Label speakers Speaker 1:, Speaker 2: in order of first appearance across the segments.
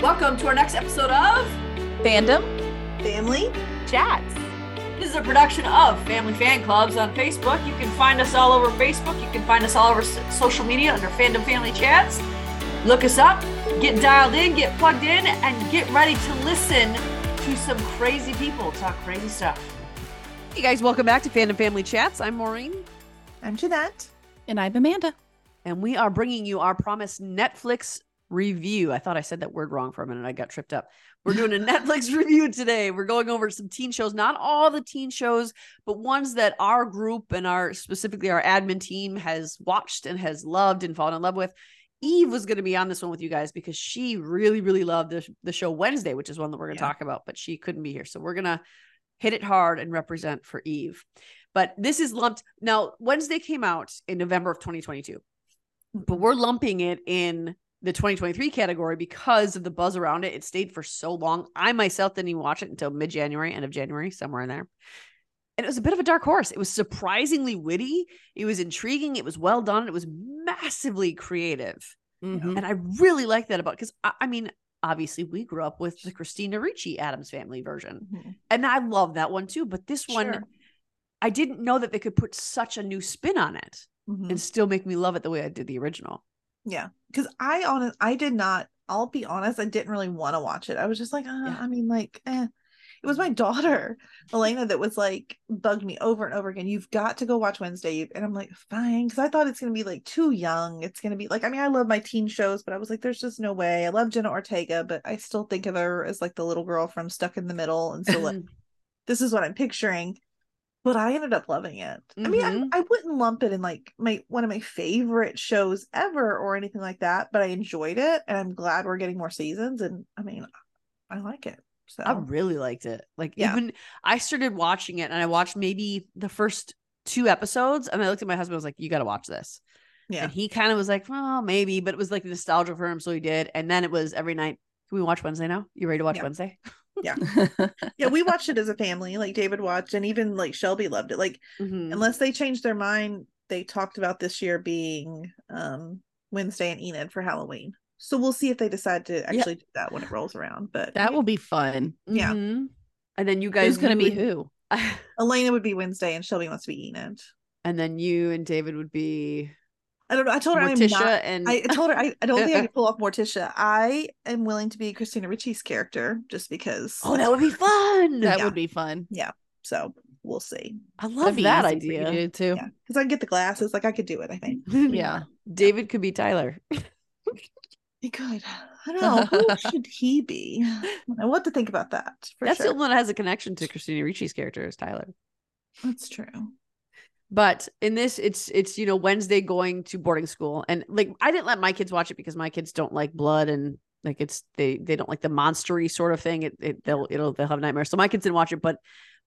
Speaker 1: Welcome to our next episode of
Speaker 2: Fandom
Speaker 3: Family?
Speaker 2: Chats.
Speaker 1: This is a production of Family Fan Clubs on Facebook. You can find us all over Facebook. You can find us all over s- social media under Fandom Family Chats. Look us up, get dialed in, get plugged in, and get ready to listen to some crazy people talk crazy stuff.
Speaker 2: Hey guys, welcome back to Fandom Family Chats. I'm Maureen,
Speaker 3: I'm Jeanette.
Speaker 4: And I'm Amanda.
Speaker 2: and we are bringing you our promised Netflix review. I thought I said that word wrong for a minute. I got tripped up. We're doing a Netflix review today. We're going over some teen shows, not all the teen shows, but ones that our group and our specifically our admin team has watched and has loved and fallen in love with. Eve was going to be on this one with you guys because she really, really loved the, the show Wednesday, which is one that we're going to
Speaker 4: Yeah.
Speaker 2: talk about, but she couldn't be here. So we're going to hit it hard and represent for Eve. But this is lumped. Now, Wednesday came out in November of 2022, but we're lumping it in the 2023 category because of the buzz around it. It stayed for so long. I myself didn't even watch it until mid January, end of January, somewhere in there. And it was a bit of a dark horse. It was surprisingly witty. It was intriguing. It was well done. It was massively creative. And I really like that about because I, I mean, obviously we grew up with the Christina Ricci Adams Family version,
Speaker 3: Mm-hmm.
Speaker 2: and I love that one too. But this one,
Speaker 3: Sure.
Speaker 2: I didn't know that they could put such a new spin on it
Speaker 3: Mhm.
Speaker 2: and still make me love it the way I did the original.
Speaker 3: Yeah, because I honest, I did not. I'll be honest, I didn't really want to watch it. I was just like, uh,
Speaker 2: Yeah.
Speaker 3: I mean, like, eh. it was my daughter Elena that was like bugged me over and over again. You've got to go watch Wednesday, and I'm like, fine, because I thought it's gonna be like too young. It's gonna be like, I mean, I love my teen shows, but I was like, there's just no way. I love Jenna Ortega, but I still think of her as like the little girl from Stuck in the Middle, and so like, this is what I'm picturing. But I ended up loving it. I mean,
Speaker 2: Mhm.
Speaker 3: I, I wouldn't lump it in like my one of my favorite shows ever or anything like that, but I enjoyed it and I'm glad we're getting more seasons. And I mean, I like it. So
Speaker 2: I really liked it. Like
Speaker 3: Oh. Yeah.
Speaker 2: even I started watching it and I watched maybe the first two episodes and I looked at my husband I was like, "You got to watch this."
Speaker 3: Yeah.
Speaker 2: And he kind of was like, "Well, maybe," but it was like nostalgia for him, so he did. And then it was every night. Can we watch Wednesday now? You ready to watch
Speaker 3: Yeah.
Speaker 2: Wednesday?
Speaker 3: yeah, we watched it as a family. Like David watched, and even like Shelby loved it. Like
Speaker 2: Mhm.
Speaker 3: unless they changed their mind, they talked about this year being um Wednesday and Enid for Halloween. So we'll see if they decide to actually do that when it rolls around. But
Speaker 4: that will be fun.
Speaker 3: yeah.
Speaker 2: Mhm. And then you guys
Speaker 4: Who's going to
Speaker 2: you
Speaker 4: be who?
Speaker 2: would-
Speaker 3: Elena would be Wednesday and Shelby wants to be Enid.
Speaker 2: and then you and David would be
Speaker 3: I don't know. I told her I'm
Speaker 2: Morticia
Speaker 3: not
Speaker 2: and
Speaker 3: I I told her I, I don't
Speaker 2: Uh-uh.
Speaker 3: think I could pull off Morticia. I am willing to be Christina Ricci's character just because.
Speaker 2: Oh, that would be fun.
Speaker 4: That
Speaker 3: Yeah.
Speaker 4: would be fun.
Speaker 3: So we'll see.
Speaker 2: I
Speaker 4: That'd
Speaker 2: love
Speaker 4: be
Speaker 2: that
Speaker 4: easy for you to
Speaker 2: idea.
Speaker 4: do, too.
Speaker 3: Yeah, because I can get the glasses. Like I could do it. I think
Speaker 2: Mm-hmm.
Speaker 4: Yeah.
Speaker 2: David could be Tyler.
Speaker 3: he could. I don't know who should he be. I want to think about that. For
Speaker 2: That's the
Speaker 3: sure.
Speaker 2: only one that has a connection to Christina Ricci's character is Tyler.
Speaker 3: That's true.
Speaker 2: But in this, it's it's you know Wednesday going to boarding school, and like I didn't let my kids watch it because my kids don't like blood and like it's they they don't like the monstery sort of thing. It, it they'll it'll they'll have nightmares. So my kids didn't watch it, but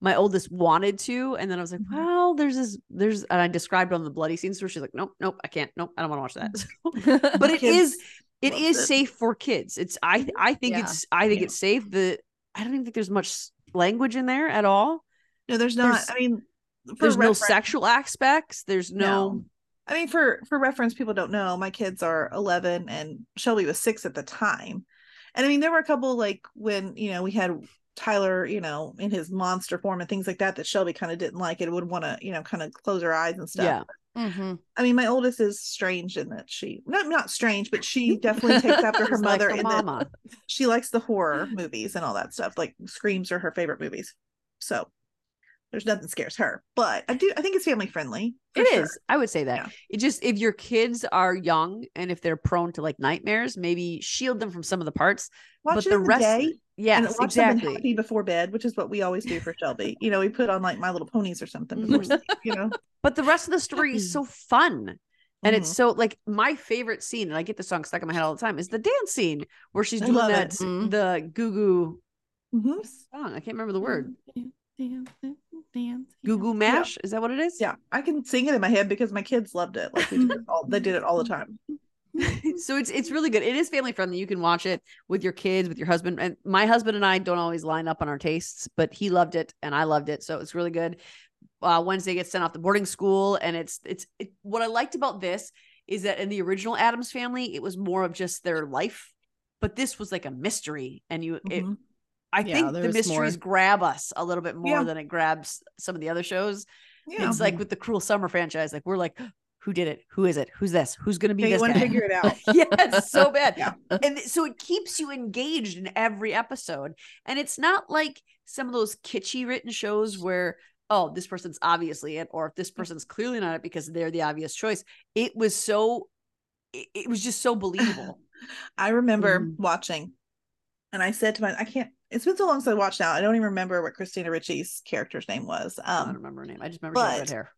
Speaker 2: my oldest wanted to, and then I was like,
Speaker 4: Mm-hmm.
Speaker 3: Mhm.
Speaker 2: well, there's this there's and I described on the bloody scenes where she's like, nope, nope, I can't, nope, I don't want to
Speaker 4: Mm-hmm.
Speaker 2: watch that. So, but it
Speaker 3: Kids
Speaker 2: is it
Speaker 3: love
Speaker 2: is
Speaker 3: it. Mm-hmm.
Speaker 2: safe for kids. It's I I think
Speaker 4: Yeah.
Speaker 2: it's I think
Speaker 3: Yeah.
Speaker 2: it's safe. The I don't even think there's much s- language in there at all.
Speaker 3: No, there's not.
Speaker 2: there's-
Speaker 3: I mean, for
Speaker 2: There's no
Speaker 3: reference-
Speaker 2: sexual aspects. There's no.
Speaker 3: I mean, for for reference, people don't know. My kids are eleven, and Shelby was six at the time. And I mean, there were a couple like when you know we had Tyler, you know, in his monster form and things like that that Shelby kind of didn't like and would want to, you know, kind of close her eyes and stuff.
Speaker 2: Yeah.
Speaker 4: Mhm.
Speaker 3: I mean, my oldest is strange in that she not not strange, but she definitely takes after her
Speaker 2: She's like
Speaker 3: mother
Speaker 2: the
Speaker 3: in that
Speaker 2: mama.
Speaker 3: she likes the horror movies and all that stuff. Like Screams are her favorite movies. So there's nothing scares her. But I do I think it's family friendly. for
Speaker 2: It is.
Speaker 3: sure.
Speaker 2: I would say that.
Speaker 3: Yeah.
Speaker 2: It just if your kids are young and if they're prone to like nightmares, maybe shield them from some of the parts.
Speaker 3: Watch
Speaker 2: but
Speaker 3: it
Speaker 2: the
Speaker 3: in the
Speaker 2: rest,
Speaker 3: day. and
Speaker 2: yes,
Speaker 3: watch them
Speaker 2: exactly.
Speaker 3: happy before bed, which is what we always do for Shelby. You know, we put on like My Little Ponies or something before
Speaker 2: Mhm.
Speaker 3: sleep. You know,
Speaker 2: But the rest of the story is so fun. And it's
Speaker 3: Mm-hmm.
Speaker 2: so like my favorite scene, and I get the song stuck in my head all the time, is the dance scane where she's
Speaker 3: I
Speaker 2: doing
Speaker 3: love it.
Speaker 2: that
Speaker 3: Mm-hmm.
Speaker 4: Mhm.
Speaker 2: the goo goo
Speaker 3: Mhm. Mhm.
Speaker 2: song. I can't remember the word.
Speaker 4: Dance,
Speaker 2: Goo goo mash. Is that what it is?
Speaker 3: yeah, I can sing it in my head because my kids loved it. Like we did it all, they did it all the time.
Speaker 2: so it's it's really good. It is family friendly. You can watch it with your kids, with your husband. And my husband and I don't always line up on our tastes, but he loved it and I loved it. So it's really good. Uh, Wednesday gets sent off to boarding school, and it's it's it, what I liked about this is that in the original Adams Family, it was more of just their life. but this was like a mystery and you it,
Speaker 3: Mhm.
Speaker 2: i
Speaker 4: Mm-hmm. Yeah,
Speaker 2: think
Speaker 4: there
Speaker 2: the
Speaker 4: was
Speaker 2: mysteries
Speaker 4: more.
Speaker 2: grab us a little bit more
Speaker 3: Yeah.
Speaker 2: than it grabs some of the other shows
Speaker 3: yeah.
Speaker 2: it's like with the cruel summer franchise like we're like who did it who is it who's this who's going to be
Speaker 3: Yeah, you
Speaker 2: this
Speaker 3: want to
Speaker 2: guy?
Speaker 3: figure it out.
Speaker 2: yeah, it's so bad.
Speaker 3: Yeah.
Speaker 2: And th- so it keeps you engaged in every episode. And it's not like some of those kitschy written shows where, oh, this person's obviously it, or
Speaker 3: Mm.
Speaker 2: this person's clearly not it because they're the obvious choice. It was so, it, it was just so believable.
Speaker 3: I remember
Speaker 4: Mhm.
Speaker 2: Mm-hmm.
Speaker 3: watching, and I said to my, I can't. It's been so long since I watched now. I don't even remember what Christina Ritchie's character's name was.
Speaker 2: I don't
Speaker 3: Um,
Speaker 2: remember her name. I just remember she had
Speaker 3: but-
Speaker 2: red hair.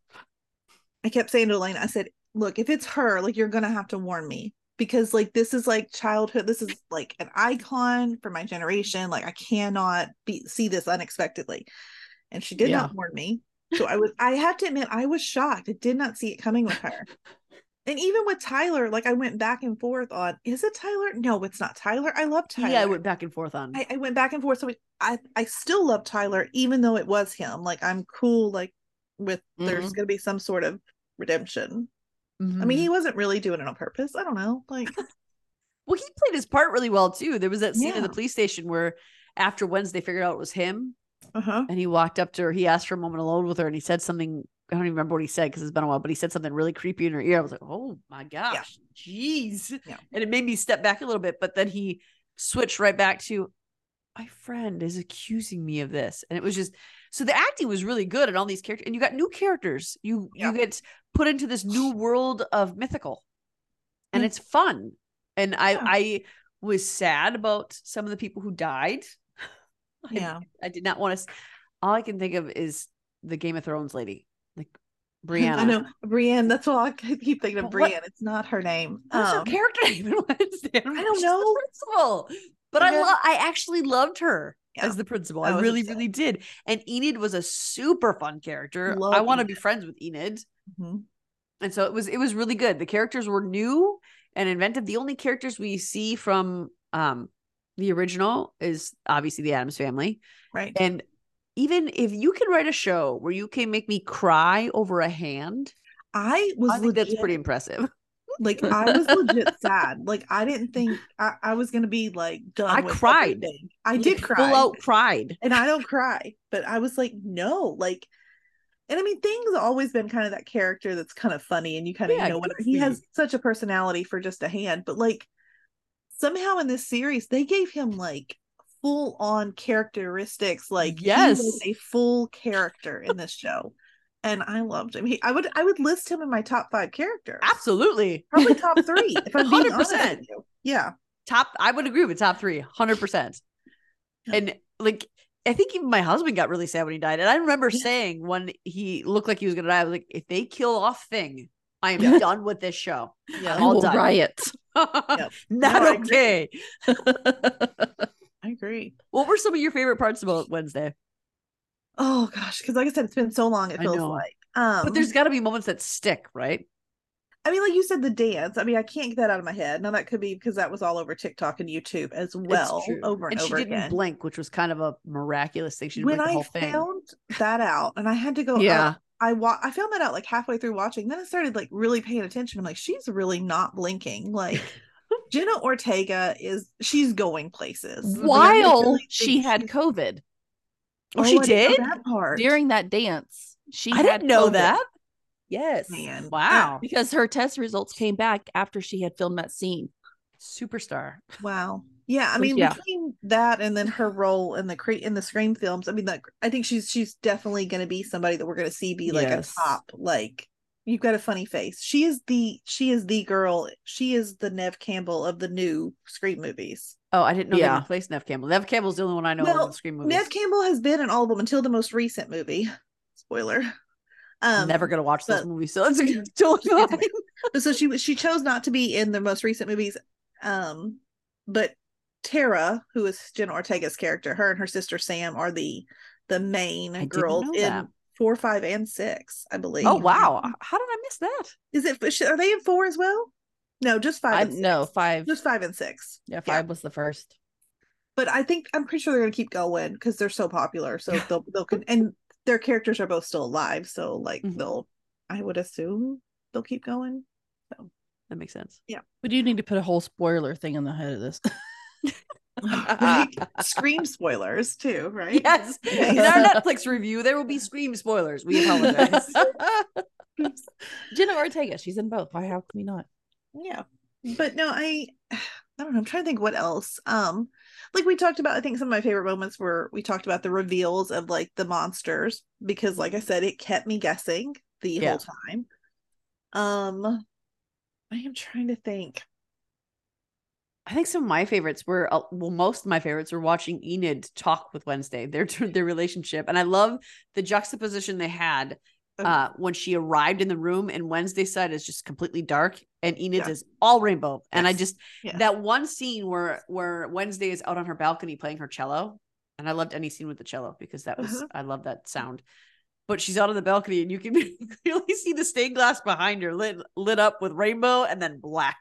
Speaker 3: I kept saying to Elaine, I said, "Look, if it's her, like you're gonna have to warn me because like this is like childhood. This is like an icon for my generation. Like I cannot be see this unexpectedly." And she did not warn me. So I was. I have to admit, I was shocked. I did not see it coming with her. And even with Tyler, like I went back and forth on, is it Tyler? No, it's not Tyler. I love Tyler.
Speaker 2: Yeah, I went back and forth on.
Speaker 3: I, I went back and forth. So we, I, I still love Tyler, even though it was him. Like I'm cool. Like with
Speaker 2: Mm-hmm.
Speaker 3: there's gonna be some sort of redemption. I mean, he wasn't really doing it on purpose. I don't know. Like
Speaker 2: Well, he played his part really well too. There was that scene in
Speaker 3: Yeah.
Speaker 2: the police station where after Wednesday figured out it was him,
Speaker 3: uh huh.
Speaker 2: and he walked up to her. He asked for a moment alone with her, and he said something. I don't even remember what he said because it's been a while, but he said something really creepy in her ear. I was like, "Oh my gosh, jeez!"
Speaker 3: Yeah.
Speaker 2: And it made me step back a little bit. But then he switched right back to, "My friend is accusing me of this," and it was just so the acting was really good in all these characters, and you got new characters. You
Speaker 3: Yeah.
Speaker 2: you get put into this new world of mythical, and
Speaker 3: Mm.
Speaker 2: it's fun. And I
Speaker 3: Yeah.
Speaker 2: I was sad about some of the people who died. I
Speaker 3: Yeah.
Speaker 2: I did not want to. All I can think of is the Game of Thrones lady, like Brianna.
Speaker 3: I know Brienne. That's all I keep thinking of.
Speaker 2: But what-
Speaker 3: Brienne. It's not her name.
Speaker 2: What's her
Speaker 3: Um,
Speaker 2: character name? in Wednesday? I don't,
Speaker 3: I don't
Speaker 2: She's the
Speaker 3: know.
Speaker 2: principal. But I
Speaker 3: Yeah.
Speaker 2: love. I actually loved her
Speaker 3: Yeah.
Speaker 2: as the principal.
Speaker 3: That
Speaker 2: I
Speaker 3: was
Speaker 2: really,
Speaker 3: upsetting.
Speaker 2: really did. And Enid was a super fun character.
Speaker 3: Love
Speaker 2: I want to
Speaker 3: Enid.
Speaker 2: be friends with Enid.
Speaker 3: mhm.
Speaker 2: And so it was. It was really good. The characters were new and inventive. The only characters we see from um the original is obviously the Adams family.
Speaker 3: Right.
Speaker 2: And even if you can write a show where you can make me cry over a hand,
Speaker 3: I was
Speaker 2: I think
Speaker 3: legit,
Speaker 2: that's pretty impressive.
Speaker 3: like I was legit sad. Like I didn't think I, I was gonna be like done.
Speaker 2: I
Speaker 3: with
Speaker 2: cried.
Speaker 3: everything. I did
Speaker 2: Like,
Speaker 3: cry.
Speaker 2: Full out cried.
Speaker 3: and I don't cry, but I was like, no, like, and I mean, Thing's always been kind of that character that's kind of funny, and you kind of
Speaker 2: Yeah,
Speaker 3: you know what he
Speaker 2: goofy.
Speaker 3: has such a personality for just a hand, but like somehow in this series they gave him like full on characteristics, like he was
Speaker 2: Yes.
Speaker 3: a full character in this show, and I loved him. He, I would, I would list him in my top five characters,
Speaker 2: Absolutely.
Speaker 3: probably top three if I'm being honest.
Speaker 2: 100%.
Speaker 3: with you. Yeah,
Speaker 2: Top, I would agree with top three, 100%.
Speaker 3: Yeah.
Speaker 2: And like, I think even my husband got really sad when he died. And I remember
Speaker 3: Yeah.
Speaker 2: saying when he looked like he was going to die, I was like, if they kill off Thing, I am
Speaker 4: Yeah.
Speaker 2: done with this show.
Speaker 3: yeah,
Speaker 2: all
Speaker 4: All
Speaker 2: done.
Speaker 4: riot.
Speaker 2: Not
Speaker 3: I agree.
Speaker 2: okay.
Speaker 3: I agree.
Speaker 2: What were some of your favorite parts about Wednesday?
Speaker 3: Oh gosh, because like I said, it's been so long. It
Speaker 2: I
Speaker 3: feels
Speaker 2: know.
Speaker 3: like, um,
Speaker 2: but there's got to be moments that stick, right?
Speaker 3: I mean, like you said, the dance. I mean, I can't get that out of my head. Now that could be because that was all over TikTok and YouTube as well,
Speaker 2: true.
Speaker 3: over and,
Speaker 2: and she
Speaker 3: over
Speaker 2: didn't
Speaker 3: again.
Speaker 2: blink, which was kind of a miraculous thing. She didn't
Speaker 3: when
Speaker 2: blink the
Speaker 3: I
Speaker 2: whole thing.
Speaker 3: found that out, and I had to go,
Speaker 4: Yeah.
Speaker 3: up, I wa- I found that out like halfway through watching. Then I started like really paying attention. I'm like, she's really not blinking. Like Jenna Ortega is, she's going places. Like, I really
Speaker 4: While
Speaker 3: think
Speaker 4: she had
Speaker 3: she's-
Speaker 4: COVID
Speaker 2: Oh, she
Speaker 3: I didn't know
Speaker 2: did?
Speaker 3: that part.
Speaker 4: during that dance, she
Speaker 2: I
Speaker 4: had
Speaker 2: didn't know
Speaker 4: COVID
Speaker 2: that. Yes.
Speaker 3: Man,
Speaker 2: Wow.
Speaker 4: because her test results came back after she had filmed that scene.
Speaker 2: Superstar.
Speaker 3: Wow. Yeah, I
Speaker 4: So,
Speaker 3: mean
Speaker 4: yeah.
Speaker 3: between that and then her role in the cre- in the Scream films, I mean like I think she's she's definitely going to be somebody that we're going to see be like
Speaker 2: Yes.
Speaker 3: a top like you've got a funny face. She is the she is the girl. She is the Nev Campbell of the new Scream movies.
Speaker 2: Oh, I didn't know they
Speaker 4: Yeah.
Speaker 2: replaced Nev Campbell. Nev Campbell's the only one I know
Speaker 3: Well,
Speaker 2: in the Scream movies.
Speaker 3: Nev Campbell has been in all of them until the most recent movie. Spoiler. Um
Speaker 2: Never gonna watch those
Speaker 3: but-
Speaker 2: movies, so that's totally
Speaker 3: It's
Speaker 2: fine.
Speaker 3: amazing. but so she she chose not to be in the most recent movies um but tara who is jenna ortega's character her and her sister sam are the the main
Speaker 2: I didn't
Speaker 3: girls
Speaker 2: know
Speaker 3: in
Speaker 2: that.
Speaker 3: four five and six i believe
Speaker 2: Oh wow, how did I miss that?
Speaker 3: is it are they in four as well no just five
Speaker 4: I
Speaker 3: and six.
Speaker 4: no five.
Speaker 3: just five and six
Speaker 4: yeah, five was the first.
Speaker 3: but i think i'm pretty sure they're gonna keep going because they're so popular so they'll they'll con- and their characters are both still alive so like
Speaker 2: Mhm.
Speaker 3: they'll i would assume they'll keep going
Speaker 2: That makes sense.
Speaker 4: We do need to put a whole spoiler thing on the head of this.
Speaker 3: Right? Scream spoilers too, right?
Speaker 2: Yes. In our Netflix review, there will be scream spoilers. We apologize.
Speaker 4: Jenna Ortega, she's in both. Why? How can we not?
Speaker 3: yeah but no i i don't know i'm trying to think what else um like we talked about i think some of my favorite moments were we talked about the reveals of like the monsters because like i said it kept me guessing the
Speaker 2: Yeah.
Speaker 3: whole time um i am trying to think
Speaker 2: I think some of my favorites were uh, well, most of my favorites were watching Enid talk with Wednesday, their their relationship, and I love the juxtaposition they had
Speaker 3: Oh.
Speaker 2: uh, when she arrived in the room, and Wednesday's side is just completely dark, and Enid's
Speaker 3: Yeah.
Speaker 2: is all rainbow, and I
Speaker 3: Yes.
Speaker 2: just
Speaker 3: Yes.
Speaker 2: that one scene where where Wednesday is out on her balcony playing her cello, and I loved any scene with the cello because that was
Speaker 3: Uh-huh.
Speaker 2: I love that sound. But she's out on the balcony, and you can clearly see the stained glass behind her lit lit up with rainbow and then black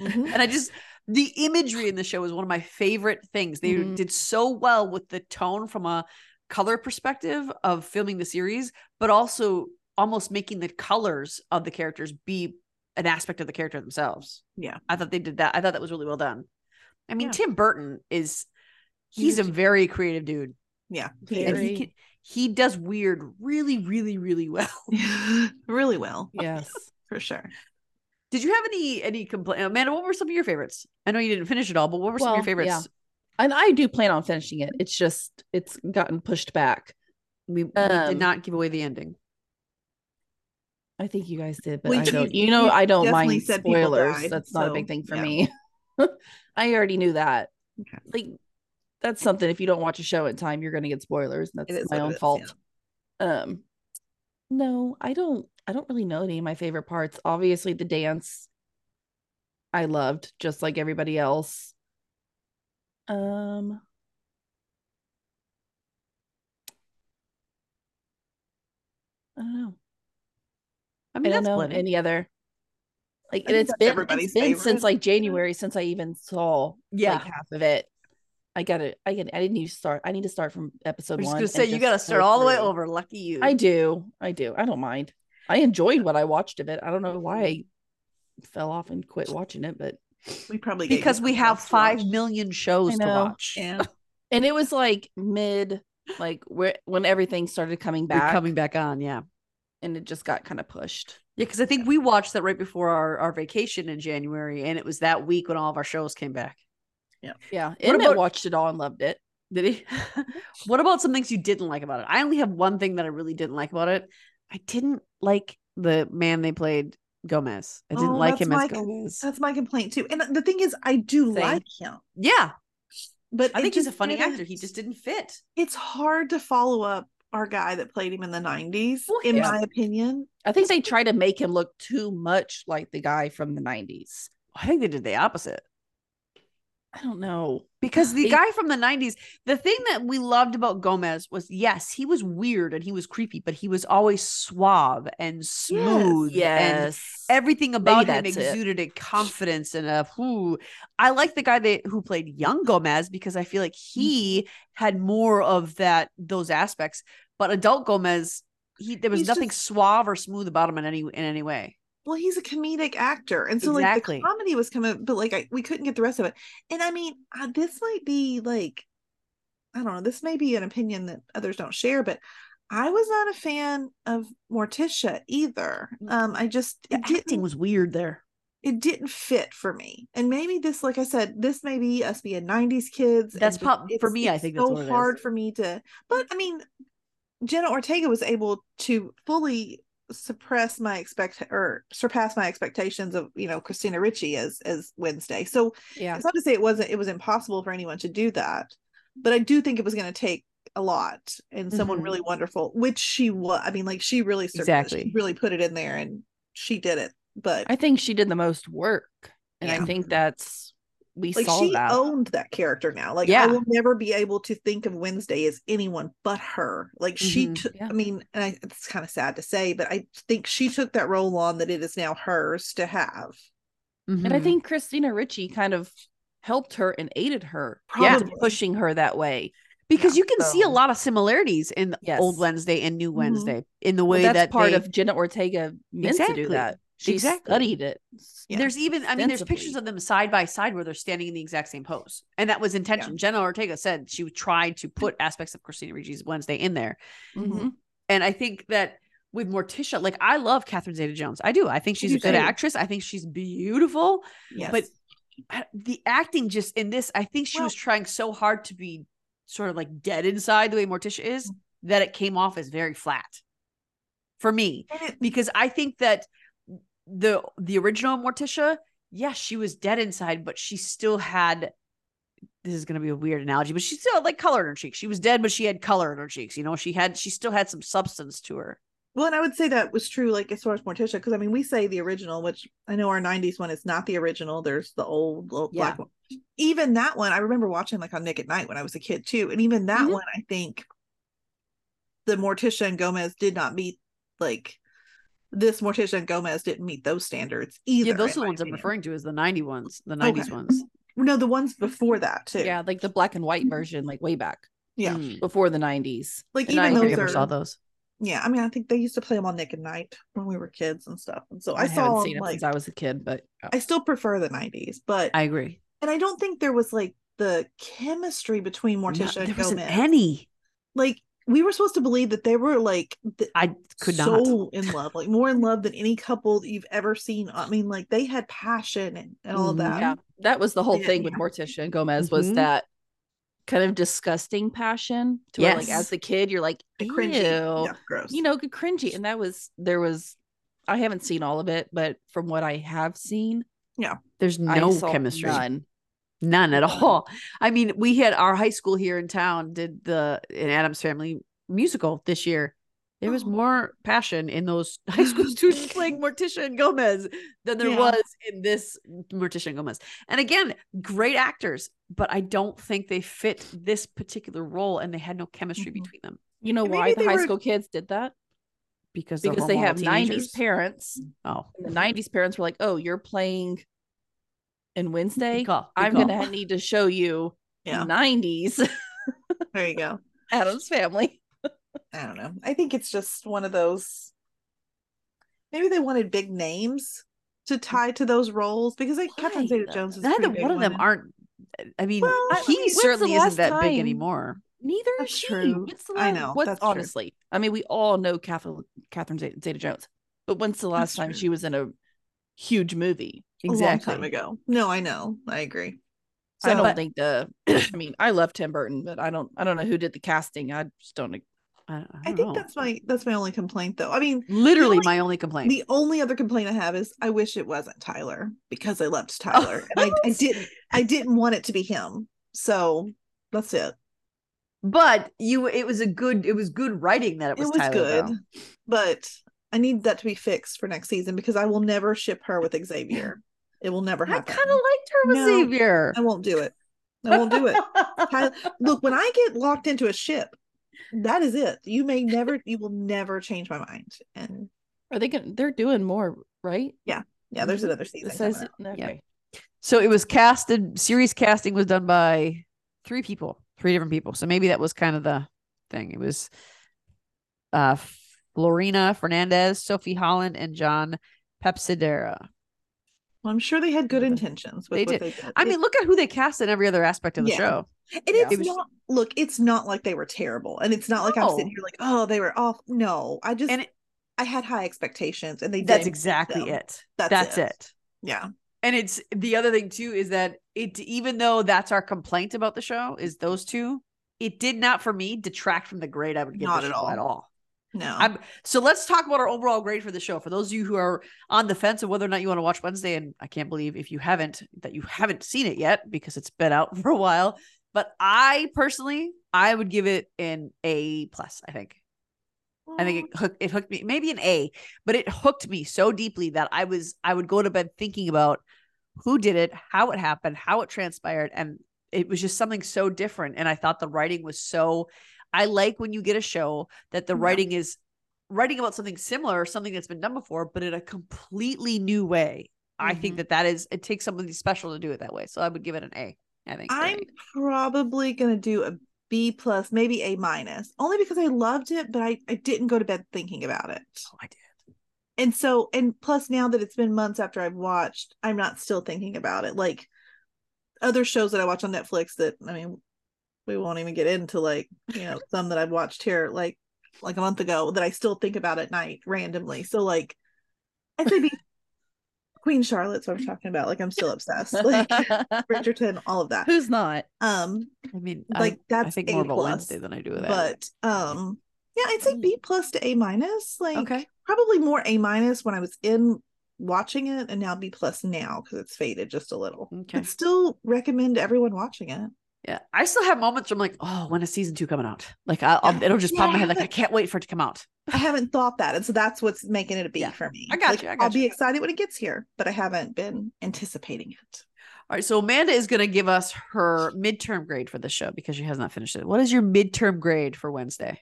Speaker 2: and I just the imagery in the show is one of my favorite things. They
Speaker 4: Mhm.
Speaker 2: did so well with the tone from a color perspective of filming the series, but also almost making the colors of the characters be an aspect of the character themselves.
Speaker 3: Yeah.
Speaker 2: I thought they did that. I thought that was really well done. I mean,
Speaker 3: Yeah.
Speaker 2: Tim Burton is he's a very creative dude.
Speaker 3: yeah
Speaker 2: And he
Speaker 4: Very.
Speaker 2: can, he does weird really, really, really well.
Speaker 3: really well
Speaker 4: Yes.
Speaker 3: for sure
Speaker 2: Did you have any any complaint, Amanda? What were some of your favorites? I know you didn't finish it all, but what were some of your
Speaker 4: Well,
Speaker 2: favorites?
Speaker 4: yeah. and I do plan on finishing it. It's just it's gotten pushed back.
Speaker 2: We, we did
Speaker 4: Um,
Speaker 2: not give away the ending.
Speaker 4: I think you guys did, but
Speaker 3: Well,
Speaker 4: I
Speaker 3: you-
Speaker 4: don't,
Speaker 3: you-
Speaker 4: you know,
Speaker 3: you
Speaker 4: I don't
Speaker 3: definitely
Speaker 4: mind
Speaker 3: said people
Speaker 4: spoilers.
Speaker 3: died,
Speaker 4: that's not a
Speaker 3: so,
Speaker 4: big thing for
Speaker 3: yeah.
Speaker 4: me. I already knew that.
Speaker 3: Okay.
Speaker 4: Like that's something if you don't watch a show in time, you're going to get spoilers. And
Speaker 3: It is
Speaker 4: that's my
Speaker 3: what it
Speaker 4: own
Speaker 3: is,
Speaker 4: fault. Um no, I don't I don't really know any of my favorite parts. Obviously the dance I loved just like everybody else. Um I don't know.
Speaker 2: I
Speaker 4: I
Speaker 2: mean,
Speaker 4: don't
Speaker 2: that's
Speaker 4: know
Speaker 2: plenty.
Speaker 4: any other. Like and
Speaker 3: I think
Speaker 4: it's
Speaker 3: that's
Speaker 4: been
Speaker 3: everybody's
Speaker 4: it's been
Speaker 3: favorite.
Speaker 4: since like January since I even saw
Speaker 2: Yeah.
Speaker 4: like half of it. I gotta I get I didn't need to start I need to start from episode
Speaker 2: I'm just
Speaker 4: one.
Speaker 2: gonna
Speaker 4: and
Speaker 2: say you
Speaker 4: just
Speaker 2: got to
Speaker 4: go
Speaker 2: start all the way
Speaker 4: through.
Speaker 2: over. Lucky you.
Speaker 4: I do. I do. I don't mind. I enjoyed what I watched of it. I don't know why I fell off and quit watching it, but
Speaker 3: we probably gave you
Speaker 2: because we
Speaker 3: something
Speaker 2: have
Speaker 3: else to
Speaker 2: five
Speaker 3: watch.
Speaker 2: million shows to
Speaker 4: know.
Speaker 2: watch.
Speaker 3: yeah
Speaker 4: and it was like mid like where when everything started coming
Speaker 2: We're
Speaker 4: back
Speaker 2: coming back on, yeah,
Speaker 4: and it just got kind of pushed.
Speaker 2: yeah. Because I think we watched that right before our our vacation in January, and it was that week when all of our shows came back.
Speaker 4: Yeah.
Speaker 2: What
Speaker 4: And I
Speaker 2: about-
Speaker 4: watched it all and loved it.
Speaker 2: Did he? what about some things you didn't like about it? I only have one thing that I really didn't like about it. I didn't like the man they played Gomez. I didn't
Speaker 3: Oh,
Speaker 2: like
Speaker 3: that's
Speaker 2: him
Speaker 3: my-
Speaker 2: as Gomez.
Speaker 3: that's my complaint too and the thing is i do
Speaker 4: Same.
Speaker 3: like him
Speaker 2: Yeah,
Speaker 3: but
Speaker 2: I
Speaker 3: it
Speaker 2: think he's a
Speaker 3: just
Speaker 2: funny
Speaker 3: didn't-
Speaker 2: actor. He just didn't fit.
Speaker 3: it's hard to follow up our guy that played him in the 90s
Speaker 2: Well,
Speaker 3: in
Speaker 2: here's-
Speaker 3: my opinion
Speaker 4: I think they tried to make him look too much like the guy from the 90s.
Speaker 2: I think they did the opposite.
Speaker 4: I don't know.
Speaker 2: because the
Speaker 4: He-
Speaker 2: guy from the 90s the thing that we loved about gomez was yes he was weird and he was creepy but he was always suave and smooth and everything about him
Speaker 4: that's it.
Speaker 2: exuded a confidence and a who i like the guy that who played young gomez because i feel like he
Speaker 3: Mm-hmm.
Speaker 2: had more of that those aspects but adult gomez he there was
Speaker 3: He's
Speaker 2: nothing
Speaker 3: just-
Speaker 2: suave or smooth about him in any in any way
Speaker 3: well he's a comedic actor and so
Speaker 2: Exactly.
Speaker 3: like the comedy was coming but like I, we couldn't get the rest of it and i mean uh, this might be like i don't know this may be an opinion that others don't share but i was not a fan of morticia either um i just
Speaker 2: Mm. the
Speaker 3: it didn't
Speaker 2: acting was weird there
Speaker 3: it didn't fit for me and maybe this like i said this may be us being 90s kids and
Speaker 2: That's
Speaker 3: just-
Speaker 2: prob- for
Speaker 3: it's-
Speaker 2: me, I
Speaker 3: it's
Speaker 2: think that's
Speaker 3: so
Speaker 2: what it is.
Speaker 3: hard for me to but i mean jenna ortega was able to fully suppress my expect or surpass my expectations of you know christina ritchie as as wednesday so
Speaker 4: Yeah.
Speaker 3: it's not to say it wasn't it was impossible for anyone to do that but i do think it was going to take a lot and someone
Speaker 2: Mhm.
Speaker 3: really wonderful which she was i mean like she really sur-
Speaker 2: Exactly.
Speaker 3: she really put it in there and she did it but
Speaker 4: I think she did the most work. And
Speaker 3: Yeah.
Speaker 4: I think that's we
Speaker 3: like
Speaker 4: saw
Speaker 3: she
Speaker 4: that.
Speaker 3: owned that character now like
Speaker 2: Yeah.
Speaker 3: i will never be able to think of wednesday as anyone but her like she
Speaker 2: Mhm.
Speaker 3: took
Speaker 4: Mm-hmm. Yeah.
Speaker 3: i mean and I, it's kind of sad to say but i think she took that role on that it is now hers to have
Speaker 4: And I
Speaker 2: Mhm.
Speaker 4: think Christina Ritchie kind of helped her and aided her
Speaker 2: Yeah.
Speaker 4: into pushing her that way.
Speaker 2: because
Speaker 3: Yeah,
Speaker 2: you can see a
Speaker 4: so-
Speaker 2: lot of similarities in
Speaker 4: Yes.
Speaker 2: old Wednesday and new
Speaker 3: Mhm.
Speaker 2: Wednesday in the
Speaker 4: Well,
Speaker 2: way
Speaker 4: that's
Speaker 2: that
Speaker 4: part
Speaker 2: they-
Speaker 4: of Jenna Ortega meant to do
Speaker 2: Exactly.
Speaker 4: that. She
Speaker 2: Exactly.
Speaker 4: studied it.
Speaker 3: Yeah.
Speaker 2: There's even, I mean, there's pictures
Speaker 4: Extensively.
Speaker 2: of them side by side where they're standing in the exact same pose. And that was intention. Jenna Ortega said she tried
Speaker 4: Mm-hmm.
Speaker 2: to put aspects of Christina Reggie's Wednesday in there.
Speaker 4: Mhm.
Speaker 2: And I think that with Morticia, like I love Catherine Zeta Jones. I do. I think she's
Speaker 3: do
Speaker 2: a good
Speaker 3: too.
Speaker 2: actress. I think she's beautiful.
Speaker 3: Yes.
Speaker 2: But I- the acting just in this, I think she was trying so hard to be sort of like dead inside the way Morticia is
Speaker 3: Mm-hmm.
Speaker 2: that it came off as very flat for me
Speaker 3: And it-
Speaker 2: because I think that the the original Morticia, yes, she was dead inside, but she still had. This is going to be a weird analogy, but she still had like color in her cheeks. She was dead, but she had color in her cheeks. You know, she had she still had some substance to her.
Speaker 3: well, and I would say that was true, like as far as Morticia, because I mean, we say the original, which I know our '90s one is not the original. There's the old, old
Speaker 2: Yeah.
Speaker 3: black one. Even that one, I remember watching like on Nick at Night when I was a kid too, and even that
Speaker 4: Mm-hmm.
Speaker 2: Mhm.
Speaker 3: one, I think the Morticia and Gomez did not meet like this Morticia and Gomez didn't meet those standards either.
Speaker 2: yeah, those
Speaker 3: in
Speaker 2: are the
Speaker 3: my
Speaker 2: ones I'm
Speaker 3: opinion.
Speaker 2: referring to as the '90 ones, the '90s
Speaker 3: Okay.
Speaker 2: ones.
Speaker 3: No, the ones before that too.
Speaker 4: Yeah, like the black and white version, like way back
Speaker 3: Yeah.
Speaker 2: Mm.
Speaker 4: before the 90s.
Speaker 3: like
Speaker 4: And I
Speaker 3: even
Speaker 4: agree,
Speaker 3: those
Speaker 4: I
Speaker 3: are
Speaker 4: saw
Speaker 2: those.
Speaker 3: yeah i mean i think they used to play them on nick and night when we were kids and stuff and so i,
Speaker 4: haven't
Speaker 3: saw 'em,
Speaker 4: seen it
Speaker 3: like
Speaker 4: since I was a kid, but
Speaker 3: I still prefer the 90s but
Speaker 2: I agree.
Speaker 3: and i don't think there was like the chemistry between morticia
Speaker 2: no, there
Speaker 3: and
Speaker 2: wasn't
Speaker 3: gomez
Speaker 2: any.
Speaker 3: like we were supposed to believe that they were like th-
Speaker 2: I could not.
Speaker 3: so in love like more in love than any couple that you've ever seen i mean like they had passion and, and all of
Speaker 2: Mhm.
Speaker 3: that
Speaker 4: yeah, that was the whole
Speaker 3: Yeah, Mm-hmm.
Speaker 4: thing with
Speaker 3: yeah.
Speaker 4: Morticia and Gomez was
Speaker 2: Mhm.
Speaker 4: that kind of disgusting passion to where like
Speaker 2: Yes.
Speaker 4: as the kid you're like
Speaker 3: The
Speaker 4: Ew.
Speaker 3: cringy yeah, gross
Speaker 4: you know, good cringy. And that was there was I haven't seen all of it, but from what I have seen,
Speaker 2: There's
Speaker 4: I
Speaker 2: no
Speaker 4: saw
Speaker 2: chemistry.
Speaker 4: None.
Speaker 2: None at
Speaker 3: None.
Speaker 2: all. I mean, we had our high school here in town did the an Adams Family musical this year. There was
Speaker 3: Oh.
Speaker 2: more passion in those high school students playing Morticia and Gomez than there
Speaker 3: Yeah.
Speaker 2: was in this Morticia and Gomez. And again, great actors, but I don't think they fit this particular role and they had no chemistry
Speaker 3: Mhm.
Speaker 2: between them
Speaker 4: You know
Speaker 3: And
Speaker 4: why
Speaker 3: maybe
Speaker 4: the
Speaker 3: they
Speaker 4: high
Speaker 3: were-
Speaker 4: school kids did that?
Speaker 2: because they're
Speaker 4: Because they
Speaker 2: hormonal
Speaker 4: have 90s
Speaker 2: teenagers.
Speaker 4: parents.
Speaker 2: Oh,
Speaker 4: And the 90s parents were like, oh, you're playing in Wednesday.
Speaker 2: good call, good
Speaker 4: I'm
Speaker 2: call.
Speaker 4: going to need to show you
Speaker 3: Yeah.
Speaker 4: 90s
Speaker 3: there you go
Speaker 4: Adam's family.
Speaker 3: i don't know i think it's just one of those maybe they wanted big names to tie to those roles because like
Speaker 4: Why,
Speaker 3: Catherine Zeta
Speaker 4: though?
Speaker 3: Jones is a
Speaker 2: Mm. neither
Speaker 3: pretty big
Speaker 2: one of them
Speaker 3: and-
Speaker 2: aren't. I mean,
Speaker 3: Well, I
Speaker 2: he
Speaker 3: mean, when's
Speaker 4: the
Speaker 2: certainly
Speaker 4: last
Speaker 2: isn't that
Speaker 4: time-
Speaker 2: big anymore.
Speaker 4: Neither
Speaker 3: That's
Speaker 4: is she.
Speaker 3: true.
Speaker 4: When's the
Speaker 3: I
Speaker 4: last-
Speaker 3: know,
Speaker 4: What's
Speaker 3: that's true.
Speaker 4: honestly? I mean, we all know Catherine Catherine Zeta Jones, but when's the last
Speaker 3: That's
Speaker 4: time
Speaker 3: true.
Speaker 4: she was in a huge movie?
Speaker 3: a long time
Speaker 2: Exactly.
Speaker 3: ago. No, I know. I agree.
Speaker 4: I
Speaker 3: So-
Speaker 4: don't
Speaker 2: but-
Speaker 4: think the. I mean, I love Tim Burton, but I don't. I don't know who did the casting. I just don't. ag-
Speaker 2: I, I
Speaker 3: I
Speaker 2: don't
Speaker 3: think
Speaker 2: know.
Speaker 3: that's my that's my only complaint though. I mean,
Speaker 2: literally
Speaker 3: only-
Speaker 2: my only complaint.
Speaker 3: the only other complaint I have is I wish it wasn't Tyler because I loved
Speaker 2: Oh,
Speaker 3: Tyler. and I, I didn't I didn't want it to be him. So that's it.
Speaker 2: but you, it was a good, it was good writing that it
Speaker 3: It
Speaker 2: was,
Speaker 3: was,
Speaker 2: Tyler,
Speaker 3: good,
Speaker 2: though.
Speaker 3: but I need that to be fixed for next season because I will never ship her with Xavier. It will never
Speaker 2: I
Speaker 3: happen.
Speaker 2: kind of liked her with
Speaker 3: No.
Speaker 2: Xavier.
Speaker 3: I won't do it. I won't do it. Tyler, look, when I get locked into a ship, that is it. You may never, you will never change my mind. And
Speaker 4: Are they going? to They're doing more, right?
Speaker 3: yeah, there's
Speaker 2: Mhm.
Speaker 3: another season.
Speaker 4: It
Speaker 3: coming
Speaker 4: says
Speaker 3: up.
Speaker 4: okay.
Speaker 2: So it was casted. Series casting was done by three people, three different people. So maybe that was kind of the thing. It was uh Florina Fernandez, Sophie Holland, and John Pepsidera.
Speaker 3: Well, I'm sure they had good
Speaker 2: They did.
Speaker 3: intentions with
Speaker 2: They
Speaker 3: what
Speaker 2: did.
Speaker 3: they did.
Speaker 2: I mean, look at who they cast in every other aspect of the
Speaker 3: Yeah.
Speaker 2: show.
Speaker 3: and
Speaker 4: yeah.
Speaker 3: it's
Speaker 2: it was-
Speaker 3: not look, it's not like they were terrible, and it's not like I'm sitting
Speaker 2: No.
Speaker 3: here like, oh, they were off. No, I just
Speaker 2: And it,
Speaker 3: I had high expectations, and they
Speaker 2: that's
Speaker 3: didn't meet
Speaker 2: exactly
Speaker 3: them.
Speaker 2: it.
Speaker 3: That's,
Speaker 2: That's
Speaker 3: it.
Speaker 2: it.
Speaker 3: Yeah,
Speaker 2: and it's the other thing too is that it even though that's our complaint about the show is those two it did not for me detract from the grade i would give
Speaker 3: Not
Speaker 2: the
Speaker 3: at
Speaker 2: show
Speaker 3: all.
Speaker 2: at all
Speaker 3: no,
Speaker 2: I'm- so let's talk about our overall grade for the show for those of you who are on the fence of whether or not you want to watch wednesday and i can't believe if you haven't that you haven't seen it yet because it's been out for a while but i personally i would give it an a plus i think I think it hooked it hooked me maybe an A, but it hooked me so deeply that I was I would go to bed thinking about who did it, how it happened, how it transpired and it was just something so different and I thought the writing was so I like when you get a show that the
Speaker 3: Yeah.
Speaker 2: writing is writing about something similar or something that's been done before but in a completely new way. I think
Speaker 3: Mm-hmm.
Speaker 4: Mhm.
Speaker 2: that that is it takes something special to do it that way. So I would give it an A. I think.
Speaker 3: I'm probably gonna do a B plus, maybe A minus, only because I loved it, but I I didn't go to bed thinking about it.
Speaker 2: Oh, I did.
Speaker 3: and so and plus now that it's been months after I've watched, I'm not still thinking about it. Like other shows that I watch on Netflix that I mean we won't even get into like, you know, some that I've watched here like like a month ago that I still think about at night randomly. So like SAB Queen Charlotte's what I'm talking about. Like I'm still obsessed. Like Bridgerton, all of that.
Speaker 4: Who's not?
Speaker 3: Um
Speaker 2: I mean,
Speaker 3: like
Speaker 2: I,
Speaker 3: that's
Speaker 2: I think
Speaker 3: A
Speaker 2: more of a
Speaker 3: plus,
Speaker 2: Wednesday than I do with that. Mm.
Speaker 3: but um yeah it's like b plus to a minus like
Speaker 2: okay,
Speaker 3: probably more a minus when i was in watching it and now b plus now because it's faded just a little
Speaker 2: Okay.
Speaker 3: I'd still recommend everyone watching it
Speaker 2: yeah. I still have moments where I'm like, oh, when is season two coming out? Like, I'll, I'll it'll just pop in my head. Like, I can't wait for it to come out.
Speaker 3: i haven't thought that and so that's what's making it a b
Speaker 2: Yeah.
Speaker 3: for me
Speaker 2: I got
Speaker 3: Like,
Speaker 2: you, I got
Speaker 3: i'll be
Speaker 2: you.
Speaker 3: excited when it gets here but i haven't been anticipating it
Speaker 2: All right, so Amanda is going to give us her midterm grade for the show because she has not finished it. What is your midterm grade for Wednesday?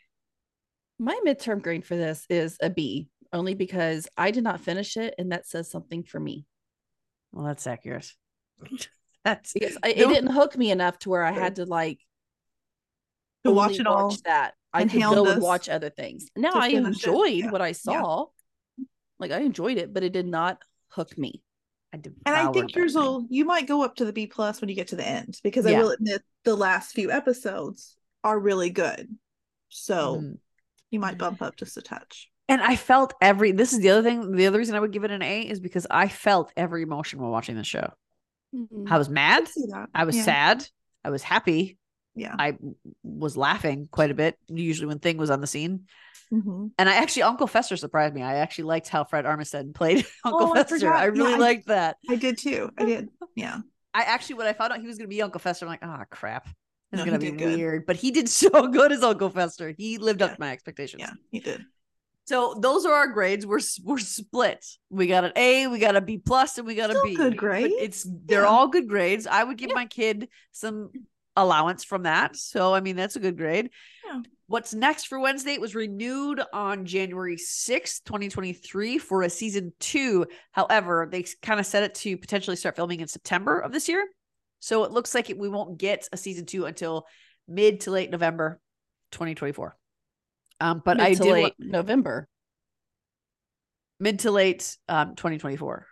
Speaker 4: My midterm grade for this is a B, only because I did not finish it, and that says something for me.
Speaker 2: Well, that's accurate. That's
Speaker 4: Because I, it
Speaker 2: No-
Speaker 4: didn't hook me enough to where I had to like
Speaker 3: to watch
Speaker 4: only
Speaker 3: it all
Speaker 4: that I
Speaker 3: and
Speaker 4: could
Speaker 3: hound
Speaker 4: go and
Speaker 3: us
Speaker 4: watch other things. Now
Speaker 3: to
Speaker 4: I
Speaker 3: finish it.
Speaker 4: enjoyed
Speaker 3: Yeah.
Speaker 4: what I saw, like I enjoyed it, but it did not hook me.
Speaker 2: I
Speaker 3: and i
Speaker 2: devoured
Speaker 3: think
Speaker 2: that
Speaker 3: yours
Speaker 2: thing.
Speaker 3: will you might go up to the b plus when you get to the end because i
Speaker 2: Yeah.
Speaker 3: will admit the last few episodes are really good so
Speaker 2: Mhm.
Speaker 3: you might bump up just a touch
Speaker 2: And I felt every. This is the other thing. The other reason I would give it an A is because I felt every emotion while watching the show. I was
Speaker 3: I
Speaker 2: mad.
Speaker 3: see that.
Speaker 2: I was
Speaker 3: Yeah.
Speaker 2: sad. I was happy.
Speaker 3: Yeah.
Speaker 2: I w- was laughing quite a bit. Usually when Thing was on the scene,
Speaker 3: Mhm.
Speaker 2: and I actually Uncle Fester surprised me. I actually liked how Fred Armisen played Uncle
Speaker 3: Oh, I
Speaker 2: Fester.
Speaker 3: forgot.
Speaker 2: I,
Speaker 3: Yeah,
Speaker 2: really
Speaker 3: I-
Speaker 2: liked that.
Speaker 3: I did too. I did. Yeah.
Speaker 2: I actually, when I found out he was going to be Uncle Fester, I'm like, ah, crap. It's
Speaker 3: No,
Speaker 2: going to
Speaker 3: he
Speaker 2: be
Speaker 3: did good.
Speaker 2: weird. But he did so good as Uncle Fester. He lived up
Speaker 3: Yeah.
Speaker 2: to my expectations.
Speaker 3: Yeah. You did.
Speaker 2: So those are our grades. We're s- we're split. We got an A, we got a B plus, and we got a
Speaker 3: Still
Speaker 2: B.
Speaker 3: good
Speaker 2: But
Speaker 3: grades.
Speaker 2: It's they're
Speaker 3: Yeah.
Speaker 2: all good grades. I would give my kid some allowance from that. So I mean that's a good grade.
Speaker 3: Yeah.
Speaker 2: What's next for Wednesday? It was renewed on January 6th, 2023 for a season two. However, they kind of set it to potentially start filming in September of this year. So it looks like it, we won't get a season two until mid to late November 2024. Um, but
Speaker 4: Mid
Speaker 2: I
Speaker 4: to
Speaker 2: did wa-
Speaker 4: late November.
Speaker 2: mid to late um 2024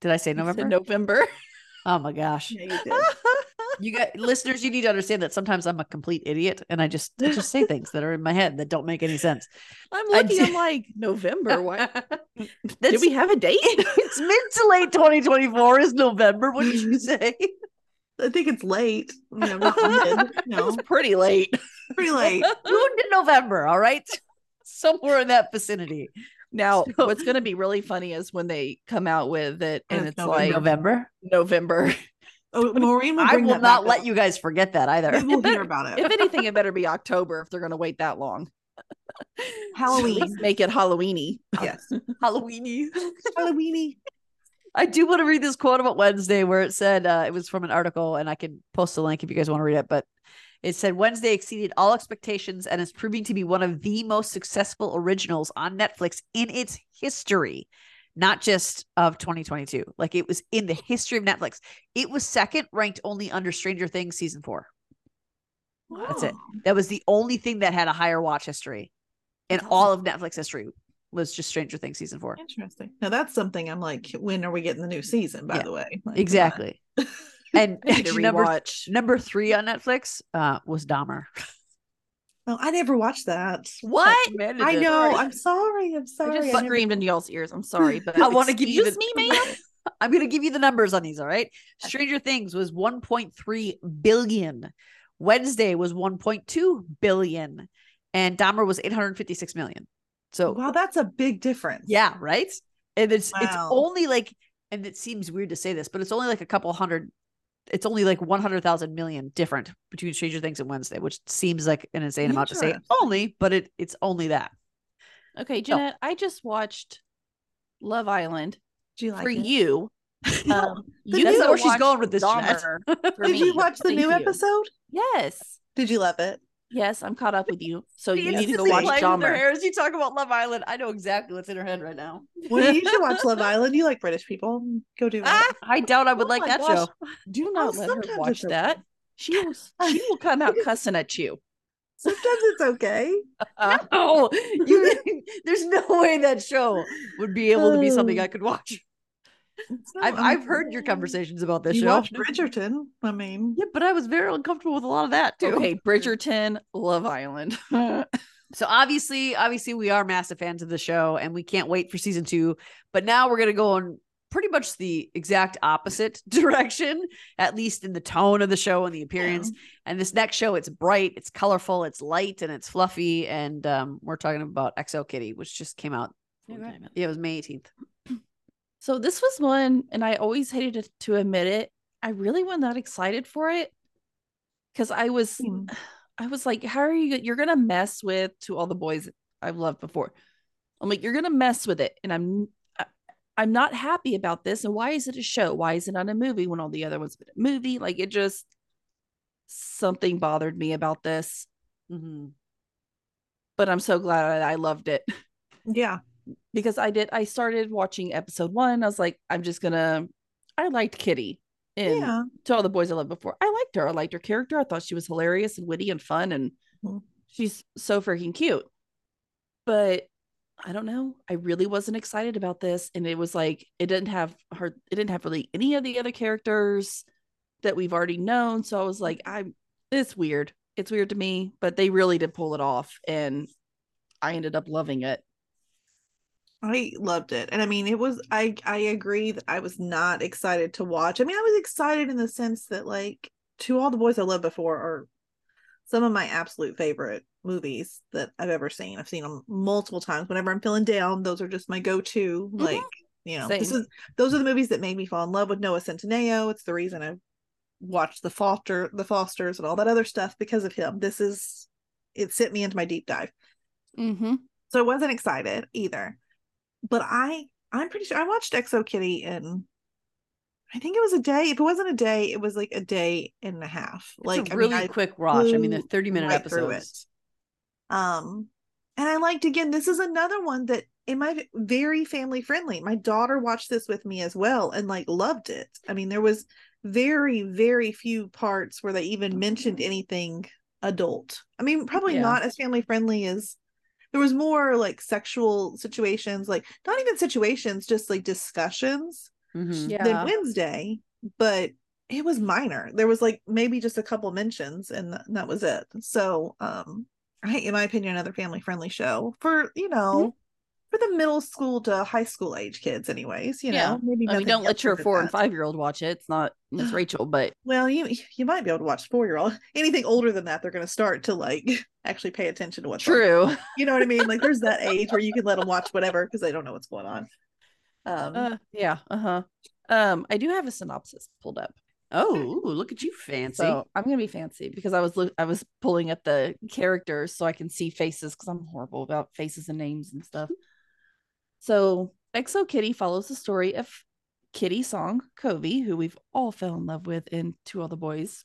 Speaker 2: did i say
Speaker 4: You said
Speaker 2: november
Speaker 4: November.
Speaker 2: oh my gosh
Speaker 3: Yeah, you did.
Speaker 2: you got listeners you need to understand that sometimes i'm a complete idiot and i just I just say things that are in my head that don't make any sense
Speaker 4: I'm
Speaker 2: I
Speaker 4: looking.
Speaker 2: did-
Speaker 4: I'm like November. Why
Speaker 2: That's-
Speaker 4: did we have a date?
Speaker 2: it's mid to late 2024 is november what did you say
Speaker 3: I think it's late. You know, not mid. No,
Speaker 2: it's pretty late
Speaker 3: pretty late.
Speaker 2: june to november all right somewhere in that vicinity
Speaker 4: Now,
Speaker 2: So-
Speaker 4: what's going to be really funny is when they come out with it and
Speaker 3: It's
Speaker 4: it's
Speaker 3: November.
Speaker 4: like
Speaker 2: november
Speaker 4: November.
Speaker 3: Oh, Maureen will
Speaker 2: i
Speaker 3: bring
Speaker 2: will
Speaker 3: that
Speaker 2: not
Speaker 3: back
Speaker 2: let
Speaker 3: up.
Speaker 2: you guys forget that either
Speaker 3: We will
Speaker 4: It better-
Speaker 3: hear about
Speaker 4: if
Speaker 3: it.
Speaker 4: anything, it better be October if they're going to wait that long.
Speaker 3: Halloween.
Speaker 4: Let's make it Halloweeny.
Speaker 3: Yes.
Speaker 2: halloweeny
Speaker 3: Halloweeny.
Speaker 2: I do want to read this quote about Wednesday where it said uh, it was from an article, and I can post a link if you guys want to read it. But it said Wednesday exceeded all expectations and is proving to be one of the most successful originals on Netflix in its history, not just of 2022. Like it was in the history of Netflix. It was second ranked only under Stranger Things season four. That's it.
Speaker 3: Oh.
Speaker 2: That was the only thing that had a higher watch history in all of Netflix history was just Stranger Things season four.
Speaker 3: Interesting. Now that's something I'm like, when are we getting the new season, by
Speaker 2: Yeah.
Speaker 3: the way? Like, uh,
Speaker 2: Exactly. And
Speaker 4: I need to
Speaker 2: actually, number
Speaker 4: rewatch.
Speaker 2: Number three on Netflix uh, was Dahmer.
Speaker 3: come on. Oh, I never watched that.
Speaker 2: What?
Speaker 3: I know. I'm sorry. I'm
Speaker 4: I
Speaker 3: sorry.
Speaker 4: just
Speaker 3: I never-
Speaker 4: screamed into y'all's ears. I'm sorry, but
Speaker 2: I wanna give you
Speaker 4: excuse
Speaker 2: the-
Speaker 4: me, ma'am.
Speaker 2: I'm going to give you the numbers on these. All right. Stranger Things was 1.3 billion. Wednesday was 1.2 billion, and Dahmer was 856 million. So
Speaker 3: Wow, that's a big difference.
Speaker 2: yeah, right. And it's it's
Speaker 3: Wow.
Speaker 2: only like, and it seems weird to say this, but it's only like a couple hundred. It's only like 100,000 million different between Stranger Things and Wednesday, which seems like an insane amount to say
Speaker 3: Interesting.
Speaker 2: only, but it it's only that.
Speaker 4: Okay, Jeanette, I just watched Love Island
Speaker 3: Do you like
Speaker 4: for
Speaker 3: it?
Speaker 4: you. Um, you
Speaker 2: That's
Speaker 4: gotta
Speaker 2: not where she's
Speaker 4: watch
Speaker 2: going with this, Jeanette.
Speaker 4: Dahmer for
Speaker 3: Did you
Speaker 4: me.
Speaker 3: watch the
Speaker 4: Thank
Speaker 3: new
Speaker 4: you.
Speaker 3: episode?
Speaker 4: Yes.
Speaker 3: Did you love it?
Speaker 4: Yes, I'm caught up with you. So you need to go
Speaker 2: instantly
Speaker 4: watch
Speaker 2: playing with her
Speaker 4: Dahmer.
Speaker 2: hair as you talk about Love Island. I know exactly what's in her head right now.
Speaker 3: Well, you should watch Love Island. You like British people. Go do that.
Speaker 2: Ah, I doubt I would
Speaker 4: Oh
Speaker 2: like
Speaker 4: my
Speaker 2: that
Speaker 4: gosh.
Speaker 2: show.
Speaker 4: Do not let
Speaker 3: sometimes
Speaker 4: her watch
Speaker 3: it's okay.
Speaker 4: that. She will she will come out cussing at you.
Speaker 3: Sometimes it's okay.
Speaker 2: Oh, you, there's no way that show would be able to be something I could watch.
Speaker 3: It's not
Speaker 2: I've, I've heard your
Speaker 3: uncommon.
Speaker 2: conversations about this
Speaker 3: You
Speaker 2: show.
Speaker 3: watch Bridgerton. I mean,
Speaker 2: Yeah, but I was very uncomfortable with a lot of that too.
Speaker 4: Okay, Bridgerton, Love Island.
Speaker 2: So obviously, obviously we are massive fans of the show and we can't wait for season 2, but now we're going to go in pretty much the exact opposite direction at least in the tone of the show and the appearance. And this next show it's bright, it's colorful, it's light and it's fluffy and um we're talking about XL Kitty which just came out yeah, it was May 18th.
Speaker 4: So this was one, and I always hated to, to admit it. I really was not excited for it because I was,
Speaker 3: Hmm.
Speaker 4: I was like, "How are you? You're gonna mess with to all the boys I've loved before." I'm like, "You're gonna mess with it," and I'm, I, I'm not happy about this. And why is it a show? Why is it not a movie when all the other ones been a movie? Like it just something bothered me about this,
Speaker 2: hmm
Speaker 4: but I'm so glad I, I loved it.
Speaker 3: yeah.
Speaker 4: because I did I started watching episode one. I was like, I'm just gonna I liked Kitty in
Speaker 3: Yeah.
Speaker 4: to all the boys I loved before. I liked her. I liked her character. I thought she was hilarious and witty and fun and
Speaker 3: Mhm.
Speaker 4: she's so freaking cute. But I don't know. I really wasn't excited about this. And it was like it didn't have her it didn't have really any of the other characters that we've already known. So I was like, I'm it's weird. It's weird to me, but they really did pull it off and I ended up loving it.
Speaker 3: I loved it. And I mean, it was I I agree that I was not excited to watch. I mean, I was excited in the sense that like To All the Boys I Loved Before are some of my absolute favorite movies that I've ever seen. I've seen them multiple times. Whenever I'm feeling down, those are just my go-to.
Speaker 4: Mhm.
Speaker 3: Like, you know, this
Speaker 4: Same.
Speaker 3: is those are the movies that made me fall in love with Noah Centineo. It's the reason I watched The Foster, The Fosters, and all that other stuff because of him. This is it sent me into my deep dive
Speaker 4: Mm-hmm.
Speaker 3: so I wasn't excited either. But I, I'm pretty sure I watched Exo Kitty in, I think it was a day. If it wasn't a day, it was like a day and a half.
Speaker 2: Like
Speaker 3: Like I mean,
Speaker 2: really
Speaker 3: I-
Speaker 2: quick watch. I mean, they're
Speaker 3: flew
Speaker 2: 30 minute
Speaker 3: right through
Speaker 2: episodes.
Speaker 3: um, and I liked again. This is another one that in my very family friendly. My daughter watched this with me as well and like loved it. I mean, there was very very few parts where they even mentioned anything adult. I mean, probably
Speaker 4: Yeah.
Speaker 3: not as family friendly as there was more like sexual situations, like not even situations, just like discussions
Speaker 2: Mhm.
Speaker 3: than Wednesday, but it was minor. There was like maybe just a couple mentions and th- that was it. So, um, I, in my opinion, another family friendly show for, you
Speaker 4: Mm-hmm.
Speaker 3: know, for the middle school to high school age kids, anyways, you
Speaker 4: Yeah.
Speaker 3: know, maybe
Speaker 4: I mean,
Speaker 3: nothing
Speaker 4: don't let
Speaker 3: else
Speaker 4: your
Speaker 3: than
Speaker 4: four and
Speaker 3: that.
Speaker 4: five year old watch it. It's not Miss Rachel, but
Speaker 3: Well, you, you might be able to watch four year old anything older than that. They're going to start to like actually pay attention to what's on
Speaker 4: true.
Speaker 3: you know what I mean? Like there's that age where you can let them watch whatever because they don't know what's going on. Um,
Speaker 4: Uh, yeah. Uh huh. Um, I do have a synopsis pulled up,
Speaker 2: Oh, ooh, look at you fancy.
Speaker 4: so I'm gonna be fancy because I was loo- I was pulling up the characters so I can see faces because I'm horrible about faces and names and stuff. So Exo Kitty follows the story of Kitty Song Covey, who we've all fell in love with in Two Other Boys,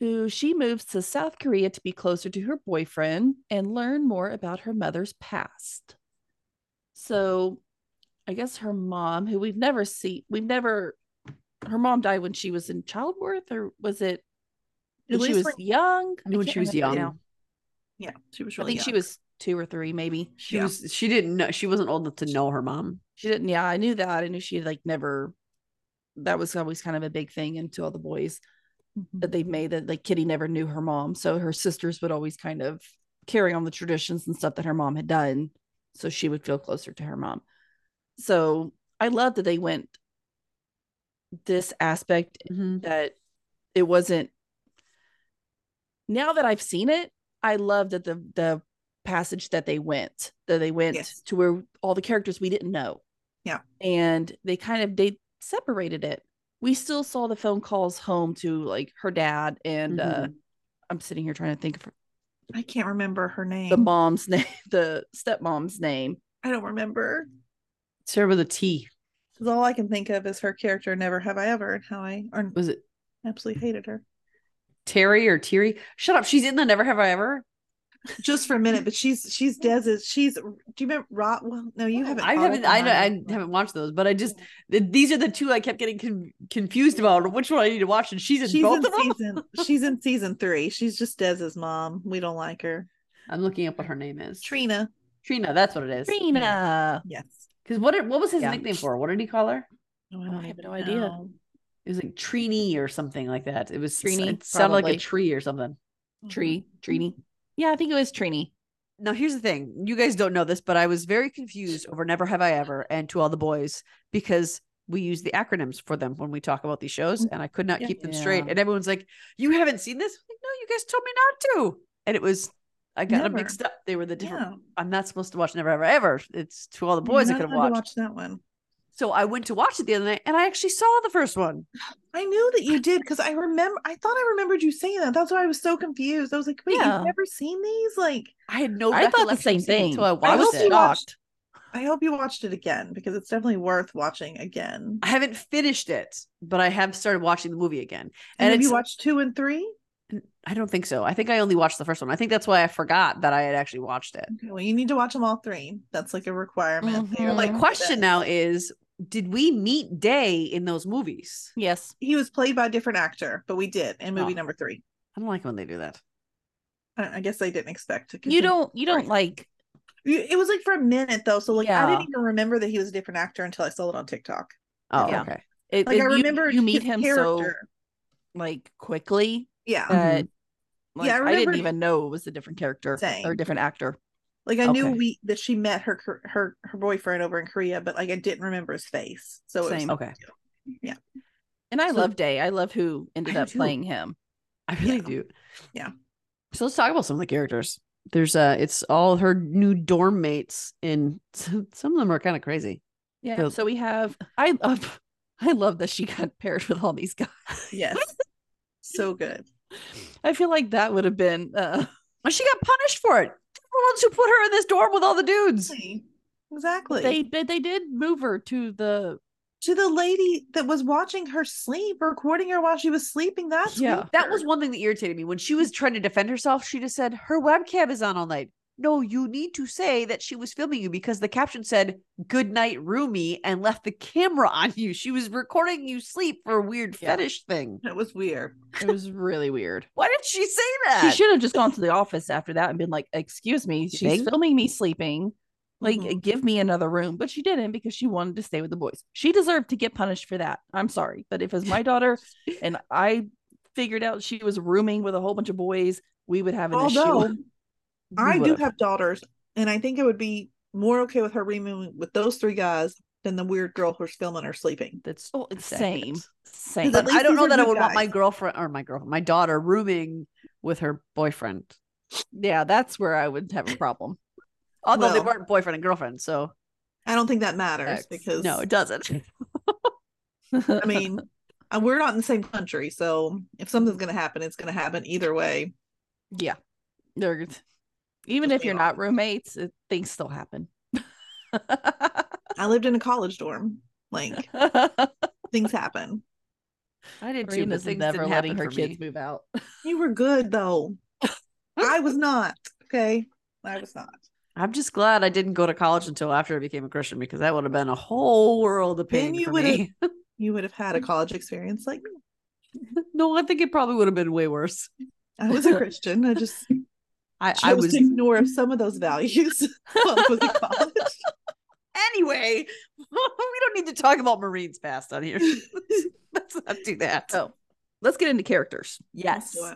Speaker 4: who she moves to South Korea to be closer to her boyfriend and learn more about her mother's past. So I guess her mom, who we've never seen, we've never her mom died when she was in childbirth, or was it when
Speaker 3: at
Speaker 4: she
Speaker 3: least
Speaker 4: was
Speaker 3: when-
Speaker 4: young? I
Speaker 2: when
Speaker 4: can't
Speaker 2: she was
Speaker 4: remember
Speaker 2: young.
Speaker 4: now.
Speaker 3: yeah, she was
Speaker 4: I
Speaker 3: really
Speaker 4: think she
Speaker 3: young.
Speaker 4: was two or three, maybe.
Speaker 2: She
Speaker 3: Yeah.
Speaker 2: was she didn't know she wasn't old enough to know her mom.
Speaker 4: She didn't. Yeah, I knew that. I knew she like never. That was always kind of a big thing into all the boys.
Speaker 3: Mhm.
Speaker 4: that they've made that like Kitty never knew her mom. So her sisters would always kind of carry on the traditions and stuff that her mom had done. So she would feel closer to her mom. So I love that they went this aspect
Speaker 2: Mhm.
Speaker 4: that it wasn't now that I've seen it, I love that the the passage that they went, that they went
Speaker 3: Yes.
Speaker 4: to where all the characters we didn't know.
Speaker 3: Yeah.
Speaker 4: And they kind of they separated it. We still saw the phone calls home to like her dad and uh
Speaker 2: Mhm.
Speaker 4: I'm sitting here trying to think of her-
Speaker 3: I can't remember her name.
Speaker 4: the mom's name, the stepmom's name.
Speaker 3: I don't remember.
Speaker 2: Sarah with a T.
Speaker 3: 'Cause all I can think of is her character, Never Have I Ever, and how I or
Speaker 2: Was it
Speaker 3: absolutely hated her.
Speaker 2: Terry or Teary? Shut up. She's in the Never Have I Ever.
Speaker 3: just for a minute, but she's she's Des is she's do you remember Rot? Well, no, you haven't.
Speaker 2: I
Speaker 3: caught
Speaker 2: haven't.
Speaker 3: up on
Speaker 2: I, know,
Speaker 3: Rot-
Speaker 2: I haven't watched those, but I just th- these are the two I kept getting con- confused about which one I need to watch, and she's in
Speaker 3: She's
Speaker 2: both
Speaker 3: in
Speaker 2: of them.
Speaker 3: season. She's in season three. She's just Dez's mom. We don't like her.
Speaker 2: I'm looking up what her name is.
Speaker 3: Trina.
Speaker 2: Trina. That's what it is.
Speaker 4: Trina.
Speaker 3: Yes.
Speaker 2: Because what did- what was his
Speaker 4: Yeah.
Speaker 2: nickname for? her? What did he call her?
Speaker 3: No,
Speaker 4: Oh, I have no idea.
Speaker 2: It was like Trini or something like that. It was
Speaker 4: Trini,
Speaker 2: It sounded like a
Speaker 4: probably.
Speaker 2: tree or something.
Speaker 4: Tree. Trini. Yeah, I think it was Trini.
Speaker 2: Now here's the thing. You guys don't know this, but I was very confused over Never Have I Ever and To All the Boys because we use the acronyms for them when we talk about these shows, and I could not
Speaker 3: Yeah.
Speaker 2: keep them straight.
Speaker 4: Yeah.
Speaker 2: And everyone's like, "You haven't seen this?" I'm like, no, you guys told me not to. And it was I got them
Speaker 3: Never.
Speaker 2: mixed up. They were the different.
Speaker 3: Yeah.
Speaker 2: I'm not supposed to watch Never Have I Ever. It's To All the Boys I
Speaker 3: You're
Speaker 2: could
Speaker 3: not
Speaker 2: have
Speaker 3: allowed to
Speaker 2: watched.
Speaker 3: watch that one.
Speaker 2: So I went to watch it the other night, and I actually saw the first one.
Speaker 3: I knew that you did because I remember. I thought I remembered you saying that. That's why I was so confused. I was like, "Wait,
Speaker 4: Yeah.
Speaker 3: you've never seen these?" Like,
Speaker 2: I had no.
Speaker 4: I thought the
Speaker 2: recollection
Speaker 4: same
Speaker 2: of seeing it
Speaker 4: thing.
Speaker 2: until I
Speaker 4: I
Speaker 2: watched
Speaker 4: was
Speaker 3: hope you
Speaker 2: it.
Speaker 4: shocked.
Speaker 3: I hope you watched it again because it's definitely worth watching again.
Speaker 2: I haven't finished it, but I have started watching the movie again.
Speaker 3: And,
Speaker 2: And
Speaker 3: have
Speaker 2: it's,
Speaker 3: you watched two and three?
Speaker 2: I don't think so. I think I only watched the first one. I think that's why I forgot that I had actually watched it.
Speaker 3: Okay, well, you need to watch them all three. That's like a requirement. that you're
Speaker 4: Mhm.
Speaker 2: My
Speaker 3: like,
Speaker 2: question now is did we meet Day in those movies?
Speaker 4: Yes.
Speaker 3: He was played by a different actor, but we did in movie
Speaker 2: Oh.
Speaker 3: number three.
Speaker 2: I don't like when they do that.
Speaker 3: I, I guess I didn't expect to.
Speaker 4: You
Speaker 3: continue.
Speaker 4: don't you don't like
Speaker 3: You- It was like for a minute though, so like I
Speaker 4: Yeah.
Speaker 3: didn't even remember that he was a different actor until I saw it on TikTok.
Speaker 2: Oh,
Speaker 4: Yeah.
Speaker 2: okay.
Speaker 4: it,
Speaker 3: Like
Speaker 4: it-
Speaker 3: I
Speaker 4: you-
Speaker 3: remember
Speaker 4: you, meet him
Speaker 3: character.
Speaker 4: so like quickly
Speaker 3: yeah.
Speaker 4: that like
Speaker 3: Mm-hmm. I
Speaker 4: I,
Speaker 3: remember-
Speaker 4: didn't even know it was a different character
Speaker 3: Same.
Speaker 4: or a different actor.
Speaker 3: Like I knew
Speaker 2: Okay.
Speaker 3: we that she met her cur- her her boyfriend over in Korea, but like I didn't remember his face. So it was,
Speaker 4: Same.
Speaker 2: Okay.
Speaker 4: And I
Speaker 2: So-
Speaker 4: love Day. I love who ended
Speaker 2: do
Speaker 4: up
Speaker 2: too.
Speaker 4: playing him.
Speaker 2: I really
Speaker 3: Yeah.
Speaker 2: do.
Speaker 3: Yeah.
Speaker 2: So let's talk about some of the characters. There's uh it's all her new dorm mates and some of them are kind of crazy.
Speaker 4: Yeah.
Speaker 2: So-
Speaker 4: So, we have I love I love that she got paired with all these guys.
Speaker 3: yes, so good.
Speaker 4: I feel like that would have been uh
Speaker 2: And she got punished for it. They're the ones who put her in this dorm with all the dudes.
Speaker 3: Exactly.
Speaker 4: they did they did move her to the
Speaker 3: to the lady that was watching her sleep, recording her while she was sleeping. That's
Speaker 4: Yeah.
Speaker 3: weird.
Speaker 2: That was one thing that irritated me. When she was trying to defend herself, she just said, Her webcam is on all night. No, you need to say that she was filming you because the caption said, Good night, roomie, and left the camera on you. She was recording you sleep for a weird
Speaker 4: Yeah.
Speaker 2: fetish thing.
Speaker 3: That was weird.
Speaker 4: it was really weird.
Speaker 2: Why did she say
Speaker 4: She
Speaker 2: that?
Speaker 4: should have just gone to the office after that and been like, "Excuse me, she's
Speaker 2: think?
Speaker 4: filming me sleeping. Like,
Speaker 2: Mm-hmm.
Speaker 3: Mhm.
Speaker 4: give me another room." But she didn't because she wanted to stay with the boys. She deserved to get punished for that. I'm sorry, but if it was my daughter and I figured out she was rooming with a whole bunch of boys, we would have an
Speaker 2: Oh,
Speaker 3: Although
Speaker 4: issue.
Speaker 2: We
Speaker 3: I do
Speaker 2: would've.
Speaker 3: have daughters, and I think I would be more okay with her removing with those three guys than the weird girl who's filming her sleeping.
Speaker 2: That's
Speaker 4: Oh, it's same,
Speaker 2: accurate.
Speaker 4: same.
Speaker 3: But at
Speaker 2: I
Speaker 3: least
Speaker 2: don't
Speaker 3: these
Speaker 2: know
Speaker 3: are
Speaker 2: that I
Speaker 3: good
Speaker 2: would want my
Speaker 3: guys.
Speaker 2: girlfriend or my girlfriend, my daughter rooming with her boyfriend.
Speaker 4: yeah, that's where I would have a problem.
Speaker 2: Although they
Speaker 3: Well-
Speaker 2: weren't boyfriend and girlfriend, so
Speaker 3: I don't think that matters
Speaker 2: X.
Speaker 3: because
Speaker 2: no, it doesn't.
Speaker 3: I mean, uh, we're not in the same country, so if something's gonna happen, it's gonna happen either way.
Speaker 4: yeah, They're- even
Speaker 3: Just
Speaker 4: if you're
Speaker 3: leave
Speaker 4: not roommates, it, things still happen.
Speaker 3: I lived in a college dorm. Like things happen.
Speaker 2: I did too, but
Speaker 4: Rena's
Speaker 2: things
Speaker 4: never
Speaker 2: didn't happen
Speaker 4: letting
Speaker 2: for
Speaker 4: her kids
Speaker 2: me.
Speaker 4: move out.
Speaker 3: You were good though. I was not. Okay. I was not.
Speaker 2: I'm just glad I didn't go to college until after I became a Christian because that would have been a whole world of
Speaker 3: Then
Speaker 2: pain
Speaker 3: you
Speaker 2: for
Speaker 3: would've-
Speaker 2: me.
Speaker 3: You would have had a college experience like me.
Speaker 2: no, I think it probably would have been way worse.
Speaker 3: I was a Christian. I just
Speaker 2: I,
Speaker 3: chose
Speaker 2: I was
Speaker 3: to ignore some of those values while I was in college.
Speaker 2: anyway. we don't need to talk about Marines past on here. Let's, let's not do that.
Speaker 4: So let's get into characters.
Speaker 2: yes.
Speaker 3: So, uh,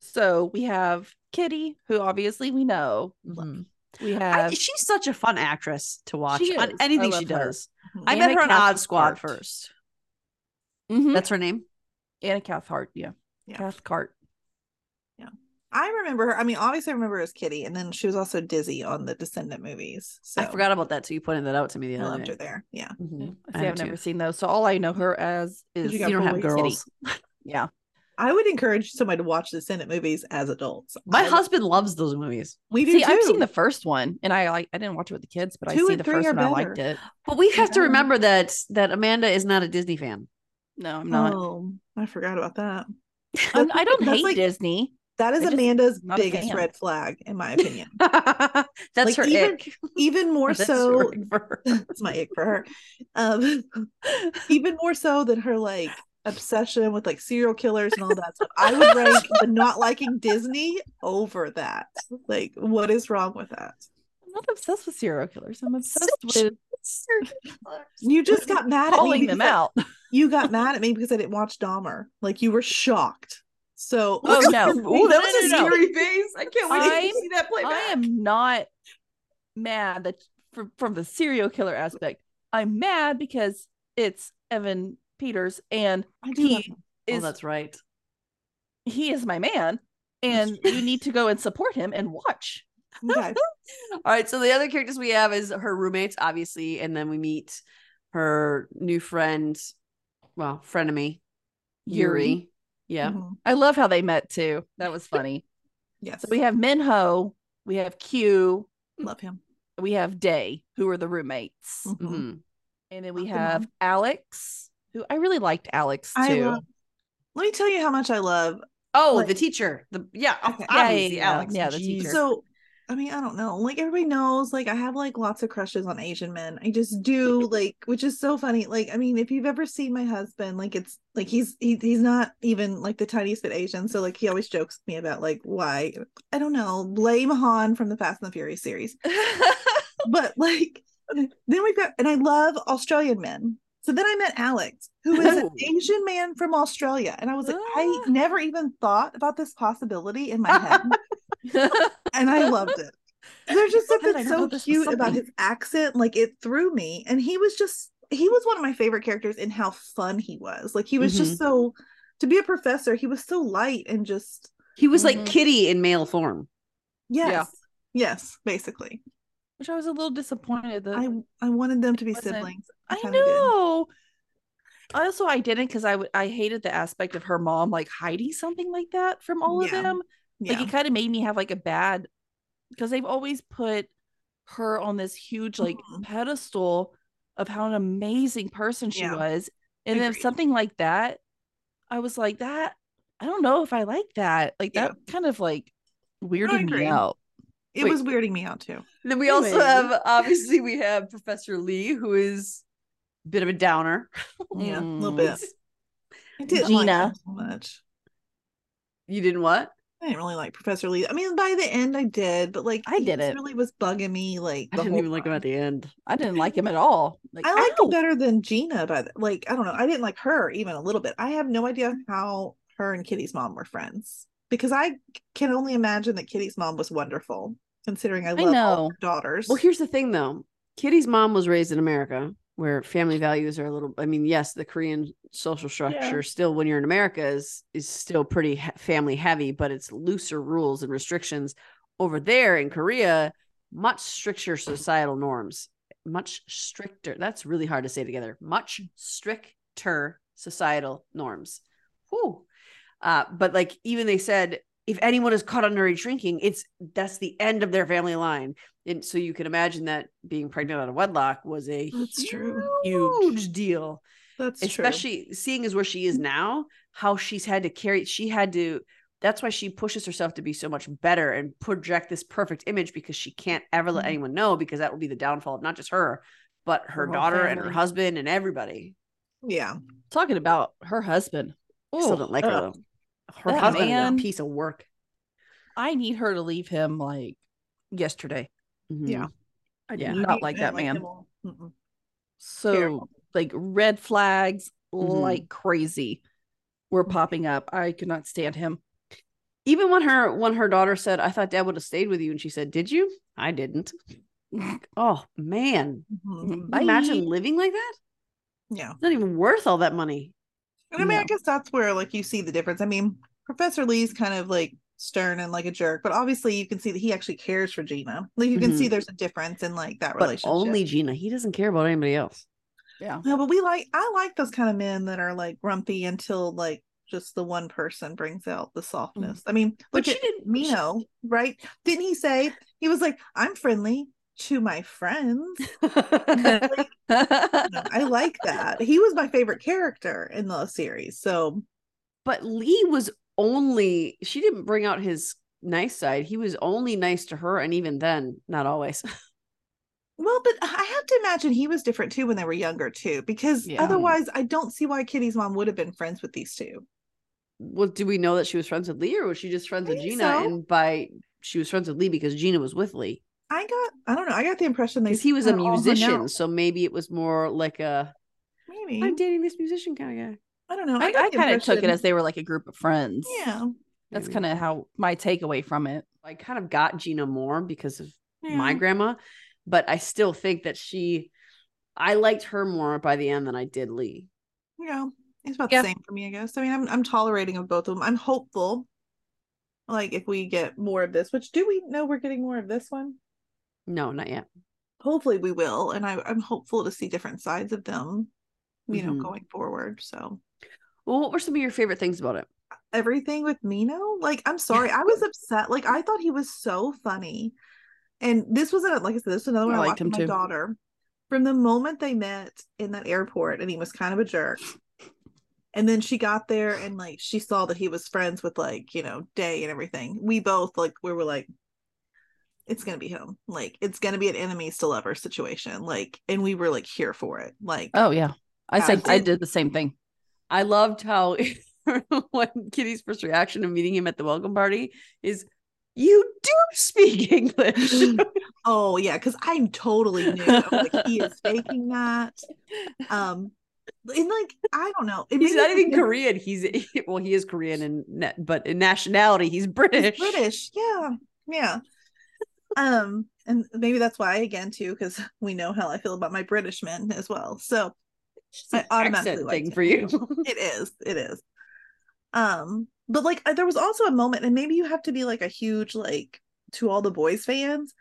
Speaker 4: So we have Kitty, who obviously we know.
Speaker 2: Mhm.
Speaker 4: We
Speaker 2: I-
Speaker 4: have
Speaker 2: she's such a fun actress to watch
Speaker 4: She
Speaker 2: on
Speaker 4: is.
Speaker 2: anything
Speaker 4: I
Speaker 2: she
Speaker 4: love her.
Speaker 2: does.
Speaker 3: Mhm.
Speaker 2: I met
Speaker 4: Anna
Speaker 2: her on Odd Squad
Speaker 4: Cathcart.
Speaker 2: 1st
Speaker 4: Mhm.
Speaker 2: That's her name.
Speaker 4: Anna Cathcart. Yeah.
Speaker 3: Yeah.
Speaker 4: Cathcart.
Speaker 3: I remember her. I mean, obviously, I remember her as Kitty, and then she was also Dizzy on the Descendant movies. So
Speaker 2: I forgot about that, so you pointed that out to me the
Speaker 3: I
Speaker 2: other
Speaker 3: loved her
Speaker 2: day.
Speaker 3: there. Yeah.
Speaker 2: Mhm.
Speaker 4: Mm-hmm. I see,
Speaker 2: have
Speaker 4: I've never
Speaker 2: too.
Speaker 4: seen those. So all I know her as is
Speaker 2: You
Speaker 3: you got
Speaker 2: don't have
Speaker 3: Boy Kitty.
Speaker 2: girls.
Speaker 4: yeah.
Speaker 3: I would encourage somebody to watch the Descendant movies as adults.
Speaker 2: My
Speaker 3: I-
Speaker 2: husband loves those movies.
Speaker 3: we do
Speaker 4: See,
Speaker 3: too.
Speaker 4: I've seen the first one and I like I didn't watch it with the kids, but
Speaker 3: Two
Speaker 4: I see
Speaker 3: and
Speaker 4: the
Speaker 3: three
Speaker 4: first
Speaker 3: are
Speaker 4: one. I liked
Speaker 3: better.
Speaker 4: it.
Speaker 2: But we have to
Speaker 3: Yeah.
Speaker 2: remember that that Amanda is not a Disney fan.
Speaker 4: No, I'm not.
Speaker 3: Oh, I forgot about that.
Speaker 4: I'm, I don't
Speaker 3: That's
Speaker 4: hate
Speaker 3: like-
Speaker 4: Disney.
Speaker 3: That is
Speaker 4: I just-
Speaker 3: Amanda's
Speaker 4: not a
Speaker 3: biggest
Speaker 4: fan.
Speaker 3: red flag, in my opinion.
Speaker 2: That's
Speaker 3: Like,
Speaker 2: her
Speaker 3: even-
Speaker 2: ick.
Speaker 3: Even more
Speaker 2: That's
Speaker 3: so,
Speaker 2: her ick for her.
Speaker 3: it's my ick for her. Um, even more so than her like obsession with like serial killers and all that stuff. I would rank the not liking Disney over that. Like, what is wrong with that?
Speaker 4: I'm not obsessed with serial killers. I'm obsessed
Speaker 2: Obsessed
Speaker 4: with
Speaker 2: with-
Speaker 3: You just got mad at me
Speaker 4: calling
Speaker 3: because
Speaker 4: them
Speaker 3: I-
Speaker 4: out.
Speaker 3: You got mad at me because I didn't watch Dahmer. Like, you were shocked. So,
Speaker 4: Oh no.
Speaker 1: Oh, that was a
Speaker 4: No, no, no.
Speaker 1: scary face. I can't wait to
Speaker 4: I'm-
Speaker 1: see that play
Speaker 4: I
Speaker 1: back.
Speaker 4: am not mad that from, from the serial killer aspect. I'm mad because it's Evan Peters and
Speaker 3: I do
Speaker 4: he
Speaker 3: love him.
Speaker 2: Oh,
Speaker 4: is
Speaker 2: that's right.
Speaker 4: he is my man and you need to go and support him and watch.
Speaker 3: Okay.
Speaker 2: All right. So the other characters we have is her roommates, obviously, and then we meet her new friend, well, frenemy, Yuri. Yeah.
Speaker 3: Mhm.
Speaker 4: I love how they met too. That was funny.
Speaker 3: Yes.
Speaker 4: so we have Minho, we have Q,
Speaker 3: love him.
Speaker 4: we have Day, who are the roommates.
Speaker 3: Mhm.
Speaker 2: Mhm.
Speaker 4: And then we
Speaker 3: Love them
Speaker 4: have
Speaker 3: all.
Speaker 4: Alex, who I really liked Alex too.
Speaker 3: I love. Let me tell you how much I love.
Speaker 2: Oh,
Speaker 3: Like-
Speaker 2: the teacher. The yeah,
Speaker 3: Okay.
Speaker 4: Yeah, yeah,
Speaker 2: obviously,
Speaker 4: yeah.
Speaker 2: Alex.
Speaker 4: Yeah, the
Speaker 2: Jeez.
Speaker 4: teacher.
Speaker 3: So, I mean, I don't know. Like everybody knows, like I have like lots of crushes on Asian men. I just do, like, which is so funny. Like, I mean, if you've ever seen my husband, like it's like he's he, he's not even like the tiniest bit Asian. So like he always jokes with me about like why I don't know. Blame Han from the Fast and the Furious series, but like then we've got and I love Australian men. So then I met Alex, who is an
Speaker 2: Ooh.
Speaker 3: Asian man from Australia, and I was like, I never even thought about this possibility in my head and I loved it. There's just
Speaker 4: Why did I not
Speaker 3: something so
Speaker 4: know this was
Speaker 3: cute about
Speaker 4: something?
Speaker 3: his accent. Like it threw me, and he was just he was one of my favorite characters in how fun he was. Like he was just
Speaker 4: Mm-hmm.
Speaker 3: so to be a professor, he was so light and just
Speaker 2: He was like
Speaker 4: Mhm.
Speaker 2: Kitty in male form.
Speaker 3: yes. Yes, basically.
Speaker 4: Which I was a little disappointed that
Speaker 3: I I wanted them to be
Speaker 4: wasn't-
Speaker 3: siblings.
Speaker 4: Uh, I
Speaker 3: kinda did.
Speaker 4: know. Also, I didn't because I would I hated the aspect of her mom like hiding something like that from all
Speaker 3: Yeah.
Speaker 4: of them.
Speaker 3: Yeah.
Speaker 4: Like it kind of made me have like a bad because they've always put her on this huge like
Speaker 3: Mhm.
Speaker 4: pedestal of how an amazing person she
Speaker 3: Yeah.
Speaker 4: was, and then
Speaker 3: Agreed.
Speaker 4: something like that, I was like that. I don't know if I like that. Like
Speaker 3: Yeah.
Speaker 4: that kind of like weirded
Speaker 3: agree.
Speaker 4: me out.
Speaker 3: it
Speaker 2: wait.
Speaker 3: was weirding me out too.
Speaker 2: And then we also
Speaker 4: Anyway.
Speaker 2: have obviously we have Professor Lee, who is a bit of a downer.
Speaker 3: Yeah, a little
Speaker 4: Mm.
Speaker 3: bit. I didn't like
Speaker 4: Gina.
Speaker 3: him so much.
Speaker 2: You didn't what?
Speaker 3: I didn't really like Professor Lee. I mean, by the end I did, but like
Speaker 4: I
Speaker 3: he just
Speaker 4: didn't.
Speaker 3: really was bugging me like
Speaker 2: I
Speaker 3: the
Speaker 2: didn't
Speaker 3: whole
Speaker 2: even like him
Speaker 3: time.
Speaker 2: at the end.
Speaker 4: I didn't like him at all. Like,
Speaker 3: I liked
Speaker 4: ow!
Speaker 3: him better than Gina, but like I don't know, I didn't like her even a little bit. I have no
Speaker 4: Mm.
Speaker 3: idea how her and Kitty's mom were friends because I can only imagine that Kitty's mom was wonderful, considering I love all
Speaker 4: know.
Speaker 3: her daughters.
Speaker 2: Well, here's the thing though. Kitty's mom was raised in America where family values are a little I mean, yes, the Korean social structure still when you're in America is is still pretty he- family heavy, but it's looser rules and restrictions over there in Korea, much stricter societal norms. Much stricter. That's really hard to say together. Much stricter societal norms. Whew. Uh, but like even they said if anyone is caught underage drinking, it's that's the end of their family line. And so you can imagine that being pregnant out of wedlock was a
Speaker 3: That's true.
Speaker 2: huge deal,
Speaker 3: That's true.
Speaker 2: especially seeing as where she is now, how she's had to carry, she had to, that's why she pushes herself to be so much better and project this perfect image because she can't ever let
Speaker 3: Mhm.
Speaker 2: anyone know because that will be the downfall of not just her, but her
Speaker 4: Her whole
Speaker 2: daughter and her
Speaker 4: family.
Speaker 2: husband and everybody.
Speaker 3: Yeah,
Speaker 4: talking about her husband.
Speaker 2: I still
Speaker 4: Ugh.
Speaker 2: don't like her
Speaker 3: ugh.
Speaker 2: though. Her
Speaker 4: That
Speaker 2: husband
Speaker 4: man.
Speaker 2: is a piece of work.
Speaker 4: I need her to leave him like yesterday.
Speaker 3: Yeah.
Speaker 4: I
Speaker 2: Mm-hmm. Yeah.
Speaker 4: did not like that man.
Speaker 3: Mm-mm.
Speaker 4: so
Speaker 3: Terrible.
Speaker 4: like red flags
Speaker 3: Mm-hmm.
Speaker 2: Mhm.
Speaker 4: like crazy were popping up. I could not stand him.
Speaker 2: Even when her when her daughter said, I thought dad would have stayed with you, and she said, Did you? I didn't. Oh man,
Speaker 3: Mhm.
Speaker 2: Can you
Speaker 4: Bye.
Speaker 2: Imagine living like that.
Speaker 3: Yeah,
Speaker 2: It's not even worth all that money.
Speaker 3: and I mean, I guess that's where like you see the difference. I mean, Professor Lee's kind of like stern and like a jerk, but obviously you can see that he actually cares for Gina. Like you can
Speaker 4: Mm-hmm.
Speaker 3: see there's a difference in like that
Speaker 2: But
Speaker 3: relationship.
Speaker 2: only Gina. He doesn't care about anybody else.
Speaker 4: Yeah.
Speaker 3: No, but we like I like those kind of men that are like grumpy until like just the one person brings out
Speaker 4: Mm.
Speaker 3: the softness. I mean,
Speaker 2: But
Speaker 3: look
Speaker 2: she
Speaker 3: at
Speaker 2: didn't.
Speaker 3: Mino, right? Didn't he say he was like, I'm friendly to my friends? You know, I like that. He was my favorite character in the series. So
Speaker 2: but Lee was only she didn't bring out his nice side. He was only nice to her, and even then, not always.
Speaker 3: Well, but I have to imagine he was different too when they were younger too, because
Speaker 4: Yeah.
Speaker 3: otherwise I don't see why Kitty's mom would have been friends with these two.
Speaker 2: well, do we know that she was friends with Lee, or was she just friends
Speaker 3: I
Speaker 2: with
Speaker 3: think
Speaker 2: Gina?
Speaker 3: so.
Speaker 2: And by she was friends with Lee because Gina was with Lee
Speaker 3: I got I don't know, I got the impression they
Speaker 2: because he was a
Speaker 3: kinda all hung
Speaker 2: musician.
Speaker 3: out.
Speaker 2: So maybe it was more like a
Speaker 3: Maybe
Speaker 2: I'm dating this musician kind of guy.
Speaker 3: I don't know.
Speaker 4: I,
Speaker 3: got
Speaker 4: I
Speaker 3: the
Speaker 4: kind of took it
Speaker 3: impression-
Speaker 4: as they were like a group of friends.
Speaker 3: yeah,
Speaker 4: That's
Speaker 2: Maybe.
Speaker 4: kind of how my takeaway from it.
Speaker 2: I kind of got Gina more because of
Speaker 3: yeah.
Speaker 2: my grandma, but I still think that she, I liked her more by the end than I did Lee.
Speaker 3: you know, it's about
Speaker 4: Yeah.
Speaker 3: the same for me, I guess. I mean, I'm I'm tolerating of both of them. I'm hopeful, like if we get more of this, which do we know we're getting more of this one?
Speaker 2: No, not yet.
Speaker 3: Hopefully, we will, and I, I'm hopeful to see different sides of them, you know,
Speaker 2: Mhm.
Speaker 3: going forward. So
Speaker 2: Well, what were some of your favorite things about it?
Speaker 3: everything with Mino, like I'm sorry, I was upset. Like I thought he was so funny, and this was a, like I said, this was another one
Speaker 4: I
Speaker 3: I,
Speaker 4: liked
Speaker 3: watched
Speaker 4: him
Speaker 3: with my
Speaker 4: too.
Speaker 3: daughter. From the moment they met in that airport, and he was kind of a jerk. And then she got there and like she saw that he was friends with like, you know, Day and everything. We both like we were like, it's gonna be him. Like it's gonna be an enemies to lovers situation. Like and we were like here for it. Like
Speaker 4: Oh yeah, I
Speaker 3: Yeah,
Speaker 4: said
Speaker 3: I
Speaker 4: I
Speaker 3: did.
Speaker 4: did the same thing.
Speaker 2: I loved how when Kitty's first reaction to meeting him at the welcome party is, "You do speak English."
Speaker 3: oh yeah, because I totally knew I was like he is faking that. Um and like I don't know. It
Speaker 2: He's
Speaker 3: made me
Speaker 2: not even
Speaker 3: think-
Speaker 2: Korean. He's well, he is Korean and but in nationality, he's British.
Speaker 3: He's British. Yeah. Yeah. Um, and maybe that's why again too, because we know how I feel about my British men as well. So I automatically
Speaker 2: accent
Speaker 3: liked
Speaker 2: thing
Speaker 3: him.
Speaker 2: for you.
Speaker 3: it is it is um but like uh, there was also a moment and maybe you have to be like a huge like to all the boys fans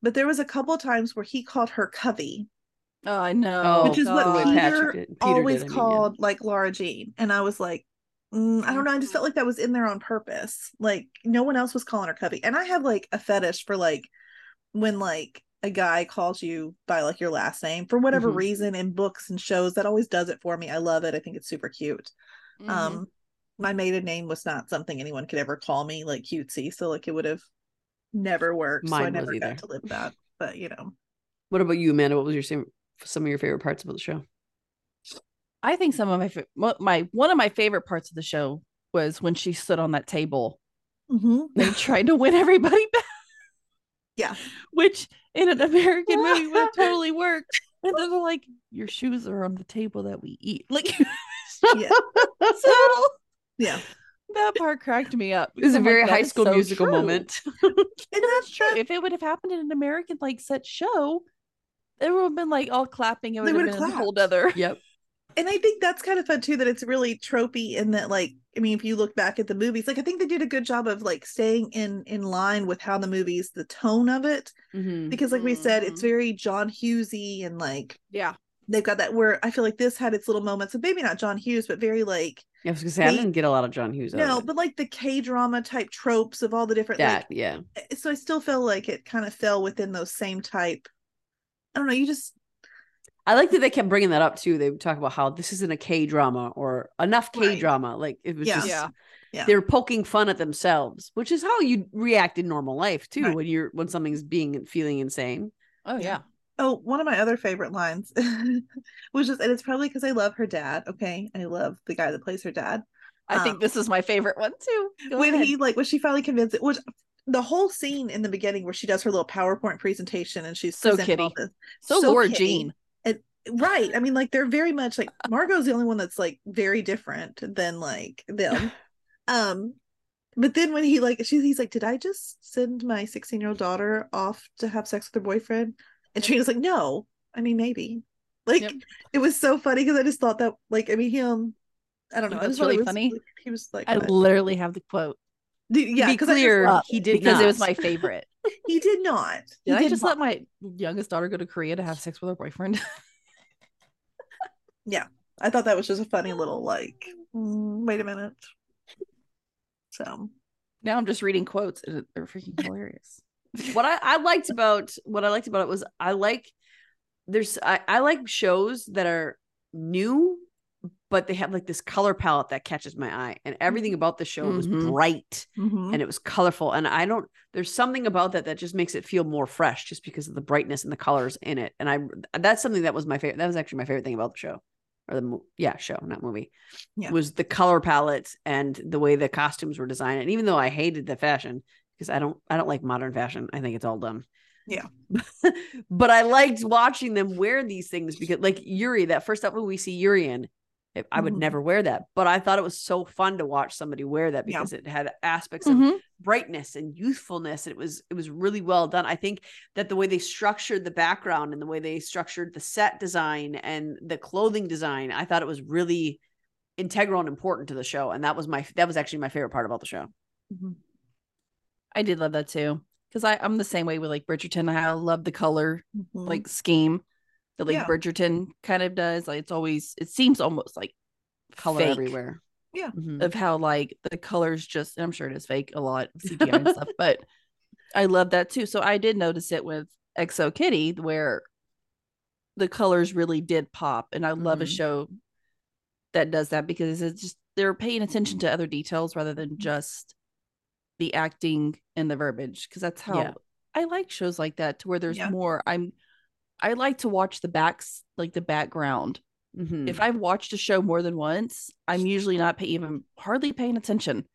Speaker 3: but there was a couple times where he called her covey
Speaker 4: Oh, I know.
Speaker 2: Oh,
Speaker 3: which is
Speaker 2: the way
Speaker 3: what
Speaker 4: God.
Speaker 2: Patrick
Speaker 3: peter,
Speaker 2: did- Peter did,
Speaker 3: always
Speaker 2: I mean, yeah.
Speaker 3: called like laura jean and i was like mm, i don't know i just felt like that was in there on purpose like no one else was calling her covey and i have like a fetish for like when like a guy calls you by like your last name for whatever
Speaker 2: Mhm.
Speaker 3: reason in books and shows that always does it for me i love it i think it's super cute
Speaker 2: Mm-hmm.
Speaker 4: Mhm.
Speaker 3: um my maiden name was not something anyone could ever call me like cutesy so like it would have never worked so i
Speaker 2: Mine was
Speaker 3: never
Speaker 2: either.
Speaker 3: got to live that but you know
Speaker 2: what about you, Amanda? What was your same, some of your favorite parts about the show?
Speaker 4: I think some of my fa- mo- my one of my favorite parts of the show was when she stood on that table
Speaker 3: Mhm.
Speaker 4: and tried to win everybody back.
Speaker 3: Yeah.
Speaker 4: which in an American movie would have totally worked. And then they're like, "Your shoes are on the table that we eat." Like,
Speaker 3: yeah
Speaker 4: so
Speaker 3: yeah
Speaker 4: that part cracked me up.
Speaker 2: It was a
Speaker 4: I'm like,
Speaker 2: very
Speaker 4: "That
Speaker 2: high
Speaker 4: is
Speaker 2: school
Speaker 4: so
Speaker 2: musical
Speaker 4: true."
Speaker 2: moment.
Speaker 3: and that's
Speaker 4: True. If it would have happened in an American like set show, it would have been like all clapping. It
Speaker 3: They
Speaker 4: would have
Speaker 3: would
Speaker 4: been
Speaker 3: have
Speaker 4: a whole
Speaker 3: clapped.
Speaker 4: other.
Speaker 2: yep.
Speaker 3: and i think that's kind of fun too that it's really tropey in that like i mean if you look back at the movies like i think they did a good job of like staying in in line with how the movies the tone of it
Speaker 2: Mhm.
Speaker 3: because like we said it's
Speaker 4: Mhm.
Speaker 3: very john hughesy and like
Speaker 4: Yeah.
Speaker 3: they've got that where i feel like this had its little moments of maybe not john hughes but very like
Speaker 2: I was gonna say I
Speaker 3: Wait.
Speaker 2: didn't get a lot of John Hughes. out
Speaker 3: no
Speaker 2: of it.
Speaker 3: but like the k drama type tropes of all the different
Speaker 2: that yeah.
Speaker 3: like eh, so i still feel like it kind of fell within those same type i don't know you just
Speaker 2: I like that they kept bringing that up too. They would talk about how this isn't a K drama or enough K
Speaker 3: Right.
Speaker 2: drama. Like it was
Speaker 3: Yeah.
Speaker 2: just
Speaker 4: Yeah.
Speaker 3: Yeah.
Speaker 2: they were poking fun at themselves, which is how you react in normal life too
Speaker 3: Right.
Speaker 2: when you're when something's being feeling insane.
Speaker 4: Oh
Speaker 3: Yeah.
Speaker 4: yeah.
Speaker 3: oh one of my other favorite lines was just and it's probably because i love her dad okay i love the guy that plays her dad
Speaker 4: I
Speaker 3: Um,
Speaker 4: think this is my favorite one too. Go
Speaker 3: when
Speaker 4: ahead.
Speaker 3: he like when she finally convinced it which the whole scene in the beginning where she does her little powerpoint presentation and she's
Speaker 4: So
Speaker 3: presenting all
Speaker 4: kitty.
Speaker 3: this-
Speaker 4: so,
Speaker 3: so
Speaker 4: Laura
Speaker 3: kitty.
Speaker 4: Jean.
Speaker 3: right i mean like they're very much like margot's the only one that's like very different than like them um but then when he like she, he's like did i just send my 16 year old daughter off to have sex with her boyfriend and trina's like no i mean maybe like
Speaker 4: Yep.
Speaker 3: it was so funny because i just thought that like i mean him i don't know
Speaker 4: That's
Speaker 3: I thought it
Speaker 4: really
Speaker 3: was-
Speaker 4: funny.
Speaker 3: he was like
Speaker 4: I
Speaker 3: what?
Speaker 4: literally have the quote
Speaker 3: Dude, yeah
Speaker 2: to be
Speaker 3: because I just
Speaker 2: clear,
Speaker 3: love
Speaker 2: he
Speaker 3: it.
Speaker 2: did
Speaker 4: because
Speaker 2: not.
Speaker 4: it was my favorite.
Speaker 3: he did not He
Speaker 4: Did I
Speaker 3: did
Speaker 4: just let
Speaker 3: not.
Speaker 4: my youngest daughter go to Korea to have sex with her boyfriend?
Speaker 3: i thought that was just a funny little like mm, wait a minute so
Speaker 4: now I'm just reading quotes and it- they're freaking hilarious.
Speaker 2: what I, I liked about what I liked about it was I like there's I, I like shows that are new but they have like this color palette that catches my eye and everything about the show was
Speaker 4: Mhm.
Speaker 2: bright
Speaker 3: Mhm.
Speaker 2: and it was colorful and i don't there's something about that that just makes it feel more fresh just because of the brightness and the colors in it and i that's something that was my favorite that was actually my favorite thing about the show or the mo- yeah show not movie
Speaker 3: Yeah.
Speaker 2: was the color palette and the way the costumes were designed and even though i hated the fashion because i don't i don't like modern fashion i think it's all dumb
Speaker 3: Yeah.
Speaker 2: but i liked watching them wear these things because like yuri that first outfit we see yuri in if- I would
Speaker 3: Mhm.
Speaker 2: never wear that, but I thought it was so fun to watch somebody wear that
Speaker 3: Yeah.
Speaker 2: because it had aspects
Speaker 4: Mm-hmm.
Speaker 2: of brightness and youthfulness and it was it was really well done i think that the way they structured the background and the way they structured the set design and the clothing design i thought it was really integral and important to the show and that was my that was actually my favorite part about the show
Speaker 3: Mhm.
Speaker 4: I did love that too. Cause I, I'm the same way with like Bridgerton. I love the color
Speaker 3: Mhm.
Speaker 4: like scheme that like
Speaker 3: Yeah.
Speaker 4: Bridgerton kind of does. Like it's always it seems almost like
Speaker 2: color
Speaker 4: fake
Speaker 2: everywhere
Speaker 3: Yeah.
Speaker 2: Mhm.
Speaker 4: of how like the colors just and I'm sure it is fake a lot of CGI and stuff, but I love that too. So I did notice it with Exo Kitty where the colors really did pop. And I love a
Speaker 2: Mhm.
Speaker 4: show that does that because it's just they're paying attention to other details rather than just the acting and the verbiage. Cause that's how
Speaker 2: Yeah.
Speaker 4: I like shows like that to where there's
Speaker 3: Yeah.
Speaker 4: more. I'm I like to watch the backs like the background
Speaker 2: Mhm.
Speaker 4: if I've watched a show more than once, I'm usually not pay- even hardly paying attention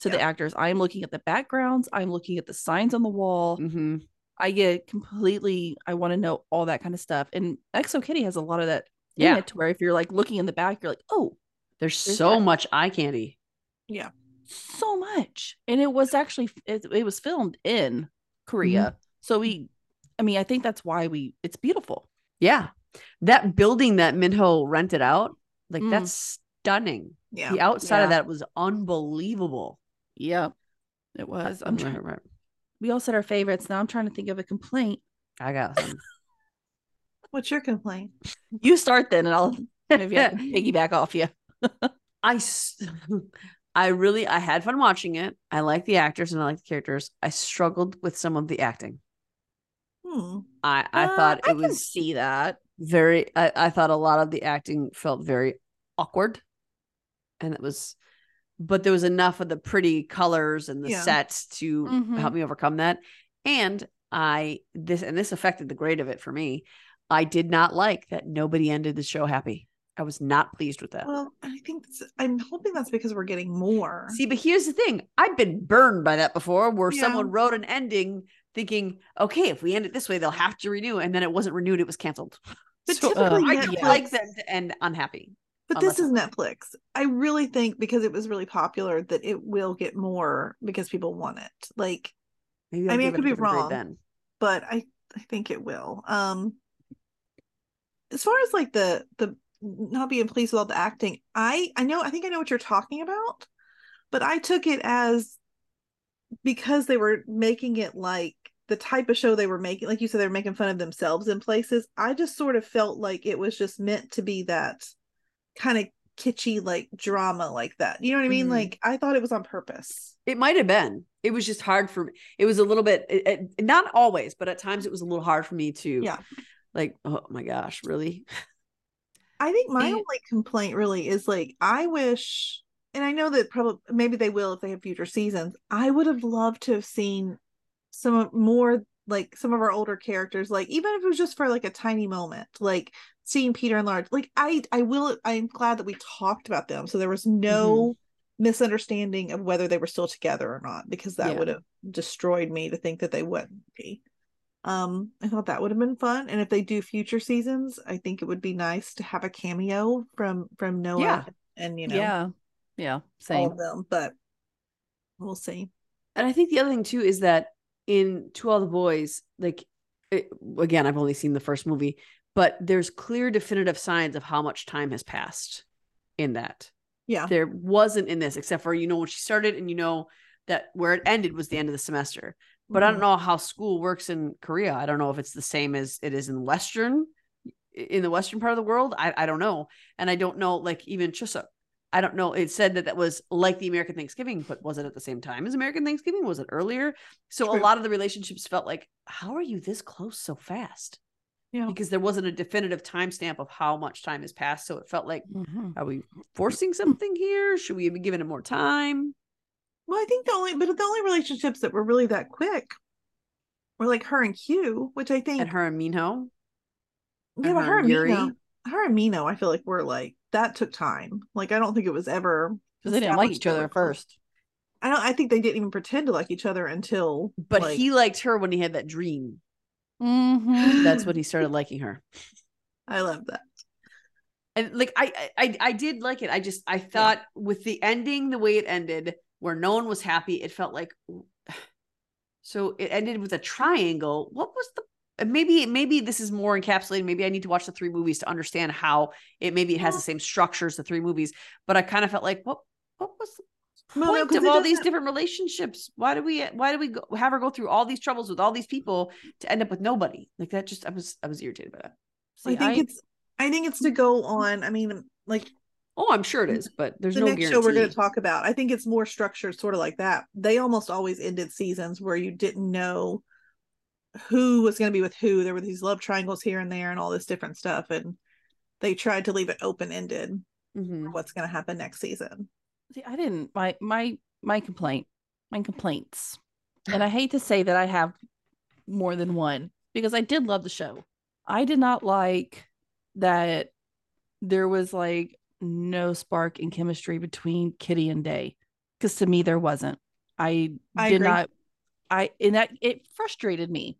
Speaker 4: to the
Speaker 3: Yeah.
Speaker 4: actors. I'm looking at the backgrounds, I'm looking at the signs on the wall.
Speaker 2: Mhm.
Speaker 4: I get completely, I want to know all that kind of stuff. And Exo Kitty has a lot of that in
Speaker 2: yeah
Speaker 4: it to where if you're like looking in the back, you're like, oh,
Speaker 2: there's,
Speaker 4: There's
Speaker 2: so
Speaker 4: that.
Speaker 2: much eye candy
Speaker 4: so much. And it was actually, it, it was filmed in Korea. So we, I mean, I think that's why we, it's beautiful.
Speaker 2: yeah that building that minho rented out like
Speaker 4: Mm.
Speaker 2: that's stunning
Speaker 3: yeah
Speaker 2: the outside of
Speaker 4: Yeah.
Speaker 2: that was unbelievable
Speaker 4: Yeah. It was. I'm trying.
Speaker 2: right.
Speaker 4: We all said our favorites. Now I'm trying to think of a complaint.
Speaker 2: i got some
Speaker 3: what's your complaint
Speaker 4: You start then, and I'll maybe I can piggyback off you.
Speaker 2: I s- I really I had fun watching it. I like the actors and I like the characters. I struggled with some of the acting.
Speaker 3: hmm.
Speaker 2: I I
Speaker 4: Uh,
Speaker 2: thought
Speaker 4: I
Speaker 2: it
Speaker 4: can
Speaker 2: was
Speaker 4: see that.
Speaker 2: very I, I thought a lot of the acting felt very awkward. And it was but there was enough of the pretty colors and the
Speaker 3: Yeah. Mm-hmm.
Speaker 2: sets to
Speaker 4: Mhm.
Speaker 2: help me overcome that. And I this and this affected the grade of it for me. I did not like that nobody ended the show happy. I was not pleased with that.
Speaker 3: well i think that's, i'm hoping that's because we're getting more
Speaker 2: See, but here's the thing. I've been burned by that before where
Speaker 3: Yeah.
Speaker 2: someone wrote an ending thinking, okay, if we end it this way, they'll have to renew. And then it wasn't renewed, it was canceled.
Speaker 3: but
Speaker 2: So uh, I
Speaker 3: typically Netflix,
Speaker 2: don't like them to end unhappy.
Speaker 3: but
Speaker 2: unless
Speaker 3: this is netflix i really think because it was really popular that it will get more because people want it like
Speaker 2: Maybe
Speaker 3: I mean, I
Speaker 2: give
Speaker 3: could
Speaker 2: a
Speaker 3: be
Speaker 2: different grade
Speaker 3: wrong.
Speaker 2: Then.
Speaker 3: but I I think it will. Um as far as like the the not being pleased with all the acting, I I know I think I know what you're talking about, but I took it as because they were making it like the type of show they were making, like you said, they were making fun of themselves in places. I just sort of felt like it was just meant to be that kind of kitschy like drama like that. You know what I mean?
Speaker 2: Mhm.
Speaker 3: Like I thought it was on purpose.
Speaker 2: It might have been. It was just hard for me. It was a little bit, it- it- not always, but at times it was a little hard for me to,
Speaker 3: Yeah.
Speaker 2: like, oh my gosh, really?
Speaker 3: I think my
Speaker 4: See-
Speaker 3: only complaint really is like I wish, and I know that probably maybe they will if they have future seasons. I would have loved to have seen some of- more like some of our older characters, like even if it was just for like a tiny moment, like seeing Peter and Large. Like I, I will. I'm glad that we talked about them, so there was no misunderstanding of whether they were still together or not, because that
Speaker 2: Yeah.
Speaker 3: would have destroyed me to think that they wouldn't be. Um, I thought that would have been fun, and if they do future seasons, I think it would be nice to have a cameo from from Noah
Speaker 2: Yeah.
Speaker 3: and you know
Speaker 4: yeah, yeah,
Speaker 3: all
Speaker 4: same.
Speaker 3: of them. But we'll see.
Speaker 2: And I think the other thing too is that in To All the Boys, like it, again, I've only seen the first movie, but there's clear, definitive signs of how much time has passed in that.
Speaker 3: Yeah.
Speaker 2: There wasn't in this, except for you know when she started, and you know that where it ended was the end of the semester. But
Speaker 3: Mm-hmm.
Speaker 2: I don't know how school works in Korea. I don't know if it's the same as it is in Western, in the Western part of the world. I, I don't know, and I don't know like even Chuseok. I don't know. It said that that was like the American Thanksgiving, but was it at the same time as American Thanksgiving? Was it earlier? So a
Speaker 3: True.
Speaker 2: lot of the relationships felt like, how are you this close so fast?
Speaker 3: Mm-hmm. Yeah.
Speaker 2: because there wasn't a definitive timestamp of how much time has passed. So it felt like,
Speaker 4: Mm-hmm.
Speaker 2: are we forcing something here? Should we be giving it more time?
Speaker 3: Well, I think the only but the only relationships that were really that quick were like her and Q, which I think
Speaker 2: And her and Minho.
Speaker 3: yeah,
Speaker 2: and her
Speaker 3: but her
Speaker 2: and
Speaker 3: and
Speaker 2: Yuri.
Speaker 3: Mino, her and Mino, I feel like were like that took time. Like I don't think it was ever
Speaker 4: because they didn't like each
Speaker 3: established
Speaker 4: other at
Speaker 3: that-
Speaker 4: first.
Speaker 3: I don't I think they didn't even pretend to like each other until
Speaker 2: But
Speaker 3: like,
Speaker 2: he liked her when he had that dream.
Speaker 4: Mm-hmm.
Speaker 2: That's when he started liking her.
Speaker 3: I love that.
Speaker 2: and like I, I i did like it i just i thought with the ending the way it ended where no one was happy it felt like so it ended with a triangle what was the and maybe maybe this is more encapsulated maybe i need to watch the three movies to understand how it maybe it has the same structure as the three movies but i kind of felt like what what was the
Speaker 3: Well, no,
Speaker 2: point
Speaker 3: 'cause
Speaker 2: of
Speaker 3: it
Speaker 2: all these
Speaker 3: doesn't-
Speaker 2: different relationships why do we why do we go, have her go through all these troubles with all these people to end up with nobody like that just i was i was irritated by that
Speaker 3: I think it's I think it's to go on. I mean, like
Speaker 2: oh i'm sure it is but there's
Speaker 3: the
Speaker 2: no
Speaker 3: next
Speaker 2: guarantee
Speaker 3: show we're going to talk about i think it's more structured sort of like that they almost always ended seasons where you didn't know who was going to be with who there were these love triangles here and there and all this different stuff and they tried to leave it open ended
Speaker 2: Mhm.
Speaker 3: what's going to happen next season
Speaker 4: See, I didn't my my my complaint, my complaints, and I hate to say that I have more than one because I did love the show. I did not like that there was like no spark in chemistry between Kitty and Day because to me there wasn't. I,
Speaker 3: I
Speaker 4: did
Speaker 3: agree.
Speaker 4: not. I and that it frustrated me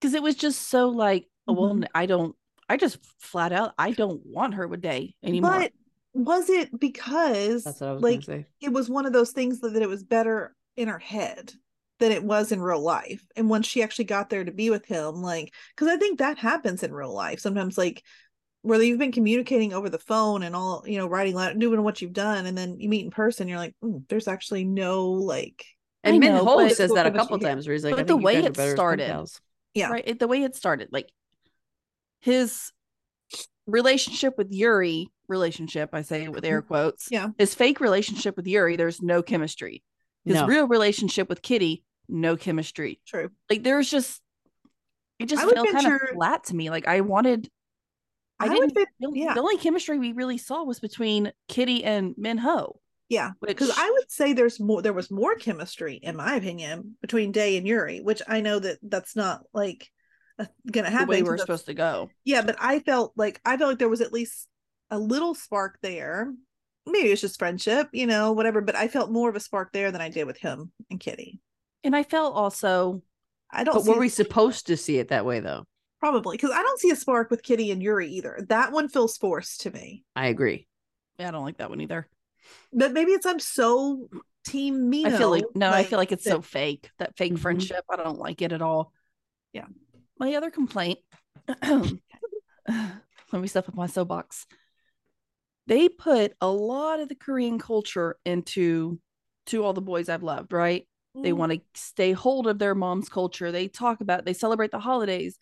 Speaker 4: because it was just so like, oh, well,
Speaker 3: Mhm.
Speaker 4: n- I don't. I just flat out, I don't want her with Day anymore.
Speaker 3: but was it because
Speaker 2: That's what I was
Speaker 3: like
Speaker 2: gonna say.
Speaker 3: it was one of those things that, that it was better in her head than it was in real life. And once she actually got there to be with him, like, because I think that happens in real life sometimes, like, where you've been communicating over the phone and all, you know, writing, letter, doing what you've done, and then you meet in person, you're like, "Mm, there's actually no, like,
Speaker 4: I
Speaker 2: And Min
Speaker 4: know,
Speaker 2: Ho
Speaker 4: but-
Speaker 2: says that a couple
Speaker 3: Yeah.
Speaker 2: times where he's like,
Speaker 4: But
Speaker 2: I
Speaker 4: the
Speaker 2: think you
Speaker 4: way
Speaker 2: guys are
Speaker 4: it
Speaker 2: better as pen
Speaker 4: started-
Speaker 2: pals.
Speaker 3: Yeah.
Speaker 4: right it, the way it started like his relationship with yuri relationship i say it with air quotes
Speaker 3: Mm-hmm. Yeah.
Speaker 4: his fake relationship with yuri there's no chemistry his
Speaker 2: No.
Speaker 4: real relationship with kitty no chemistry
Speaker 3: true.
Speaker 4: like there's just it just
Speaker 3: I would
Speaker 4: felt kind of
Speaker 3: venture-
Speaker 4: flat to me like i wanted i,
Speaker 3: would
Speaker 4: didn't
Speaker 3: bet-
Speaker 4: the only-
Speaker 3: yeah.
Speaker 4: the only chemistry we really saw was between kitty and minho
Speaker 3: Yeah.
Speaker 4: which
Speaker 3: Because I would say there's more, there was more chemistry, in my opinion, between Day and Yuri, which I know that that's not like going to
Speaker 4: the
Speaker 3: happen.
Speaker 4: way
Speaker 3: 'cause
Speaker 4: we're
Speaker 3: that's-
Speaker 4: supposed to go
Speaker 3: Yeah, but I felt like I felt like there was at least a little spark there. Maybe it's just friendship, you know, whatever. But I felt more of a spark there than I did with him and Kitty.
Speaker 4: and i felt also
Speaker 3: I don't
Speaker 2: But
Speaker 3: see
Speaker 2: were we supposed to see it that way though?
Speaker 3: probably because I don't see a spark with Kitty and Yuri either. That one feels forced to me.
Speaker 2: I agree.
Speaker 4: i don't like that one either
Speaker 3: But maybe it's I'm so team Mino.
Speaker 4: I feel like no, I feel like it's so
Speaker 3: that-
Speaker 4: fake. That fake
Speaker 2: Mhm.
Speaker 4: friendship. I don't like it at all.
Speaker 3: Yeah.
Speaker 4: My other complaint. let me step up my soapbox. They put a lot of the Korean culture into to all the boys I've loved, right?
Speaker 3: mm,
Speaker 4: They
Speaker 2: Mm-hmm.
Speaker 4: want to stay hold of their mom's culture. They talk about it, they celebrate the holidays.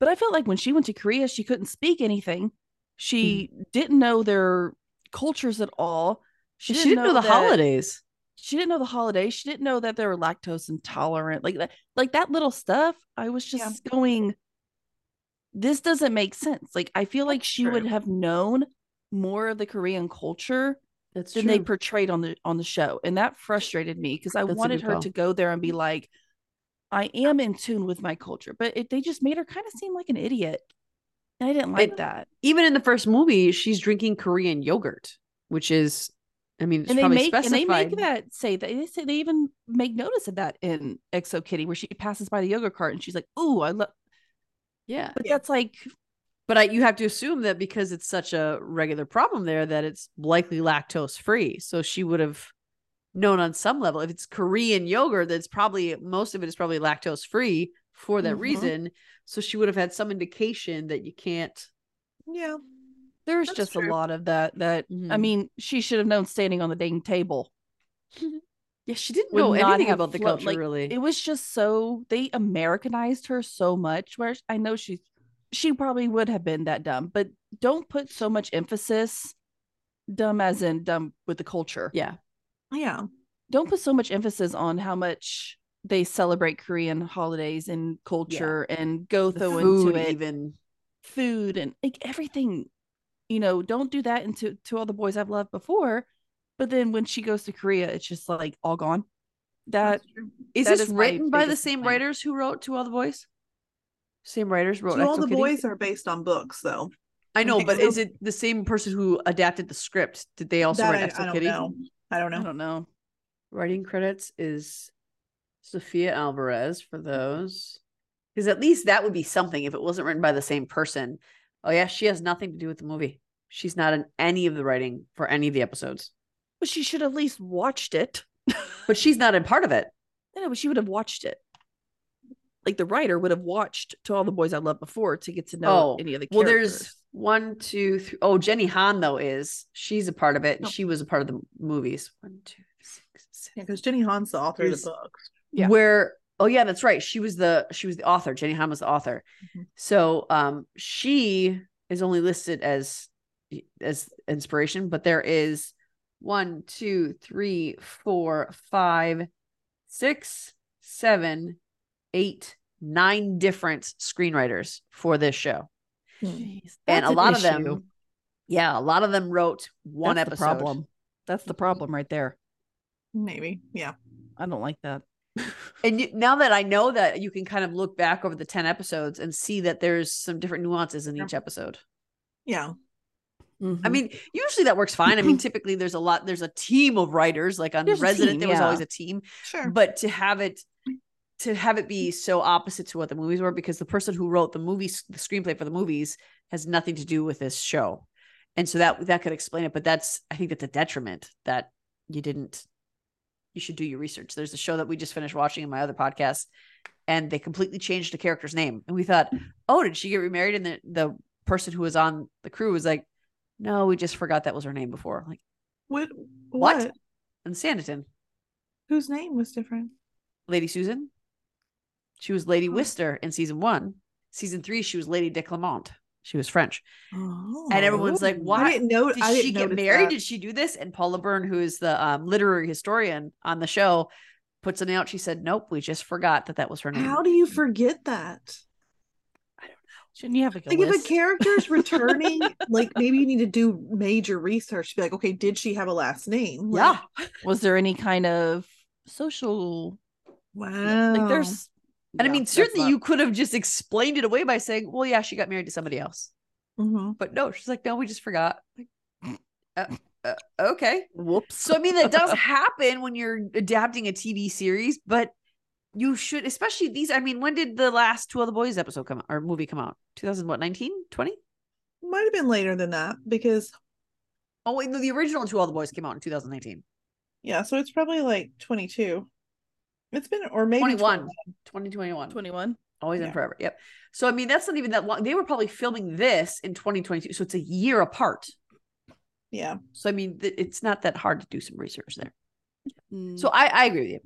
Speaker 4: But I felt like when she went to Korea, she couldn't speak anything. She
Speaker 2: Mm.
Speaker 4: didn't know their cultures at all.
Speaker 2: She didn't, know, the
Speaker 4: that-
Speaker 2: holidays.
Speaker 4: she didn't know the holiday. She didn't know that they were lactose intolerant. Like that, like that little stuff. I was
Speaker 3: Yeah.
Speaker 4: just going, this doesn't make sense. Like I feel like
Speaker 3: That's
Speaker 4: she would
Speaker 3: true.
Speaker 4: have known more of the Korean culture
Speaker 2: That's
Speaker 4: than they portrayed on the on the show. And that frustrated me because I
Speaker 2: That's a
Speaker 4: wanted
Speaker 2: good
Speaker 4: her
Speaker 2: call.
Speaker 4: to go there and be like, I am in tune with my culture. But it, they just made her kind of seem like an idiot. And I didn't like
Speaker 2: It-
Speaker 4: that.
Speaker 2: Even in the first movie, she's drinking Korean yogurt, which is, I mean, it's
Speaker 4: and they
Speaker 2: probably
Speaker 4: make and they
Speaker 2: specified.
Speaker 4: make that say that they say they even make notice of that in Exo Kitty where she passes by the yogurt cart and she's like, "Ooh, I love,"
Speaker 2: yeah,
Speaker 4: but
Speaker 3: Yeah.
Speaker 4: that's like
Speaker 2: but I, you have to assume that because it's such a regular problem there, that it's likely lactose free. So she would have known on some level if it's Korean yogurt, that's probably most of it is probably lactose free for that
Speaker 4: Mhm.
Speaker 2: reason. So she would have had some indication that you can't.
Speaker 3: yeah.
Speaker 4: there's
Speaker 3: That's
Speaker 4: just a
Speaker 3: true.
Speaker 4: lot of that. That I
Speaker 2: Mhm.
Speaker 4: mean, she should have known standing on the dang table.
Speaker 2: Yeah, she didn't
Speaker 4: would
Speaker 2: know
Speaker 4: not
Speaker 2: anything
Speaker 4: have
Speaker 2: about the
Speaker 4: flown-
Speaker 2: culture
Speaker 4: like,
Speaker 2: really.
Speaker 4: It was just so they Americanized her so much. Where I know she she probably would have been that dumb, but don't put so much emphasis. Dumb as in dumb with the culture.
Speaker 2: yeah,
Speaker 3: Yeah.
Speaker 4: don't put so much emphasis on how much they celebrate Korean holidays and culture and go
Speaker 2: the
Speaker 4: throw
Speaker 2: food
Speaker 4: into it.
Speaker 2: even.
Speaker 4: food and like everything. You know, don't do that into to all the boys I've loved before. But then when she goes to Korea, it's just like all gone. That
Speaker 2: Is
Speaker 4: That
Speaker 2: this
Speaker 4: is my
Speaker 2: written by the
Speaker 4: biggest
Speaker 2: same
Speaker 4: complaint.
Speaker 2: writers who wrote To All the Boys? Same writers wrote
Speaker 3: So all the
Speaker 2: Ecto Kitty?
Speaker 3: boys are based on books, though.
Speaker 2: I know, but
Speaker 3: so.
Speaker 2: is it the same person who adapted the script? Did they also
Speaker 3: That
Speaker 2: write
Speaker 3: I, I
Speaker 2: Ecto
Speaker 3: don't
Speaker 2: Kitty?
Speaker 3: know. I don't
Speaker 4: I
Speaker 3: know.
Speaker 4: don't know.
Speaker 2: Writing credits is Sophia Alvarez for those. Because Mm-hmm. at least that would be something if it wasn't written by the same person. Oh yeah, she has nothing to do with the movie. She's not in any of the writing for any of the episodes.
Speaker 4: But she should have at least watched it.
Speaker 2: But she's not in part of it.
Speaker 4: No, but she would have watched it. Like the writer would have watched to all the boys I loved before to get to know
Speaker 2: Oh,
Speaker 4: any of the
Speaker 2: Well,
Speaker 4: characters.
Speaker 2: there's one, two, three. Oh, Jenny Han though is she's a part of it. and
Speaker 4: Oh.
Speaker 2: She was a part of the movies. One, two, six, seven.
Speaker 3: Yeah, because Jenny Han's the author
Speaker 2: There's-
Speaker 3: of the books.
Speaker 4: Yeah.
Speaker 2: where oh yeah that's right she was the she was the author jenny han was the author
Speaker 4: Mm-hmm.
Speaker 3: Mhm.
Speaker 2: so um she is only listed as as inspiration but there is one two three four five six seven eight nine different screenwriters for this show
Speaker 4: Jeez,
Speaker 2: and
Speaker 4: that's
Speaker 2: a
Speaker 4: an
Speaker 2: lot of
Speaker 4: issue.
Speaker 2: them yeah a lot of them wrote one
Speaker 4: That's
Speaker 2: episode
Speaker 4: The problem. That's the problem right there.
Speaker 3: Maybe. Yeah.
Speaker 4: I don't like that.
Speaker 2: And you, now that I know that, you can kind of look back over the 10 episodes and see that there's some different nuances in each episode.
Speaker 3: Yeah.
Speaker 4: Mm-hmm.
Speaker 2: I mean, usually that works fine. I mean, typically there's a lot, there's a team of writers. Like on
Speaker 4: There's a
Speaker 2: Resident,
Speaker 4: team,
Speaker 2: there was
Speaker 4: yeah.
Speaker 2: always a team.
Speaker 3: Sure.
Speaker 2: But to have it, to have it be so opposite to what the movies were, because the person who wrote the movies, the screenplay for the movies, has nothing to do with this show, and so that that could explain it. But that's, I think, that's a detriment that you didn't. You should do your research. There's a show that we just finished watching in my other podcast, and they completely changed the character's name, and we thought, oh, did she get remarried? And the the person who was on the crew was like, no, we just forgot that was her name before. Like
Speaker 3: what,
Speaker 2: What?
Speaker 3: what?
Speaker 2: in Sanditon,
Speaker 3: Whose name was different?
Speaker 2: Lady Susan. She was Lady
Speaker 3: Oh.
Speaker 2: Wister in season one. Season three, she was Lady de Clement. She was French. And everyone's like,
Speaker 4: Oh.
Speaker 3: I
Speaker 2: why
Speaker 3: didn't know.
Speaker 2: did
Speaker 3: I didn't
Speaker 2: she get
Speaker 3: notice
Speaker 2: married?
Speaker 3: that.
Speaker 2: Did she do this? And Paula Byrne, who is the um, literary historian on the show, puts it out. She said, nope, we just forgot that that was her name.
Speaker 3: How do you forget that?
Speaker 4: shouldn't you have like a
Speaker 3: Like if a
Speaker 4: list?
Speaker 3: character's returning, like maybe you need to do major research to be like, okay, did she have a last name? Like,
Speaker 2: yeah.
Speaker 4: Was there any kind of social?
Speaker 3: Wow.
Speaker 4: Like there's.
Speaker 2: And
Speaker 4: Yeah,
Speaker 2: I mean,
Speaker 4: that's
Speaker 2: certainly
Speaker 4: not-
Speaker 2: you could have just explained it away by saying, well, yeah, she got married to somebody else.
Speaker 3: Mhm.
Speaker 2: But no, she's like, no, we just forgot. Like, uh, uh, okay.
Speaker 4: Whoops.
Speaker 2: So I mean that does happen when you're adapting a TV series, but you should especially these I mean when did the last Two Other Boys episode come out or movie come out? 2000 what 19? 20?
Speaker 3: might have been later than that because
Speaker 2: Oh wait, no, the original Two All the Boys came out in 2019.
Speaker 3: yeah, so it's probably like twenty two. It's been or maybe
Speaker 2: 21. 2021.
Speaker 4: Twenty-one.
Speaker 2: Always and
Speaker 3: Yeah.
Speaker 2: forever. Yep. So I mean that's not even that long. They were probably filming this in 2022, so it's a year apart.
Speaker 3: Yeah.
Speaker 2: So I mean th- it's not that hard to do some research there.
Speaker 4: So
Speaker 2: So I I agree with you.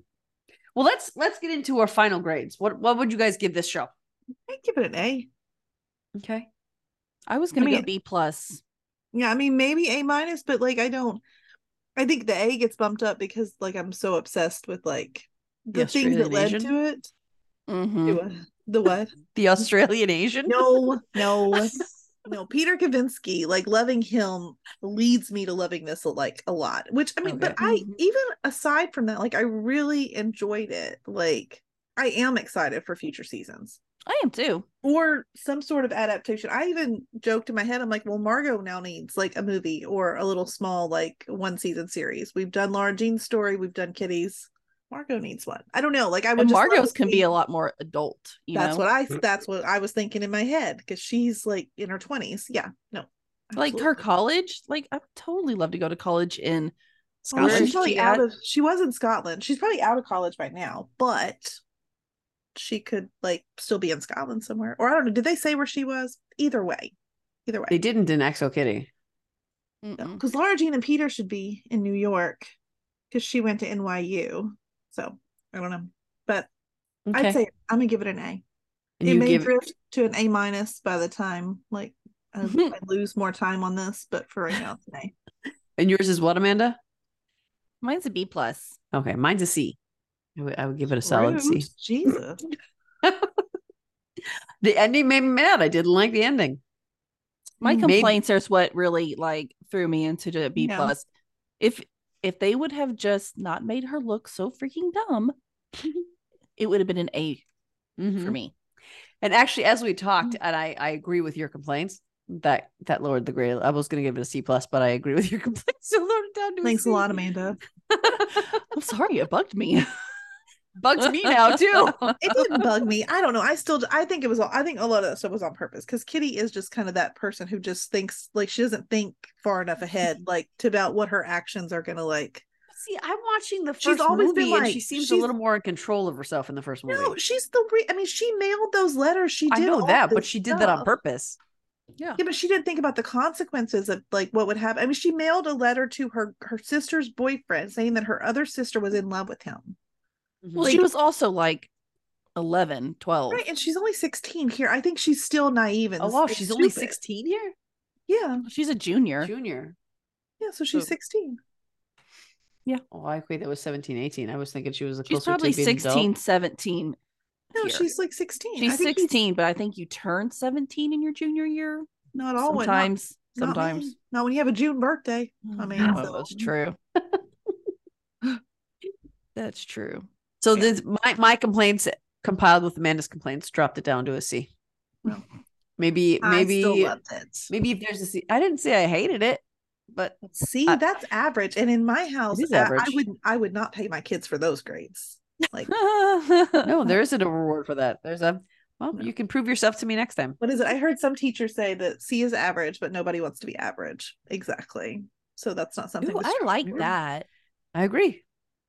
Speaker 2: Well, let's let's get into our final grades. What what would you guys give this show?
Speaker 3: I give it an A.
Speaker 2: Okay.
Speaker 4: I was gonna
Speaker 3: mean-
Speaker 4: go B plus.
Speaker 3: Yeah, I mean maybe A minus, but like I don't I think the A gets bumped up because like I'm so obsessed with like the things that
Speaker 2: Australian
Speaker 3: led
Speaker 2: Asian?
Speaker 3: to it.
Speaker 4: Mhm.
Speaker 3: To, uh, The what?
Speaker 2: the Australian Asian.
Speaker 3: No, no, no. Peter Kavinsky, like loving him leads me to loving this like a lot. Which I mean, but
Speaker 2: Okay.
Speaker 3: I
Speaker 4: Mhm.
Speaker 3: even aside from that, like I really enjoyed it. Like I am excited for future seasons.
Speaker 4: I am too.
Speaker 3: or some sort of adaptation. I even joked in my head, I'm like, well, Margot now needs like a movie or a little small, like one season series. We've done Laura Jean's story, we've done Kitty's. Margot needs one. I don't know. Like I would
Speaker 4: And
Speaker 3: just love to
Speaker 4: Margot's can be
Speaker 3: see-
Speaker 4: a lot more adult. You
Speaker 3: that's
Speaker 4: know,
Speaker 3: what I that's what I was thinking in my head because she's like in her twenties. Yeah. No.
Speaker 4: like her
Speaker 3: absolutely.
Speaker 4: college. Like I would totally love to go to college in
Speaker 3: Well,
Speaker 4: where
Speaker 3: she's
Speaker 4: is
Speaker 3: probably
Speaker 4: she
Speaker 3: out
Speaker 4: at?
Speaker 3: of she was in Scotland. She's probably out of college by now, but she could like still be in Scotland somewhere. Or I don't know. Did they say where she was? Either way. Either way.
Speaker 2: They didn't in Exo Kitty.
Speaker 4: Mm-mm.
Speaker 3: because Laura Jean and Peter should be in New York because she went to NYU. So I don't know, but I'd say I'm gonna give it an A.
Speaker 2: and
Speaker 3: it
Speaker 2: you
Speaker 3: may
Speaker 2: give
Speaker 3: drift to an A minus by the time like I, I lose more time on this, but for right now, it's an A.
Speaker 2: and yours is what Amanda?
Speaker 4: Mine's a B plus.
Speaker 2: Okay, mine's a C. I would, I would give it a solid C.
Speaker 3: Rude. Jesus,
Speaker 2: The ending made me mad. I didn't like the ending.
Speaker 4: My
Speaker 3: Mm.
Speaker 2: Maybe-
Speaker 4: complaints are what really like threw me into the B
Speaker 3: No.
Speaker 4: plus. If if they would have just not made her look so freaking dumb, it would have been an A
Speaker 2: Mhm.
Speaker 4: for me.
Speaker 2: And actually, as we talked, and I, I agree with your complaints. That that lowered the grade. I was going to give it a C plus, but I agree with your complaints. So lowered it down to
Speaker 3: Thanks a
Speaker 2: C.
Speaker 3: lot, Amanda.
Speaker 4: I'm sorry, it bugged me.
Speaker 2: Bugs me now too.
Speaker 3: It didn't bug me. I don't know. I still I think it was all I think a lot of that stuff was on purpose because Kitty is just kind of that person who just thinks like she doesn't think far enough ahead, like to about what her actions are gonna like.
Speaker 2: See, I'm watching the first
Speaker 3: She's always been
Speaker 2: movie, and
Speaker 3: like-
Speaker 2: she seems a
Speaker 3: she's-
Speaker 2: little more in control of herself in the first movie.
Speaker 3: No, she's the re- I mean, she mailed those letters. She
Speaker 2: I
Speaker 3: did
Speaker 2: know
Speaker 3: all
Speaker 2: that, but
Speaker 3: this
Speaker 2: she did that on
Speaker 3: stuff.
Speaker 2: purpose. Yeah.
Speaker 3: Yeah, but she didn't think about the consequences of like what would happen. I mean, she mailed a letter to her her sister's boyfriend saying that her other sister was in love with him.
Speaker 4: well,
Speaker 2: Like,
Speaker 4: she was also like 11, 12.
Speaker 3: Right, and she's only 16 here. I think she's still naive and
Speaker 2: oh wow,
Speaker 3: s-
Speaker 2: she's only
Speaker 3: stupid.
Speaker 2: 16 here,
Speaker 3: Yeah.
Speaker 4: She's a junior.
Speaker 2: junior.
Speaker 3: Yeah, so she's
Speaker 2: So-
Speaker 3: 16.
Speaker 2: Oh, I equate that was 17, 18. I was thinking she was a
Speaker 4: She's
Speaker 2: closer
Speaker 4: probably
Speaker 2: to being an
Speaker 4: 16,
Speaker 2: adult.
Speaker 4: 17.
Speaker 3: No,
Speaker 4: here.
Speaker 3: she's like 16. I
Speaker 4: She's
Speaker 3: think he's-
Speaker 4: 16, but I think you turn 17 in your junior year.
Speaker 3: Not all when- not-
Speaker 4: sometimes.
Speaker 3: not when-
Speaker 4: sometimes.
Speaker 3: Not when you have a June birthday. I mean,
Speaker 4: Oh,
Speaker 3: so-
Speaker 4: that's true. that's true.
Speaker 2: So
Speaker 3: Yeah.
Speaker 2: this my my complaints compiled with Amanda's complaints dropped it down to a C.
Speaker 3: Well,
Speaker 2: maybe
Speaker 3: I still
Speaker 2: maybe
Speaker 3: loved it.
Speaker 2: maybe if there's a C. I didn't say I hated it, but
Speaker 3: See,
Speaker 2: I-
Speaker 3: that's average. And in my house,
Speaker 2: is
Speaker 3: I- I,
Speaker 2: average.
Speaker 3: would I would not pay my kids for those grades. Like,
Speaker 2: no, there isn't a reward for that. There's a well,
Speaker 3: No.
Speaker 2: you can prove yourself to me next time.
Speaker 3: what is it? I heard some teachers say that C is average, but nobody wants to be average. Exactly. So that's not something.
Speaker 4: Ooh,
Speaker 3: to
Speaker 4: I
Speaker 3: strive
Speaker 4: like
Speaker 3: for.
Speaker 4: that.
Speaker 2: I agree.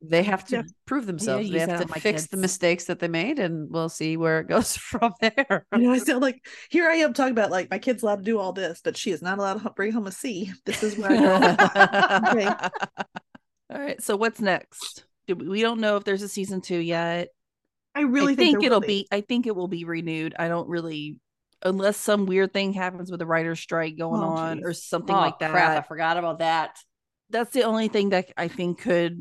Speaker 2: They have to
Speaker 3: Yeah.
Speaker 2: prove themselves.
Speaker 4: use
Speaker 2: they
Speaker 4: that
Speaker 2: have
Speaker 4: on
Speaker 2: to
Speaker 4: my
Speaker 2: fix the
Speaker 4: kids.
Speaker 2: mistakes that they made, and we'll see where it goes from there.
Speaker 3: You know, I sound like here I am talking about like my kid's allowed to do all this, but she is not allowed to h- bring home a C. This is where I draw the line.
Speaker 4: All right. So what's next? Do we, we don't know if there's a season two yet.
Speaker 3: I really
Speaker 4: I think,
Speaker 3: there will
Speaker 4: it'll be. I think it will be renewed. I don't really, unless some weird thing happens with a writer's strike going
Speaker 3: Oh,
Speaker 4: on or
Speaker 3: geez.
Speaker 4: something
Speaker 2: Oh,
Speaker 4: like that.
Speaker 2: crap! I forgot about that.
Speaker 4: That's the only thing that I think could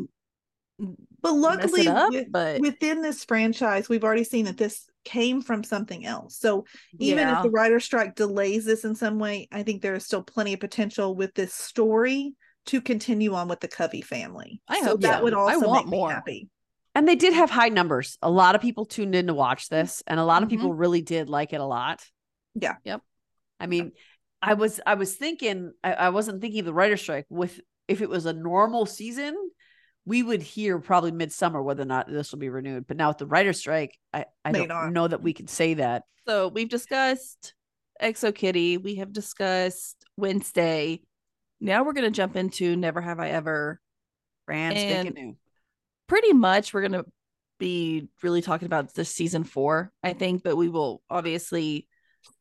Speaker 3: But
Speaker 4: luckily
Speaker 3: luckily,
Speaker 4: mess it up.
Speaker 3: with-
Speaker 4: but
Speaker 3: within this franchise, we've already seen that this came from something else. So even
Speaker 4: Yeah.
Speaker 3: if the writer strike delays this in some way, I think there is still plenty of potential with this story to continue on with the Covey family.
Speaker 4: I
Speaker 3: so
Speaker 4: hope
Speaker 3: that
Speaker 4: so.
Speaker 3: would
Speaker 4: I
Speaker 3: also
Speaker 4: want
Speaker 3: make
Speaker 4: more.
Speaker 3: me happy.
Speaker 2: And they did have high numbers. A lot of people tuned in to watch this, and a lot of
Speaker 4: Mhm.
Speaker 2: people really did like it a lot.
Speaker 3: Mm-hmm. Yeah.
Speaker 4: Yep.
Speaker 2: I mean, I was I was thinking I, I wasn't thinking of the writer's strike with if it was a normal season, we would hear probably midsummer whether or not this will be renewed. But now with the writer's strike, I, I
Speaker 3: May
Speaker 2: don't
Speaker 3: not.
Speaker 2: know that we can say that.
Speaker 4: so we've discussed Exo Kitty. We have discussed Wednesday. Now we're gonna jump into Never Have I Ever.
Speaker 2: Brand
Speaker 4: And-
Speaker 2: spanking new.
Speaker 4: pretty much we're gonna be really talking about this season four, I think, but we will obviously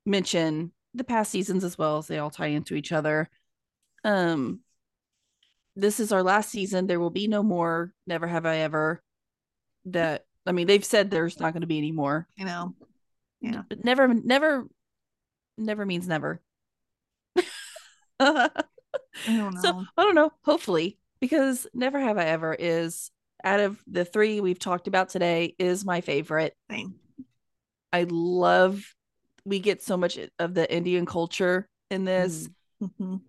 Speaker 4: mention the past seasons as well as they all tie into each other. Um this is our last season. There will be no more Never Have I Ever. That I mean, they've said there's not gonna be any more.
Speaker 3: You know, Yeah.
Speaker 4: But never never never means never.
Speaker 3: I don't know.
Speaker 4: So I don't know. Hopefully, because Never Have I Ever is out of the three we've talked about today is my favorite.
Speaker 3: Same.
Speaker 4: I love. We get so much of the Indian culture in this,
Speaker 3: Mhm.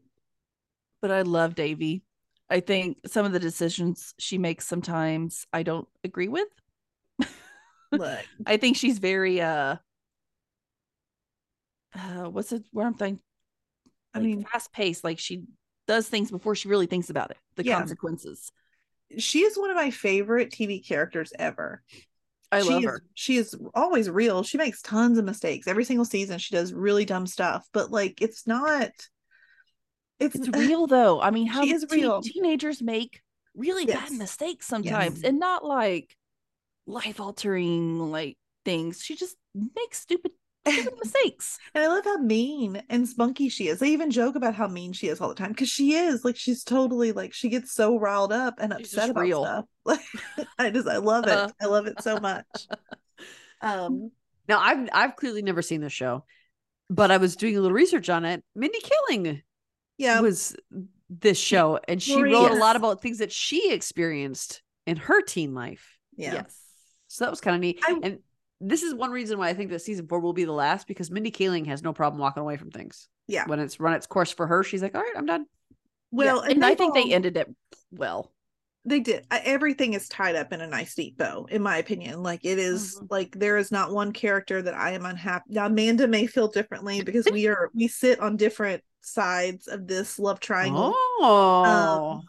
Speaker 4: but I love Davy. I think some of the decisions she makes sometimes I don't agree with.
Speaker 3: Look,
Speaker 4: I think she's very uh, uh what's it? Where I'm thinking,
Speaker 3: I mean,
Speaker 4: fast paced. Like she does things before she really thinks about it. The
Speaker 3: Yeah.
Speaker 4: consequences.
Speaker 3: she is one of my favorite TV characters ever.
Speaker 4: I
Speaker 3: she
Speaker 4: love
Speaker 3: is,
Speaker 4: her.
Speaker 3: She is always real. She makes tons of mistakes every single season. She does really dumb stuff, but like it's not. It's,
Speaker 4: it's real though. I mean,
Speaker 3: She
Speaker 4: how
Speaker 3: is
Speaker 4: teen-
Speaker 3: real.
Speaker 4: teenagers make really
Speaker 3: Yes.
Speaker 4: bad mistakes sometimes, and not like life altering like things. She just makes stupid, stupid mistakes.
Speaker 3: And I love how mean and spunky she is. They even joke about how mean she is all the time because she is like she's totally like she gets so riled up and
Speaker 4: She's
Speaker 3: upset
Speaker 4: just
Speaker 3: about
Speaker 4: real. Uh-huh.
Speaker 3: stuff. Like I just I love it. I love it so much. Um,
Speaker 2: Now I've I've clearly never seen this show, but I was doing a little research on it. Mindy Kaling
Speaker 3: yeah,
Speaker 2: was this show and she
Speaker 3: Maria.
Speaker 2: wrote a
Speaker 3: Yes.
Speaker 2: lot about things that she experienced in her teen life
Speaker 3: yeah,
Speaker 4: Yes.
Speaker 2: so that was kind of neat
Speaker 3: I-
Speaker 2: and this is one reason why i think that season four will be the last because mindy kaling has no problem walking away from things
Speaker 3: Yeah.
Speaker 2: When it's run its course for her, she's like, all right, I'm done.
Speaker 3: Well,
Speaker 4: and, I think they
Speaker 3: all-
Speaker 4: ended it well.
Speaker 3: they did I- everything is tied up in a nice neat bow in my opinion like it is,
Speaker 4: Mm-hmm.
Speaker 3: like there is not one character that i am unhappy now amanda may feel differently because we are we sit on different sides of this love triangle
Speaker 2: Oh.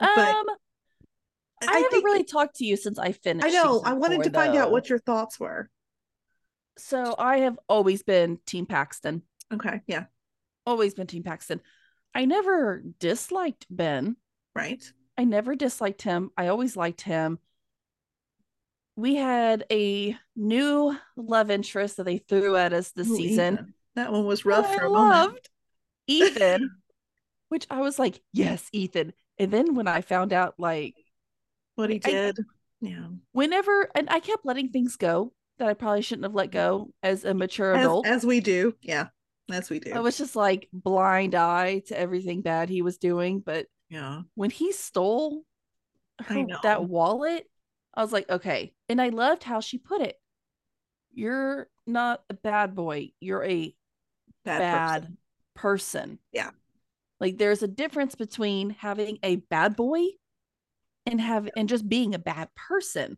Speaker 4: Um,
Speaker 3: But
Speaker 4: I, haven't really talked to you since I finished.
Speaker 3: i know
Speaker 4: season
Speaker 3: i wanted
Speaker 4: four,
Speaker 3: to find out
Speaker 4: though.
Speaker 3: what your thoughts were
Speaker 4: So I have always been Team Paxton.
Speaker 3: okay yeah
Speaker 4: Always been Team Paxton. I never disliked Ben.
Speaker 3: right
Speaker 4: I never disliked him. I always liked him. We had a new love interest that they threw at us this
Speaker 3: Ooh,
Speaker 4: season.
Speaker 3: Ethan. that one was rough
Speaker 4: I
Speaker 3: for a moment
Speaker 4: loved Ethan, which I was like, yes, Ethan. And then when I found out, like,
Speaker 3: what he
Speaker 4: I-
Speaker 3: did yeah
Speaker 4: whenever, and I kept letting things go that I probably shouldn't have let go as a mature
Speaker 3: as,
Speaker 4: adult.
Speaker 3: as we do yeah as we do
Speaker 4: I was just like blind eye to everything bad he was doing. But
Speaker 3: yeah
Speaker 4: when he stole
Speaker 3: I
Speaker 4: her- that
Speaker 3: know.
Speaker 4: wallet, I was like, okay. And I loved how she put it. You're not a bad boy. You're a
Speaker 3: bad,
Speaker 4: bad
Speaker 3: person.
Speaker 4: person.
Speaker 3: Yeah.
Speaker 4: Like there's a difference between having a bad boy and have and just being a bad person.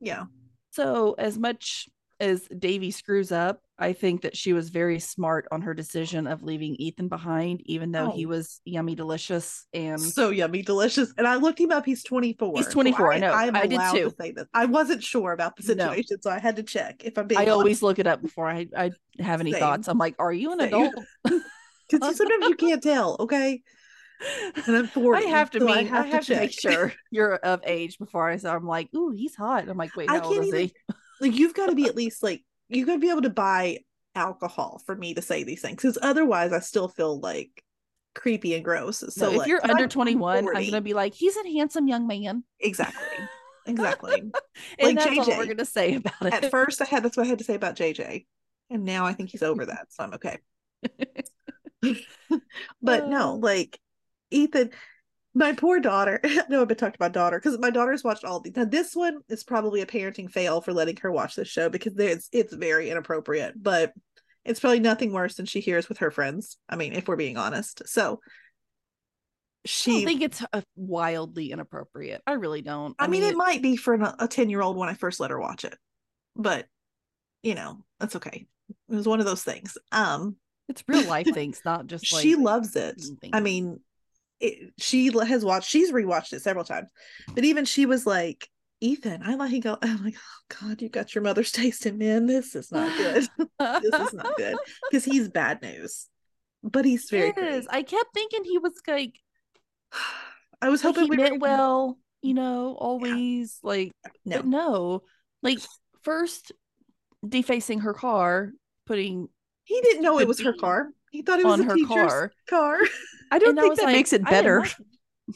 Speaker 3: yeah
Speaker 4: So as much as Davy screws up, I think that she was very smart on her decision of leaving Ethan behind, even though he
Speaker 3: Oh.
Speaker 4: was yummy delicious and
Speaker 3: so yummy, delicious. And I looked him up. He's 24.
Speaker 4: Um, He's
Speaker 3: So
Speaker 4: 24, I know.
Speaker 3: am
Speaker 4: I did
Speaker 3: allowed
Speaker 4: too.
Speaker 3: To say this. I wasn't sure about the
Speaker 4: No.
Speaker 3: situation, so I had to check if I'm being.
Speaker 4: I always look it up before I, I have any
Speaker 3: Same.
Speaker 4: thoughts. I'm like, are you an
Speaker 3: Same.
Speaker 4: adult?
Speaker 3: because sometimes you can't tell. Okay, and I'm 40.
Speaker 4: I have to
Speaker 3: so
Speaker 4: mean I have, to, make
Speaker 3: check.
Speaker 4: sure you're of age before I say I'm like, ooh, he's hot. I'm like, wait,
Speaker 3: I
Speaker 4: how old
Speaker 3: can't
Speaker 4: is
Speaker 3: even-
Speaker 4: he?
Speaker 3: like you've got to be at least like you've got to be able to buy alcohol for me to say these things because otherwise I still feel like creepy and gross. So
Speaker 4: So if
Speaker 3: like,
Speaker 4: you're
Speaker 3: I'm
Speaker 4: under 21, I'm
Speaker 3: 40.
Speaker 4: gonna be like, he's a handsome young man.
Speaker 3: exactly, exactly.
Speaker 4: And
Speaker 3: Like
Speaker 4: that's all we're
Speaker 3: JJ.
Speaker 4: gonna say about it.
Speaker 3: at first I had that's what I had to say about JJ. And now I think he's over that, so I'm okay. but
Speaker 4: Oh.
Speaker 3: no, like Ethan, my poor daughter. I know I've been talking about daughter because my daughter's watched all these. Now this one is probably a parenting fail for letting her watch this show because it's it's very inappropriate, but it's probably nothing worse than she hears with her friends. I mean, if we're being honest. So
Speaker 4: I don't
Speaker 3: she
Speaker 4: think it's uh, wildly inappropriate. I really don't.
Speaker 3: I mean, it might be for an, a 10 year old when I first let her watch it, but you know, that's okay. It was one of those things. Um,
Speaker 4: it's real life things, not just like
Speaker 3: she loves it.
Speaker 4: teen things.
Speaker 3: I mean, it, she l- has watched, she's rewatched it several times, but even she was like, Ethan, I let him go. I'm like, oh God, you got your mother's taste in men. This is not good. this is not good because he's bad news, but he's very.
Speaker 4: Yes,
Speaker 3: Good.
Speaker 4: I kept thinking he was like,
Speaker 3: I was
Speaker 4: like
Speaker 3: hoping
Speaker 4: he
Speaker 3: we were
Speaker 4: meant
Speaker 3: gonna-
Speaker 4: well, you know, always like
Speaker 3: No,
Speaker 4: But no, like first defacing her car, putting
Speaker 3: he didn't know
Speaker 4: the
Speaker 3: it was her
Speaker 4: beat
Speaker 3: car. He thought it was
Speaker 4: on
Speaker 3: a
Speaker 4: her
Speaker 3: teacher's
Speaker 4: car.
Speaker 3: car.
Speaker 2: I don't
Speaker 4: and I
Speaker 2: think
Speaker 4: was
Speaker 2: that
Speaker 4: like,
Speaker 2: makes it
Speaker 4: I didn't
Speaker 2: better.
Speaker 4: like it.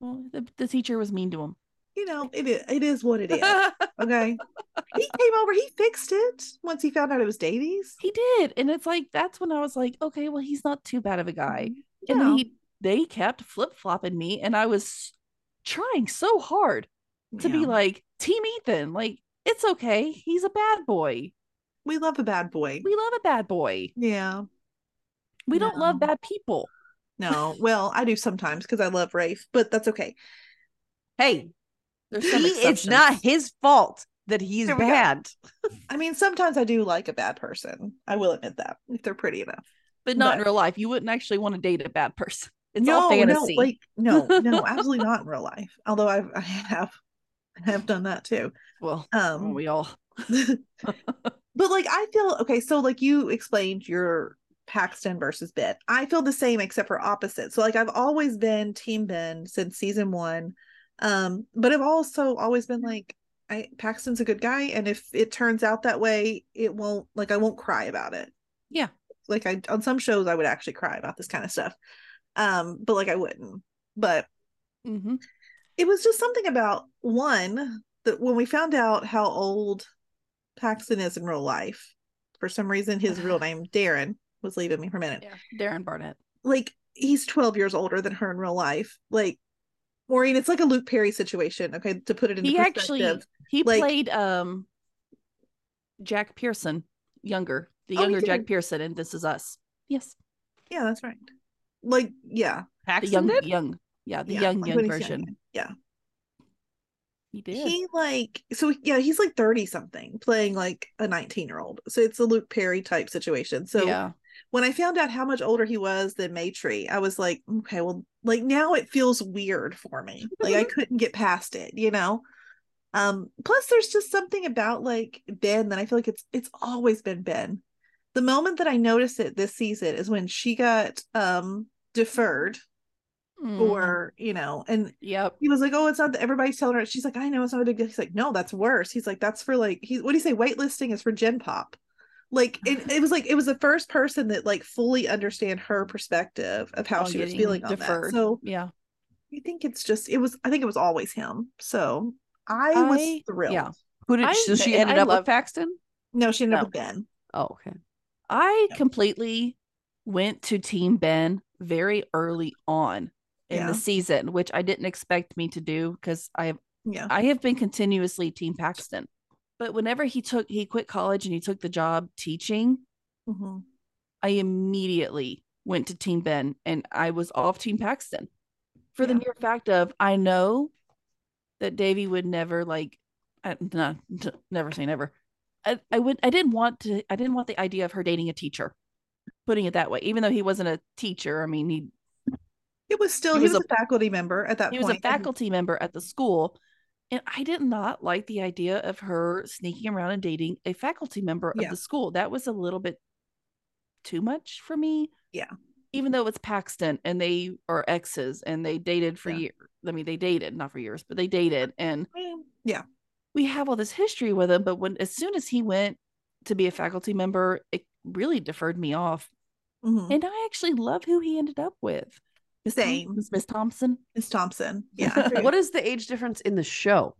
Speaker 4: Well, the, the teacher was mean to him.
Speaker 3: you know, it is, it is what it is. Okay. he came over, he fixed it once he found out it was Davies.
Speaker 4: he did, and it's like that's when I was like, okay, well, he's not too bad of a guy. And
Speaker 3: Yeah.
Speaker 4: then he, they kept flip flopping me, and I was trying so hard to be
Speaker 3: Yeah.
Speaker 4: like Team Ethan. Like it's okay, he's a bad boy.
Speaker 3: we love a bad boy.
Speaker 4: We love a bad boy.
Speaker 3: yeah.
Speaker 4: We don't love
Speaker 3: No.
Speaker 4: bad people.
Speaker 3: No. Well, I do sometimes because I love Rafe, but that's okay.
Speaker 2: Hey,
Speaker 4: There's some
Speaker 2: he, it's not
Speaker 4: exceptions.
Speaker 2: his fault that he's
Speaker 3: There we go.
Speaker 2: bad.
Speaker 3: I mean, sometimes I do like a bad person. I will admit that if they're pretty enough.
Speaker 4: but not in
Speaker 3: But-
Speaker 4: real life. You wouldn't actually want to date a bad person. It's all fantasy.
Speaker 3: No, like no, no, absolutely not in real life. Although I've I have I have done that too.
Speaker 4: well,
Speaker 3: Um
Speaker 4: aren't we all
Speaker 3: but like I feel okay, so like you explained your Paxton versus Ben. I feel the same except for opposite. So like I've always been team Ben since season 1. Um but I've also always been like I Paxton's a good guy and if it turns out that way, it won't like I won't cry about it.
Speaker 4: Yeah.
Speaker 3: Like I on some shows I would actually cry about this kind of stuff. Um but like I wouldn't. But
Speaker 4: Mhm.
Speaker 3: it was just something about one that when we found out how old Paxton is in real life, for some reason his real name Darren was leaving me for a minute.
Speaker 4: yeah, Darren Barnett.
Speaker 3: Like he's 12 years older than her in real life. Like Maureen, it's like a Luke Perry situation. Okay, to put it in
Speaker 4: He actually
Speaker 3: perspective.
Speaker 4: he
Speaker 3: Like-
Speaker 4: played um Jack Pearson younger, the
Speaker 3: Oh, he
Speaker 4: younger Jack
Speaker 3: did.
Speaker 4: Pearson, and This Is Us. Oh, Yes.
Speaker 3: Yeah, that's right. Like, yeah.
Speaker 4: The
Speaker 5: Paxton
Speaker 4: young,
Speaker 5: did?
Speaker 4: young. Yeah, the
Speaker 3: yeah,
Speaker 4: young,
Speaker 3: like
Speaker 4: young
Speaker 3: when he's
Speaker 4: version.
Speaker 3: young. Yeah.
Speaker 4: He did.
Speaker 3: He like so yeah, he's like 30 something playing like a 19 year old. So it's a Luke Perry type situation. So
Speaker 4: yeah.
Speaker 3: when I found out how much older he was than Maitri, I was like, okay, well, like now it feels weird for me. Like I couldn't get past it, you know. Um, plus there's just something about like Ben that I feel like it's it's always been Ben. The moment that I noticed it this season is when she got um deferred
Speaker 4: Mm.
Speaker 3: or, you know, and
Speaker 4: Yep.
Speaker 3: he was like, "Oh, it's not." That everybody's telling her. She's like, "I know it's not a big deal." He's like, "No, that's worse." He's like, "That's for like he what do you say? Waitlisting is for Gen Pop." Like it, it was like it was the first person that like fully understand her perspective of how
Speaker 4: on
Speaker 3: she was
Speaker 4: Oh, getting
Speaker 3: feeling on that.
Speaker 4: deferred.
Speaker 3: So
Speaker 4: yeah.
Speaker 3: I think it's just it was I think it was always him. So I, was
Speaker 4: I-
Speaker 3: thrilled.
Speaker 4: yeah.
Speaker 2: Who did
Speaker 4: I-
Speaker 2: so she
Speaker 4: and
Speaker 2: ended
Speaker 4: I
Speaker 2: up
Speaker 4: love-
Speaker 2: with Paxton?
Speaker 3: No, she ended
Speaker 4: No.
Speaker 3: up with Ben.
Speaker 2: Oh, okay.
Speaker 4: I
Speaker 3: Yep.
Speaker 4: completely went to Team Ben very early on in
Speaker 3: Yeah.
Speaker 4: the season, which I didn't expect me to do because I have
Speaker 3: Yeah.
Speaker 4: I have been continuously Team Paxton. But whenever he took he quit college and he took the job teaching,
Speaker 3: Mhm.
Speaker 4: I immediately went to Team Ben and I was off Team Paxton for the
Speaker 3: Yeah.
Speaker 4: mere fact of I know that Davy would never like I, no, t- never say never. I, I would I didn't want to I didn't want the idea of her dating a teacher, putting it that way. Even though he wasn't a teacher, I mean he
Speaker 3: It was still
Speaker 4: He
Speaker 3: he was,
Speaker 4: was
Speaker 3: a, faculty member at that
Speaker 4: he
Speaker 3: point.
Speaker 4: was a
Speaker 3: and-
Speaker 4: faculty member at the school, and I did not like the idea of her sneaking around and dating a faculty member
Speaker 3: Yeah.
Speaker 4: of the school. That was a little bit too much for me.
Speaker 3: Yeah.
Speaker 4: Even though it's Paxton and they are exes and they dated for
Speaker 3: Yeah.
Speaker 4: years. I mean, they dated, not for years, but they dated. And
Speaker 3: Yeah.
Speaker 4: we have all this history with him, but when as soon as he went to be a faculty member, it really deferred me off.
Speaker 3: Mhm.
Speaker 4: And I actually love who he ended up with. Miss Thom-
Speaker 3: Same.
Speaker 4: Miss- Miss Thompson.
Speaker 3: Miss Thompson. Yeah. I forget-
Speaker 2: What is the age difference in the show?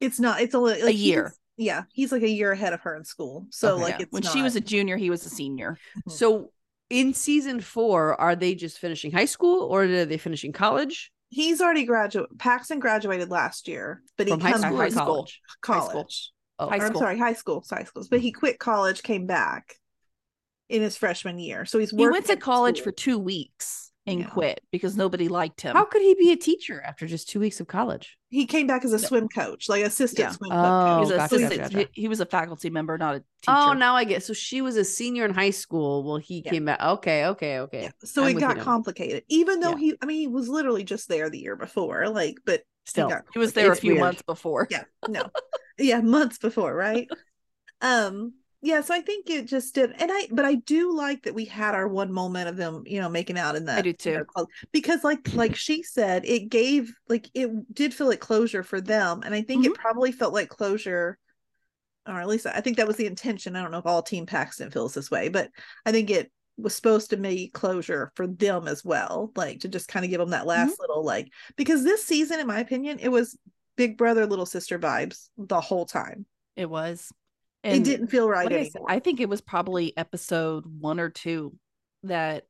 Speaker 3: it's not it's only like, he's-
Speaker 4: year.
Speaker 3: yeah he's like a year ahead of her in school so
Speaker 2: Okay.
Speaker 3: like
Speaker 4: Yeah.
Speaker 3: it's
Speaker 4: when she was
Speaker 3: not-
Speaker 4: a junior, he was a senior.
Speaker 3: Mhm.
Speaker 2: So in season four, are they just finishing high school or are they finishing college?
Speaker 3: he's already graduated paxton graduated last year but he
Speaker 2: From high
Speaker 3: comes
Speaker 2: school or
Speaker 3: back to
Speaker 2: college?
Speaker 3: college
Speaker 4: school.
Speaker 2: Oh,
Speaker 4: High
Speaker 3: Or, I'm
Speaker 4: school.
Speaker 3: sorry high school sorry, high schools but he quit college came back in his freshman year so he's
Speaker 4: He
Speaker 3: worked
Speaker 4: went to
Speaker 3: at
Speaker 4: college
Speaker 3: school.
Speaker 4: for two weeks and
Speaker 3: Yeah.
Speaker 4: quit because nobody liked him.
Speaker 2: How could he be a teacher after just two weeks of college?
Speaker 3: he came back as a
Speaker 4: No.
Speaker 3: swim coach like assistant
Speaker 4: Yeah.
Speaker 3: swim
Speaker 2: Oh,
Speaker 4: he
Speaker 3: coach
Speaker 4: was, a
Speaker 2: gotcha,
Speaker 4: assistant-
Speaker 2: gotcha, gotcha.
Speaker 4: he- he was a faculty member, not a teacher.
Speaker 2: Oh, now I get. So she was a senior in high school. Well, he
Speaker 3: Yeah.
Speaker 2: came back. Okay, okay, okay.
Speaker 3: Yeah. so
Speaker 2: I'm
Speaker 3: it
Speaker 2: with you
Speaker 3: got
Speaker 2: now.
Speaker 3: complicated even though
Speaker 2: Yeah.
Speaker 3: he i mean he was literally just there the year before like but
Speaker 2: Still,
Speaker 3: got
Speaker 4: He was there a
Speaker 2: It's
Speaker 4: few
Speaker 2: weird.
Speaker 4: months before.
Speaker 3: yeah no yeah months before right um yeah so i think it just did and i but i do like that we had our one moment of them you know making out in that
Speaker 4: do
Speaker 3: you know,
Speaker 4: too.
Speaker 3: clo- because like like she said it gave like it did feel like closure for them and i think
Speaker 4: Mm-hmm.
Speaker 3: it probably felt like closure or at least i think that was the intention i don't know if all team paxton feels this way but i think it was supposed to be closure for them as well like to just kind of give them
Speaker 4: Mm-hmm.
Speaker 3: that last little like because this season in my opinion it was big brother little sister vibes the whole time
Speaker 4: It was.
Speaker 3: it didn't feel right
Speaker 4: Like I, said,
Speaker 3: anymore
Speaker 4: I think it was probably episode one or two that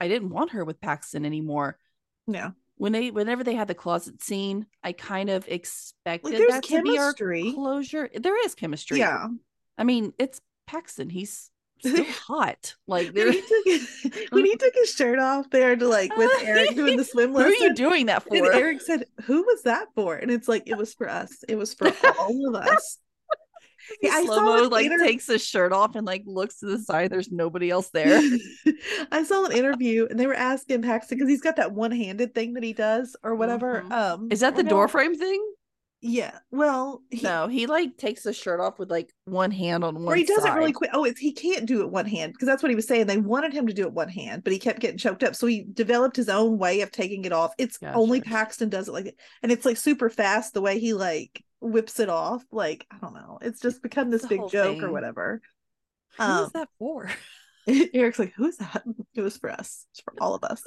Speaker 4: I didn't want her with Paxton anymore.
Speaker 3: Yeah.
Speaker 4: When they whenever they had the closet scene, I kind of expected
Speaker 3: there's
Speaker 4: that to be our
Speaker 3: chemistry.
Speaker 4: closure. There is chemistry.
Speaker 3: yeah
Speaker 4: I mean, it's Paxton. He's still hot. Like there
Speaker 3: when he, took, when he took his shirt off there to like with eric doing the swim
Speaker 4: Who are
Speaker 3: lesson
Speaker 4: you doing that
Speaker 3: and
Speaker 4: for?
Speaker 3: eric said who was that for and it's like it was for us it was for all of us
Speaker 4: He
Speaker 3: Yeah, I saw
Speaker 4: slow-mo,
Speaker 3: it
Speaker 4: like
Speaker 3: later.
Speaker 4: takes his shirt off and like looks to the side. There's nobody else there.
Speaker 3: I saw an interview and they were asking Paxton because he's got that one-handed thing that he does or whatever.
Speaker 4: Mhm.
Speaker 3: Um
Speaker 2: is that the
Speaker 3: I
Speaker 2: door
Speaker 3: don't-
Speaker 2: frame thing?
Speaker 3: Yeah. Well, he,
Speaker 4: no, he like takes his shirt off with like one hand on one.
Speaker 3: or he does it
Speaker 4: side.
Speaker 3: really quick. Oh, it's he can't do it one hand because that's what he was saying. They wanted him to do it one hand, but he kept getting choked up. So he developed his own way of taking it off. It's only
Speaker 2: Gotcha.
Speaker 3: Paxton does it like that. And it's like super fast the way he like whips it off. Like, I don't know. It's just become this
Speaker 4: The
Speaker 3: big
Speaker 4: whole
Speaker 3: joke or
Speaker 4: thing.
Speaker 3: whatever.
Speaker 4: Who is
Speaker 3: Um
Speaker 4: that for?
Speaker 3: Eric's like, who's that? It was for us. It's for all of us.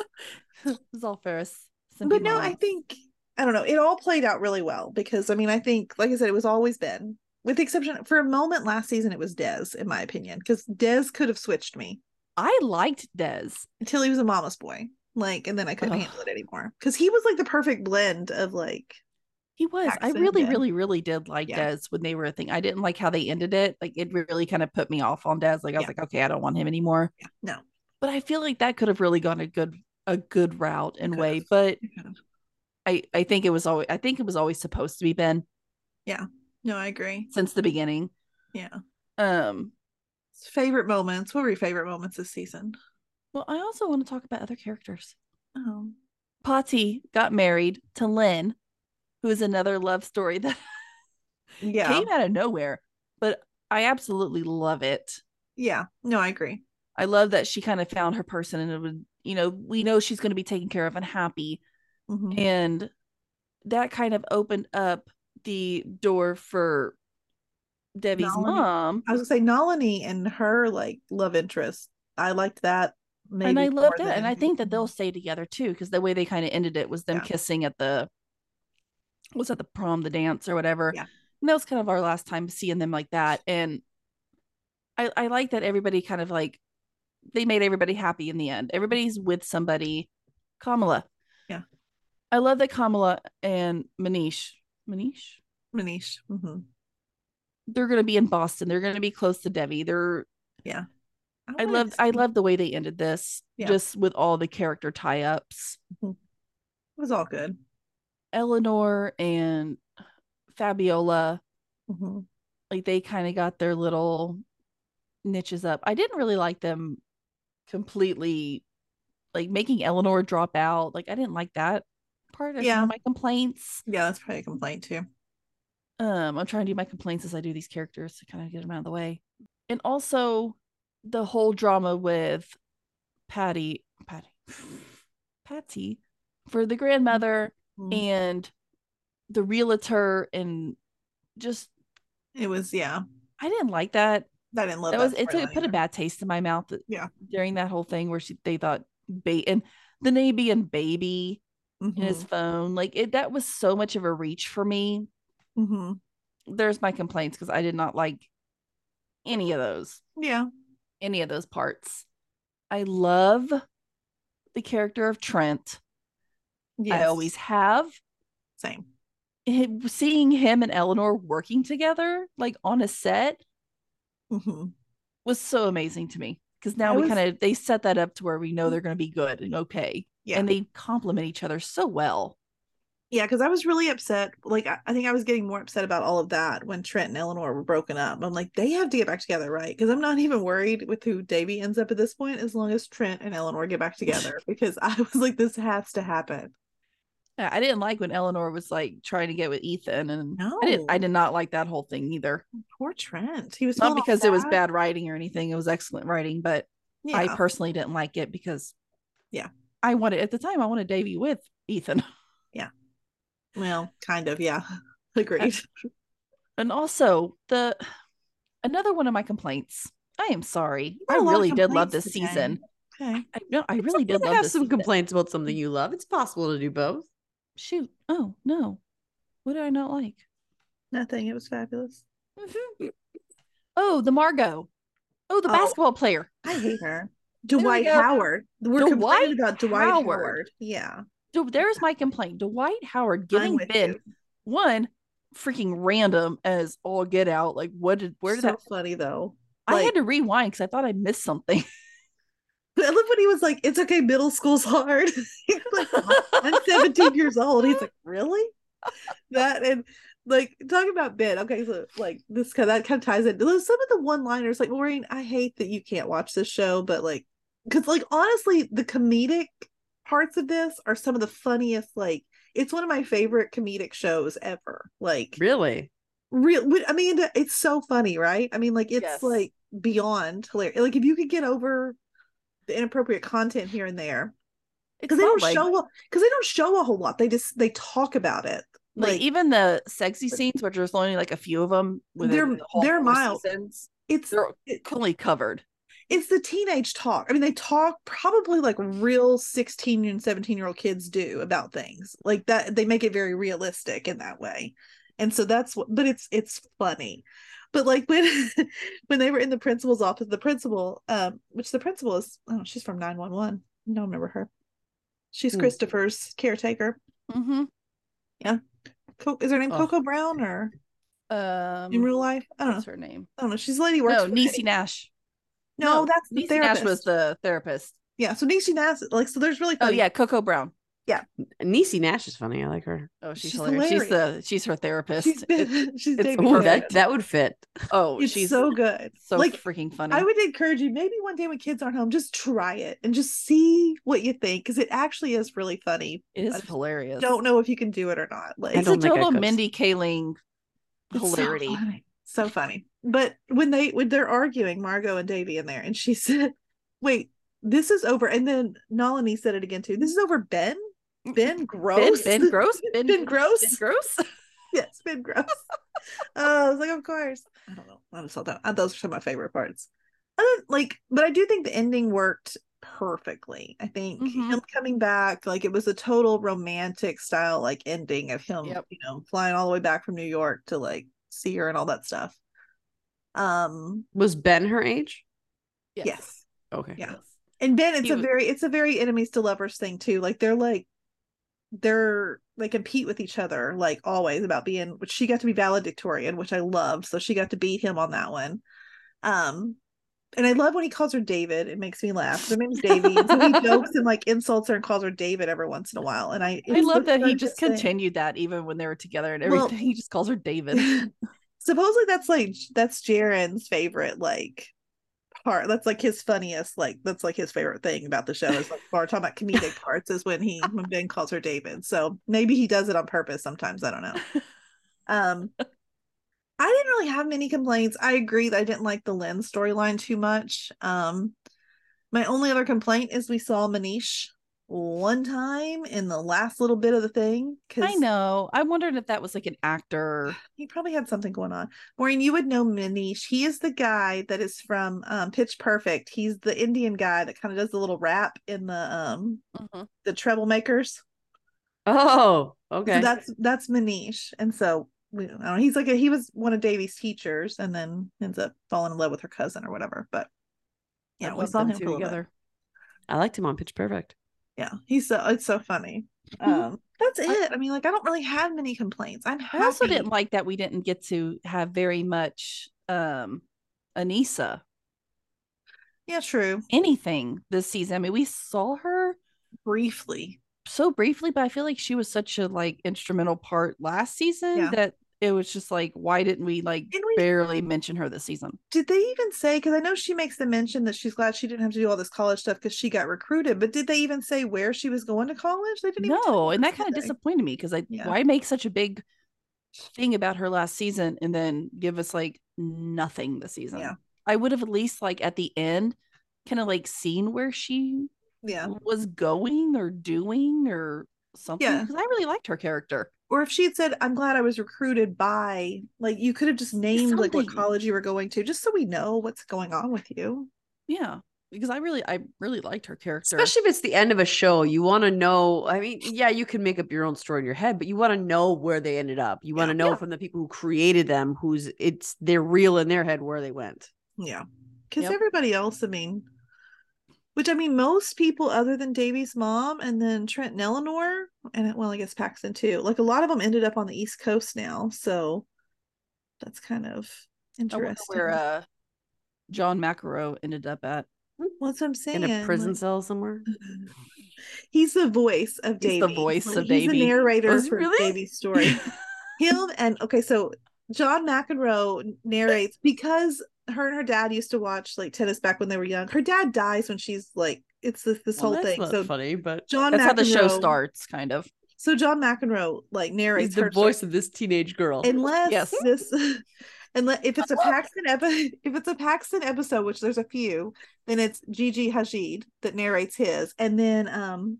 Speaker 4: it was all Ferris.
Speaker 3: but no, I think I don't know. It all played out really well because I mean, I think, like I said, it was always Ben, with the exception for a moment last season, it was Dez, in my opinion, because Dez could have switched me
Speaker 4: I liked Des.
Speaker 3: until he was a mama's boy, like, and then I couldn't
Speaker 4: Ugh.
Speaker 3: handle it anymore because he was like the perfect blend of like,
Speaker 4: He was.
Speaker 3: Paxton
Speaker 4: I really,
Speaker 3: did.
Speaker 4: really, really did like
Speaker 3: Yeah.
Speaker 4: Des when they were a thing. I didn't like how they ended it. Like it really kind of put me off on Des. Like I was
Speaker 3: Yeah.
Speaker 4: like, okay, I don't want him anymore.
Speaker 3: yeah, no,
Speaker 4: but I feel like that could have really gone a good a good route and
Speaker 3: Could
Speaker 4: way.
Speaker 3: have.
Speaker 4: But
Speaker 3: You could have.
Speaker 4: I I think it was always I think it was always supposed to be Ben
Speaker 3: No, I agree.
Speaker 4: since the beginning.
Speaker 3: Yeah.
Speaker 4: Um.
Speaker 3: Favorite moments. What were your favorite moments this season?
Speaker 4: Well, I also want to talk about other characters.
Speaker 3: Oh,
Speaker 4: Um, Potty got married to Lynn, who is another love story that
Speaker 3: yeah,
Speaker 4: came out of nowhere, but I absolutely love it.
Speaker 3: yeah. No, I agree.
Speaker 4: I love that she kind of found her person and it would, you know, we know she's going to be taken care of and happy.
Speaker 3: Mhm.
Speaker 4: And that kind of opened up the door for Debbie's
Speaker 3: Melanie.
Speaker 4: mom.
Speaker 3: I was gonna say Nalini and her like love interest. I liked that. Maybe
Speaker 4: and I love
Speaker 3: more
Speaker 4: that.
Speaker 3: than
Speaker 4: And I think that they'll
Speaker 3: anything.
Speaker 4: stay together too, because the way they kind of ended it was them
Speaker 3: Yeah.
Speaker 4: kissing at the was at the prom, the dance or whatever.
Speaker 3: Yeah.
Speaker 4: And that was kind of our last time seeing them like that. And I I like that everybody kind of like they made everybody happy in the end. Everybody's with somebody. Kamala.
Speaker 3: Yeah.
Speaker 4: I love that Kamala and Manish. Manish?
Speaker 3: Manish. hmm
Speaker 4: They're gonna be in Boston. They're gonna be close to Debbie. They're I love I love the way they ended this
Speaker 3: Yeah.
Speaker 4: just with all the character tie ups.
Speaker 3: It was all good.
Speaker 4: Eleanor and Fabiola,
Speaker 3: hmm
Speaker 4: like they kind of got their little niches up. I didn't really like them completely like making Eleanor drop out. Like I didn't like that part. That's one
Speaker 3: Yeah.
Speaker 4: of my complaints.
Speaker 3: Yeah, that's probably a complaint too.
Speaker 4: Um, I'm trying to do my complaints as I do these characters to kind of get them out of the way. And also the whole drama with Patty, Patty, Patty for the grandmother
Speaker 3: Mhm.
Speaker 4: and the realtor and just
Speaker 3: It was yeah.
Speaker 4: I didn't like that.
Speaker 3: I didn't love
Speaker 4: that was it, took,
Speaker 3: storyline
Speaker 4: it put a
Speaker 3: either.
Speaker 4: bad taste in my mouth.
Speaker 3: Yeah.
Speaker 4: During that whole thing where she they thought bait and the Navy and baby in his
Speaker 3: Mhm.
Speaker 4: phone like it that was so much of a reach for me.
Speaker 3: Mhm.
Speaker 4: There's my complaints because I did not like any of those
Speaker 3: Yeah.
Speaker 4: any of those parts. I love the character of Trent. I
Speaker 3: Yes.
Speaker 4: always have.
Speaker 3: same.
Speaker 4: Him- seeing him and Eleanor working together, like on a set,
Speaker 3: hmm
Speaker 4: was so amazing to me because now
Speaker 3: I
Speaker 4: we
Speaker 3: was- Mm.
Speaker 4: kind of they set that up to where we know they're going to be good and okay
Speaker 3: Yeah.
Speaker 4: and they complement each other so well
Speaker 3: Yeah, because I was really upset. Like, I, I think I was getting more upset about all of that when Trent and Eleanor were broken up. I'm like, they have to get back together, right? Because I'm not even worried with who Davy ends up at this point, as long as Trent and Eleanor get back together. because I was like, this has to happen.
Speaker 4: Yeah, i didn't like when eleanor was like trying to get with ethan and i did i
Speaker 3: No.
Speaker 4: did not like that whole thing either
Speaker 3: Poor Trent. He was
Speaker 4: not
Speaker 3: feeling all
Speaker 4: because it was
Speaker 3: sad.
Speaker 4: bad writing or anything it was excellent writing but
Speaker 3: Yeah,
Speaker 4: i personally didn't like it because
Speaker 3: Yeah.
Speaker 4: i wanted at the time i wanted davey with ethan
Speaker 3: well, kind of. Yeah, agreed.
Speaker 4: and also the another one of my complaints i am sorry
Speaker 3: Got
Speaker 4: i
Speaker 3: a lot of
Speaker 4: really did love
Speaker 3: complaints
Speaker 4: this
Speaker 3: today.
Speaker 4: season
Speaker 3: Okay.
Speaker 4: I, no, I
Speaker 2: It's
Speaker 4: really
Speaker 2: okay
Speaker 4: did
Speaker 2: to
Speaker 4: love
Speaker 2: have
Speaker 4: this
Speaker 2: some
Speaker 4: season.
Speaker 2: complaints about something you love. It's possible to do both.
Speaker 4: shoot oh no what did i not like
Speaker 3: Nothing. It was fabulous.
Speaker 4: oh the margot oh the
Speaker 3: Mm-hmm. Oh.
Speaker 4: basketball player
Speaker 3: I hate her.
Speaker 4: we
Speaker 3: Dwight
Speaker 4: go.
Speaker 3: Howard. We're
Speaker 4: Dwight
Speaker 3: complaining about Dwight Howard.
Speaker 4: Howard.
Speaker 3: Yeah.
Speaker 4: Du- there's my complaint dwight howard
Speaker 3: I'm
Speaker 4: getting
Speaker 3: with
Speaker 4: bid
Speaker 3: you.
Speaker 4: one freaking random as all get out like what did where did
Speaker 3: so
Speaker 4: that
Speaker 3: funny though.
Speaker 4: i
Speaker 3: like-
Speaker 4: had to rewind because i thought i missed something
Speaker 3: I love when he was like, "It's okay, middle school's hard." He's like, I'm 17 years old. He's like, "Really?" That and like talking about Ben. Okay, so like this kind that kind of ties in. There's Some of the one-liners, like Maureen, I hate that you can't watch this show, but like, because like honestly, the comedic parts of this are some of the funniest. Like, it's one of my favorite comedic shows ever. Like,
Speaker 2: Really?
Speaker 3: real but, i mean it's so funny right i mean like it's
Speaker 4: Yes.
Speaker 3: like beyond hilarious like if you could get over the inappropriate content here and there because they
Speaker 4: not
Speaker 3: don't
Speaker 4: like-
Speaker 3: show because they don't show a whole lot they just they talk about it
Speaker 4: like,
Speaker 3: like,
Speaker 4: even the sexy scenes which there's only like a few of them within
Speaker 3: They're-
Speaker 4: the whole
Speaker 3: they're
Speaker 4: four
Speaker 3: mild.
Speaker 4: seasons,
Speaker 3: it's
Speaker 4: they're
Speaker 3: it-
Speaker 4: fully covered
Speaker 3: it's the teenage talk i mean they talk probably like real 16 and 17 year old kids do about things like that they make it very realistic in that way and so that's what but it's it's funny but like when when they were in the principal's office the principal um which the principal is oh she's from 911 I don't remember her she's
Speaker 2: Hmm.
Speaker 3: christopher's caretaker
Speaker 4: mm-hmm.
Speaker 3: Co- is her name
Speaker 2: Oh.
Speaker 3: coco brown or
Speaker 4: um
Speaker 3: in real life i don't know
Speaker 4: what's her name
Speaker 3: i don't know she's the lady who works
Speaker 4: Um, no
Speaker 3: for
Speaker 4: Niecy
Speaker 3: Eddie.
Speaker 4: nash
Speaker 3: No, that's the
Speaker 4: Niecy Nash
Speaker 3: therapist.
Speaker 4: was the therapist.
Speaker 3: yeah, so Niecy Nash, like, so there's really
Speaker 4: Oh
Speaker 3: funny-
Speaker 4: yeah, Coco Brown.
Speaker 2: Niecy Nash is funny. I like her.
Speaker 4: Oh, she's,
Speaker 3: She's
Speaker 4: hilarious. She's the she's her therapist.
Speaker 3: she's
Speaker 4: It's-
Speaker 3: been, she's
Speaker 4: it's
Speaker 3: dating
Speaker 2: Ooh,
Speaker 3: Coco.
Speaker 2: that that would fit.
Speaker 4: oh,
Speaker 3: it's
Speaker 4: she's
Speaker 3: so
Speaker 4: so
Speaker 3: good.
Speaker 4: so
Speaker 3: Like,
Speaker 4: freaking funny.
Speaker 3: I would encourage you maybe one day when kids aren't home, just try it and just see what you think because it actually is really funny.
Speaker 4: it is
Speaker 3: I
Speaker 4: hilarious.
Speaker 3: Don't know if you can do it or not. Like,
Speaker 2: I
Speaker 4: It's
Speaker 2: don't
Speaker 4: a
Speaker 2: think I
Speaker 4: total
Speaker 2: could.
Speaker 4: Mindy Kaling
Speaker 3: It's so
Speaker 4: hilarity.
Speaker 3: funny. So funny. But when they when they're arguing, Margot and Davy in there, and she said, "Wait, this is over." And then Nalini said it again too. This is over Ben. Ben
Speaker 4: Mm, Ben,
Speaker 3: Gross.
Speaker 4: ben Gross. Ben,
Speaker 3: Ben Gross.
Speaker 4: Ben Gross.
Speaker 3: yes, Ben Gross. Oh, I was like, of course. I don't know. I just thought that- uh, those are some of my favorite parts. I don't like, but I do think the ending worked perfectly. I think
Speaker 4: Mhm.
Speaker 3: him coming back, like it was a total romantic style, like ending of him,
Speaker 4: Yep.
Speaker 3: you know, flying all the way back from New York to like see her and all that stuff. Um,
Speaker 2: Was Ben her age?
Speaker 3: yes.
Speaker 2: Okay.
Speaker 3: Yeah. And Ben, it's
Speaker 4: He
Speaker 3: a
Speaker 4: was-
Speaker 3: very, it's a very enemies to lovers thing too. Like they're like, they're they compete with each other like always about being. Which she got to be valedictorian, which I loved. So she got to beat him on that one. Um, and I love when he calls her David. It makes me laugh. Her name's Davy. and so he jokes and like insults her and calls her David every once in a while. And I,
Speaker 4: I
Speaker 3: it's
Speaker 4: love
Speaker 3: the
Speaker 4: that he just
Speaker 3: funniest thing.
Speaker 4: continued that even when they were together and
Speaker 3: Well-
Speaker 4: everything. he just calls her David.
Speaker 3: Supposedly that's like that's Jaren's favorite like part. That's like his funniest like that's like his favorite thing about the show is like we're talking about comedic parts is when he when Ben calls her David. So maybe he does it on purpose sometimes. I don't know. Um I didn't really have many complaints. I agree that I didn't like the Lynn storyline too much. Um my only other complaint is we saw Manish one time in the last little bit of the thing. 'cause
Speaker 4: I know. I wondered if that was like an actor.
Speaker 3: he probably had something going on. Maureen, you would know Manish. He is the guy that is from um, Pitch Perfect. He's the Indian guy that kind of does the little rap in the um the troublemakers.
Speaker 2: Oh,
Speaker 3: So
Speaker 2: okay.
Speaker 3: that's that's Manish, and so we, I don't know, he's like a, he was one of Davy's teachers, and then ends up falling in love with her cousin or whatever. But yeah, we
Speaker 4: love
Speaker 3: saw
Speaker 4: them
Speaker 3: him
Speaker 4: two
Speaker 3: for a little bit.
Speaker 2: I liked him on Pitch Perfect.
Speaker 3: Yeah, he's so it's so funny. Um, that's it. I mean, like I don't really have many complaints. I'm happy.
Speaker 4: I also didn't like that we didn't get to have very much um Anissa
Speaker 3: Yeah, true.
Speaker 4: anything this season. I mean, we saw her
Speaker 3: Briefly,
Speaker 4: so briefly, but I feel like she was such a like instrumental part last season
Speaker 3: Yeah.
Speaker 4: that it was just like, why didn't we like
Speaker 3: and we
Speaker 4: barely mention her this season?
Speaker 3: did they even say because i know she makes the mention that she's glad she didn't have to do all this college stuff because she got recruited but did they even say where she was going to college they didn't even tell
Speaker 4: No,
Speaker 3: us,
Speaker 4: and that
Speaker 3: did
Speaker 4: kind of
Speaker 3: they?
Speaker 4: disappointed me because I
Speaker 3: Yeah.
Speaker 4: why make such a big thing about her last season and then give us like nothing this season.
Speaker 3: Yeah.
Speaker 4: I would have at least like at the end kind of like seen where she
Speaker 3: yeah
Speaker 4: was going or doing or something
Speaker 3: Yeah.
Speaker 4: because I really liked her character.
Speaker 3: or if she had said i'm glad i was recruited by like you could have just named like what
Speaker 4: something.
Speaker 3: college you were going to just so we know what's going on with you
Speaker 4: Yeah, because I really I really liked her character.
Speaker 2: Especially if it's the end of a show, you want to know. I mean, yeah, you can make up your own story in your head, but you want to know where they ended up. You want to
Speaker 3: Yeah.
Speaker 2: know
Speaker 4: Yeah.
Speaker 2: from the people who created them, who's it's they're real in their head where they went.
Speaker 3: yeah because
Speaker 4: Yep.
Speaker 3: everybody else i mean which i mean most people other than davy's mom and then trent and eleanor and well i guess paxton too like a lot of them ended up on the east coast now so that's kind of
Speaker 4: I wonder
Speaker 3: interesting
Speaker 4: where uh, John McEnroe ended up at.
Speaker 3: Well, That's what I'm saying.
Speaker 2: In a prison
Speaker 3: like,
Speaker 2: cell somewhere.
Speaker 3: he's the voice of
Speaker 4: He's
Speaker 3: Davy.
Speaker 4: the voice
Speaker 3: Like,
Speaker 4: of
Speaker 3: He's the
Speaker 4: Davy.
Speaker 3: narrator
Speaker 4: Was-
Speaker 3: for
Speaker 4: really?
Speaker 3: Davy's story. Him and okay, so John McEnroe narrates because her and her dad used to watch like tennis back when they were young. Her dad dies when she's like it's this this
Speaker 2: Well,
Speaker 3: whole
Speaker 2: that's
Speaker 3: thing.
Speaker 2: not
Speaker 3: So
Speaker 2: funny, but
Speaker 3: John
Speaker 4: That's how the show
Speaker 3: McEnroe-
Speaker 4: starts, kind of.
Speaker 3: So John McEnroe like narrates
Speaker 2: he's the
Speaker 3: her
Speaker 2: voice of this teenage girl.
Speaker 3: unless
Speaker 4: Yes.
Speaker 3: this unless if it's a Paxton episode if it's a Paxton episode which there's a few then it's Gigi Hajid that narrates his and then um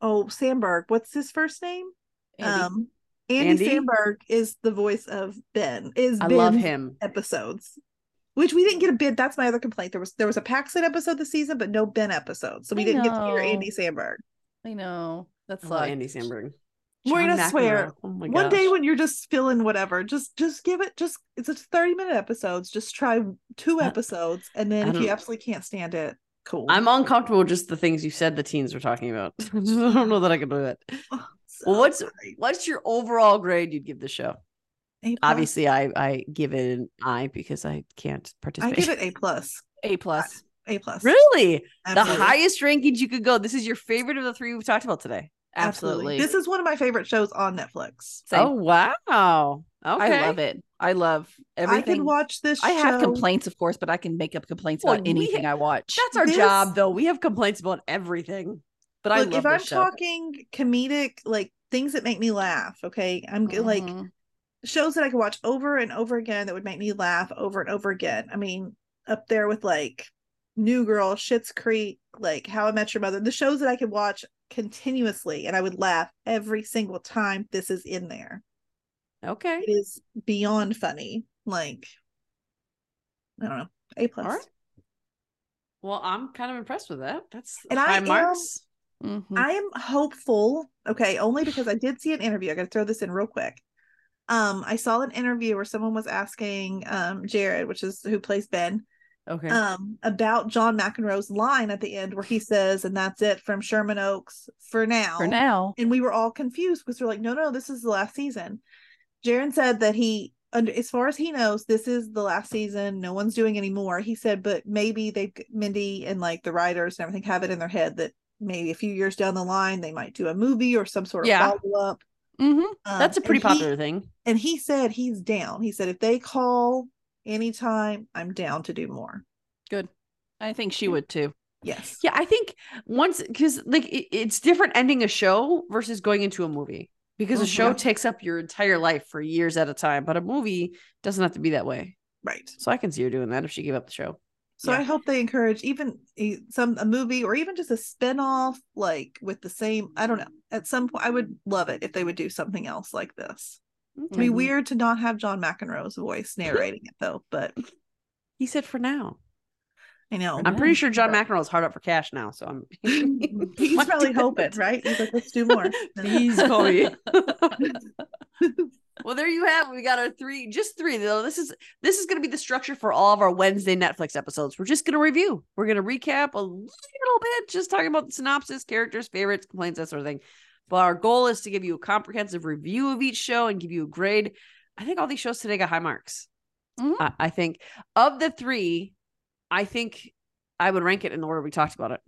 Speaker 3: oh Sandberg what's his first name
Speaker 4: Andy.
Speaker 3: um Andy,
Speaker 2: Andy?
Speaker 3: Sandberg is the voice of Ben is
Speaker 2: I
Speaker 3: Ben's
Speaker 2: love him.
Speaker 3: episodes which we didn't get a bid that's my other complaint there was there was a Paxton episode this season but no Ben episode so we
Speaker 4: I
Speaker 3: didn't get to hear
Speaker 4: know.
Speaker 3: Andy Sandberg
Speaker 4: I know that
Speaker 3: oh,
Speaker 2: I love
Speaker 4: sucks.
Speaker 2: Andy Samberg.
Speaker 3: Maureen,
Speaker 2: John
Speaker 3: I swear,
Speaker 2: McEnroe. Oh my
Speaker 3: one day
Speaker 2: gosh.
Speaker 3: when you're just feeling whatever just just give it just it's a 30 minute episodes just try two
Speaker 2: I-
Speaker 3: episodes and then
Speaker 2: I
Speaker 3: if you
Speaker 2: don't-
Speaker 3: absolutely can't stand it cool
Speaker 2: I'm uncomfortable with just the things you said the teens were talking about. I don't know that I can do it.
Speaker 3: Oh, so
Speaker 2: Well, what's-
Speaker 3: sorry.
Speaker 2: What's your overall grade you'd give the show?
Speaker 3: A plus.
Speaker 2: Obviously, I I give it an I because I can't
Speaker 3: I
Speaker 2: participate.
Speaker 3: give it A plus.
Speaker 4: A plus.
Speaker 3: A plus.
Speaker 2: really the
Speaker 3: Absolutely.
Speaker 2: highest rankings you could go. This is your favorite of the three we've talked about today.
Speaker 4: Absolutely.
Speaker 3: This is one of my favorite shows on Netflix.
Speaker 4: Same.
Speaker 2: Oh wow! Okay,
Speaker 4: I love it. I love
Speaker 3: I could
Speaker 4: everything. I,
Speaker 3: watch this.
Speaker 4: have
Speaker 3: show-
Speaker 4: complaints, of course, but I can make up complaints
Speaker 2: Well,
Speaker 4: about
Speaker 2: we
Speaker 4: anything I watch.
Speaker 2: That's our
Speaker 3: This-
Speaker 2: job, though. We have complaints about everything.
Speaker 4: But I
Speaker 3: Look,
Speaker 4: love
Speaker 3: if
Speaker 4: this
Speaker 3: I'm
Speaker 4: show.
Speaker 3: talking comedic, like things that make me laugh, okay, I'm g like
Speaker 4: Mhm.
Speaker 3: shows that I could watch over and over again that would make me laugh over and over again. I mean, up there with like New Girl, Schitt's Creek, like How I Met Your Mother, the shows that I could watch continuously and I would laugh every single time this is in there.
Speaker 2: Okay.
Speaker 3: It is beyond funny. Like, I don't know, A plus.
Speaker 2: right. Well, I'm kind of impressed with that. That's
Speaker 3: And I
Speaker 2: high
Speaker 3: am-
Speaker 2: marks.
Speaker 4: Mhm.
Speaker 3: I am hopeful. Okay, only because I did see an interview. I got to throw this in real quick. Um, I saw an interview where someone was asking um Jared, which is who plays Ben,
Speaker 2: Okay.
Speaker 3: um, about John McEnroe's line at the end where he says, "And that's it from Sherman Oaks for now."
Speaker 4: for now.
Speaker 3: And we were all confused because we're like, "No, no, this is the last season." Jared said that he, under, as far as he knows, this is the last season. No one's doing any more. He said, but maybe they, Mindy and like the writers and everything, have it in their head that maybe a few years down the line they might do a movie or some sort of
Speaker 2: Yeah.
Speaker 3: follow up.
Speaker 4: hmm
Speaker 2: That's a pretty popular thing.
Speaker 3: and he said he's down. He said if they call anytime, I'm down to do more.
Speaker 4: I think she would too.
Speaker 3: Yes.
Speaker 2: Yeah, I think once because like it, it's different ending a show versus going into a movie because a
Speaker 3: Mhm.
Speaker 2: show takes up your entire life for years at a time, but a movie doesn't have to be that way.
Speaker 3: Right.
Speaker 2: So I can see her doing that if she gave up the show.
Speaker 3: So
Speaker 2: Yeah.
Speaker 3: I hope they encourage even a- some a movie or even just a spin-off like with the same I don't know. At some point I would love it if they would do something else like this. It'd be
Speaker 2: Mhm.
Speaker 3: weird to not have John McEnroe's voice narrating it though, but
Speaker 2: He said for now.
Speaker 3: I know.
Speaker 2: I'm pretty sure John McEnroe is hard up for cash now, so I'm.
Speaker 4: Mm-hmm.
Speaker 3: He's
Speaker 2: What
Speaker 3: probably
Speaker 2: did-
Speaker 3: hoping, right? He's like, let's do more.
Speaker 2: Please call me. well, there you have. it. We got our three, just three though. This is this is going to be the structure for all of our Wednesday Netflix episodes. We're just going to review. We're going to recap a little bit, just talking about the synopsis, characters, favorites, complaints, that sort of thing. But our goal is to give you a comprehensive review of each show and give you a grade. I think all these shows today got high marks.
Speaker 4: Mhm.
Speaker 2: I, I think of the three, I think I would rank it in the order we talked about it.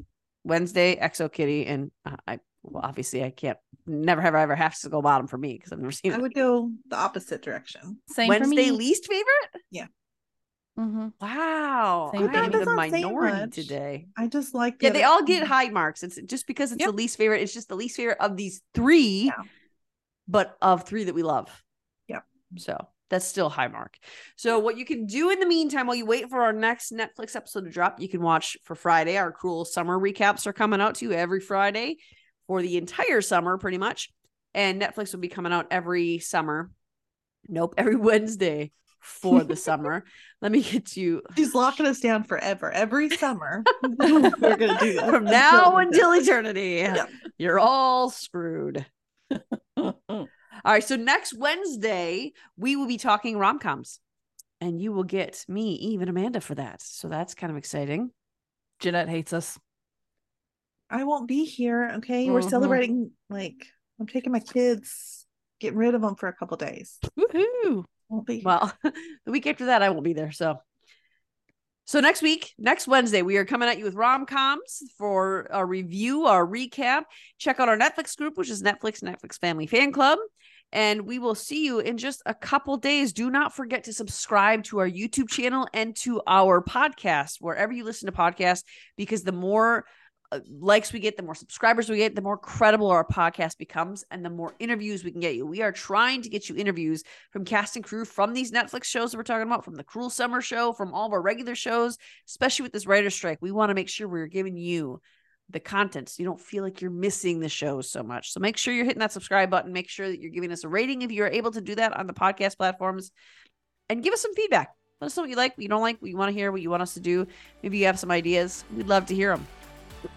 Speaker 2: Wednesday, Exo Kitty, and uh, I well, obviously I can't never have I ever have to go bottom for me because I've never seen
Speaker 3: I
Speaker 2: it.
Speaker 3: would go the opposite direction.
Speaker 4: Same
Speaker 2: Wednesday
Speaker 4: for me.
Speaker 2: least favorite?
Speaker 4: Mhm.
Speaker 2: Wow.
Speaker 4: Same for
Speaker 2: I'm
Speaker 4: me.
Speaker 2: the
Speaker 3: That's not saying
Speaker 2: minority
Speaker 3: much.
Speaker 2: today.
Speaker 3: I just like the
Speaker 2: Yeah, they
Speaker 3: other-
Speaker 2: all get high marks. It's just because it's
Speaker 4: Yeah.
Speaker 2: the least favorite. It's just the least favorite of these three,
Speaker 3: Yeah.
Speaker 2: but of three that we love.
Speaker 3: Yeah.
Speaker 2: So that's still high mark. So what you can do in the meantime, while you wait for our next Netflix episode to drop, you can watch for Friday. Our cruel summer recaps are coming out to you every Friday for the entire summer, pretty much. And Netflix will be coming out every summer. Nope, every Wednesday for the summer. Let me get you
Speaker 3: She's locking us down forever. Every summer, we're gonna do this
Speaker 2: from now
Speaker 3: until
Speaker 2: until eternity.
Speaker 3: Yeah.
Speaker 2: You're all screwed.
Speaker 4: Mhm.
Speaker 2: All right. So next Wednesday, we will be talking rom coms. And you will get me, Eve, and Amanda for that. So that's kind of exciting.
Speaker 4: Jeanette hates us.
Speaker 3: I won't be here. Okay, we're
Speaker 4: Mhm.
Speaker 3: celebrating. Like I'm taking my kids, getting rid of them for a couple days.
Speaker 4: Woohoo!
Speaker 3: Won't be. here.
Speaker 2: Well, the week after that, I won't be there. So, so next week, next Wednesday, we are coming at you with rom coms for a review, our recap. Check out our Netflix group, which is Netflix Netflix Family Fan Club, and we will see you in just a couple days. Do not forget to subscribe to our YouTube channel and to our podcast wherever you listen to podcasts, because the more uh, likes we get, the more subscribers we get, the more credible our podcast becomes, and the more interviews we can get you. We are trying to get you interviews from cast and crew from these Netflix shows that we're talking about, from the Cruel Summer show, from all of our regular shows, especially with this writer's strike. We want to make sure we're giving you the content so you don't feel like you're missing the show so much. So make sure you're hitting that subscribe button. Make sure that you're giving us a rating if you're able to do that on the podcast platforms and give us some feedback. Let us know what you like, what you don't like, what you want to hear, what you want us to do. Maybe you have some ideas. We'd love to hear them.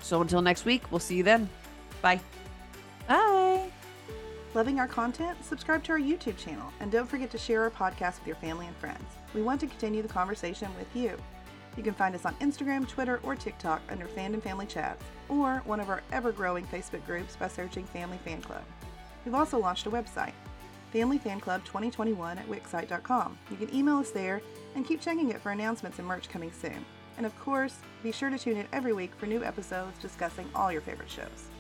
Speaker 2: So until next week, we'll see you then. Bye.
Speaker 4: Bye.
Speaker 5: Loving our content? Subscribe to our YouTube channel and don't forget to share our podcast with your family and friends. We want to continue the conversation with you. You can find us on Instagram, Twitter, or TikTok under Fandom Family Chats or one of our ever growing Facebook groups by searching Family Fan Club. We've also launched a website.
Speaker 3: Family Fan Club 2021 at Wixsite.com. You can email us there and keep checking it for announcements and merch coming soon. And of course, be sure to tune in every week for new episodes discussing all your favorite shows.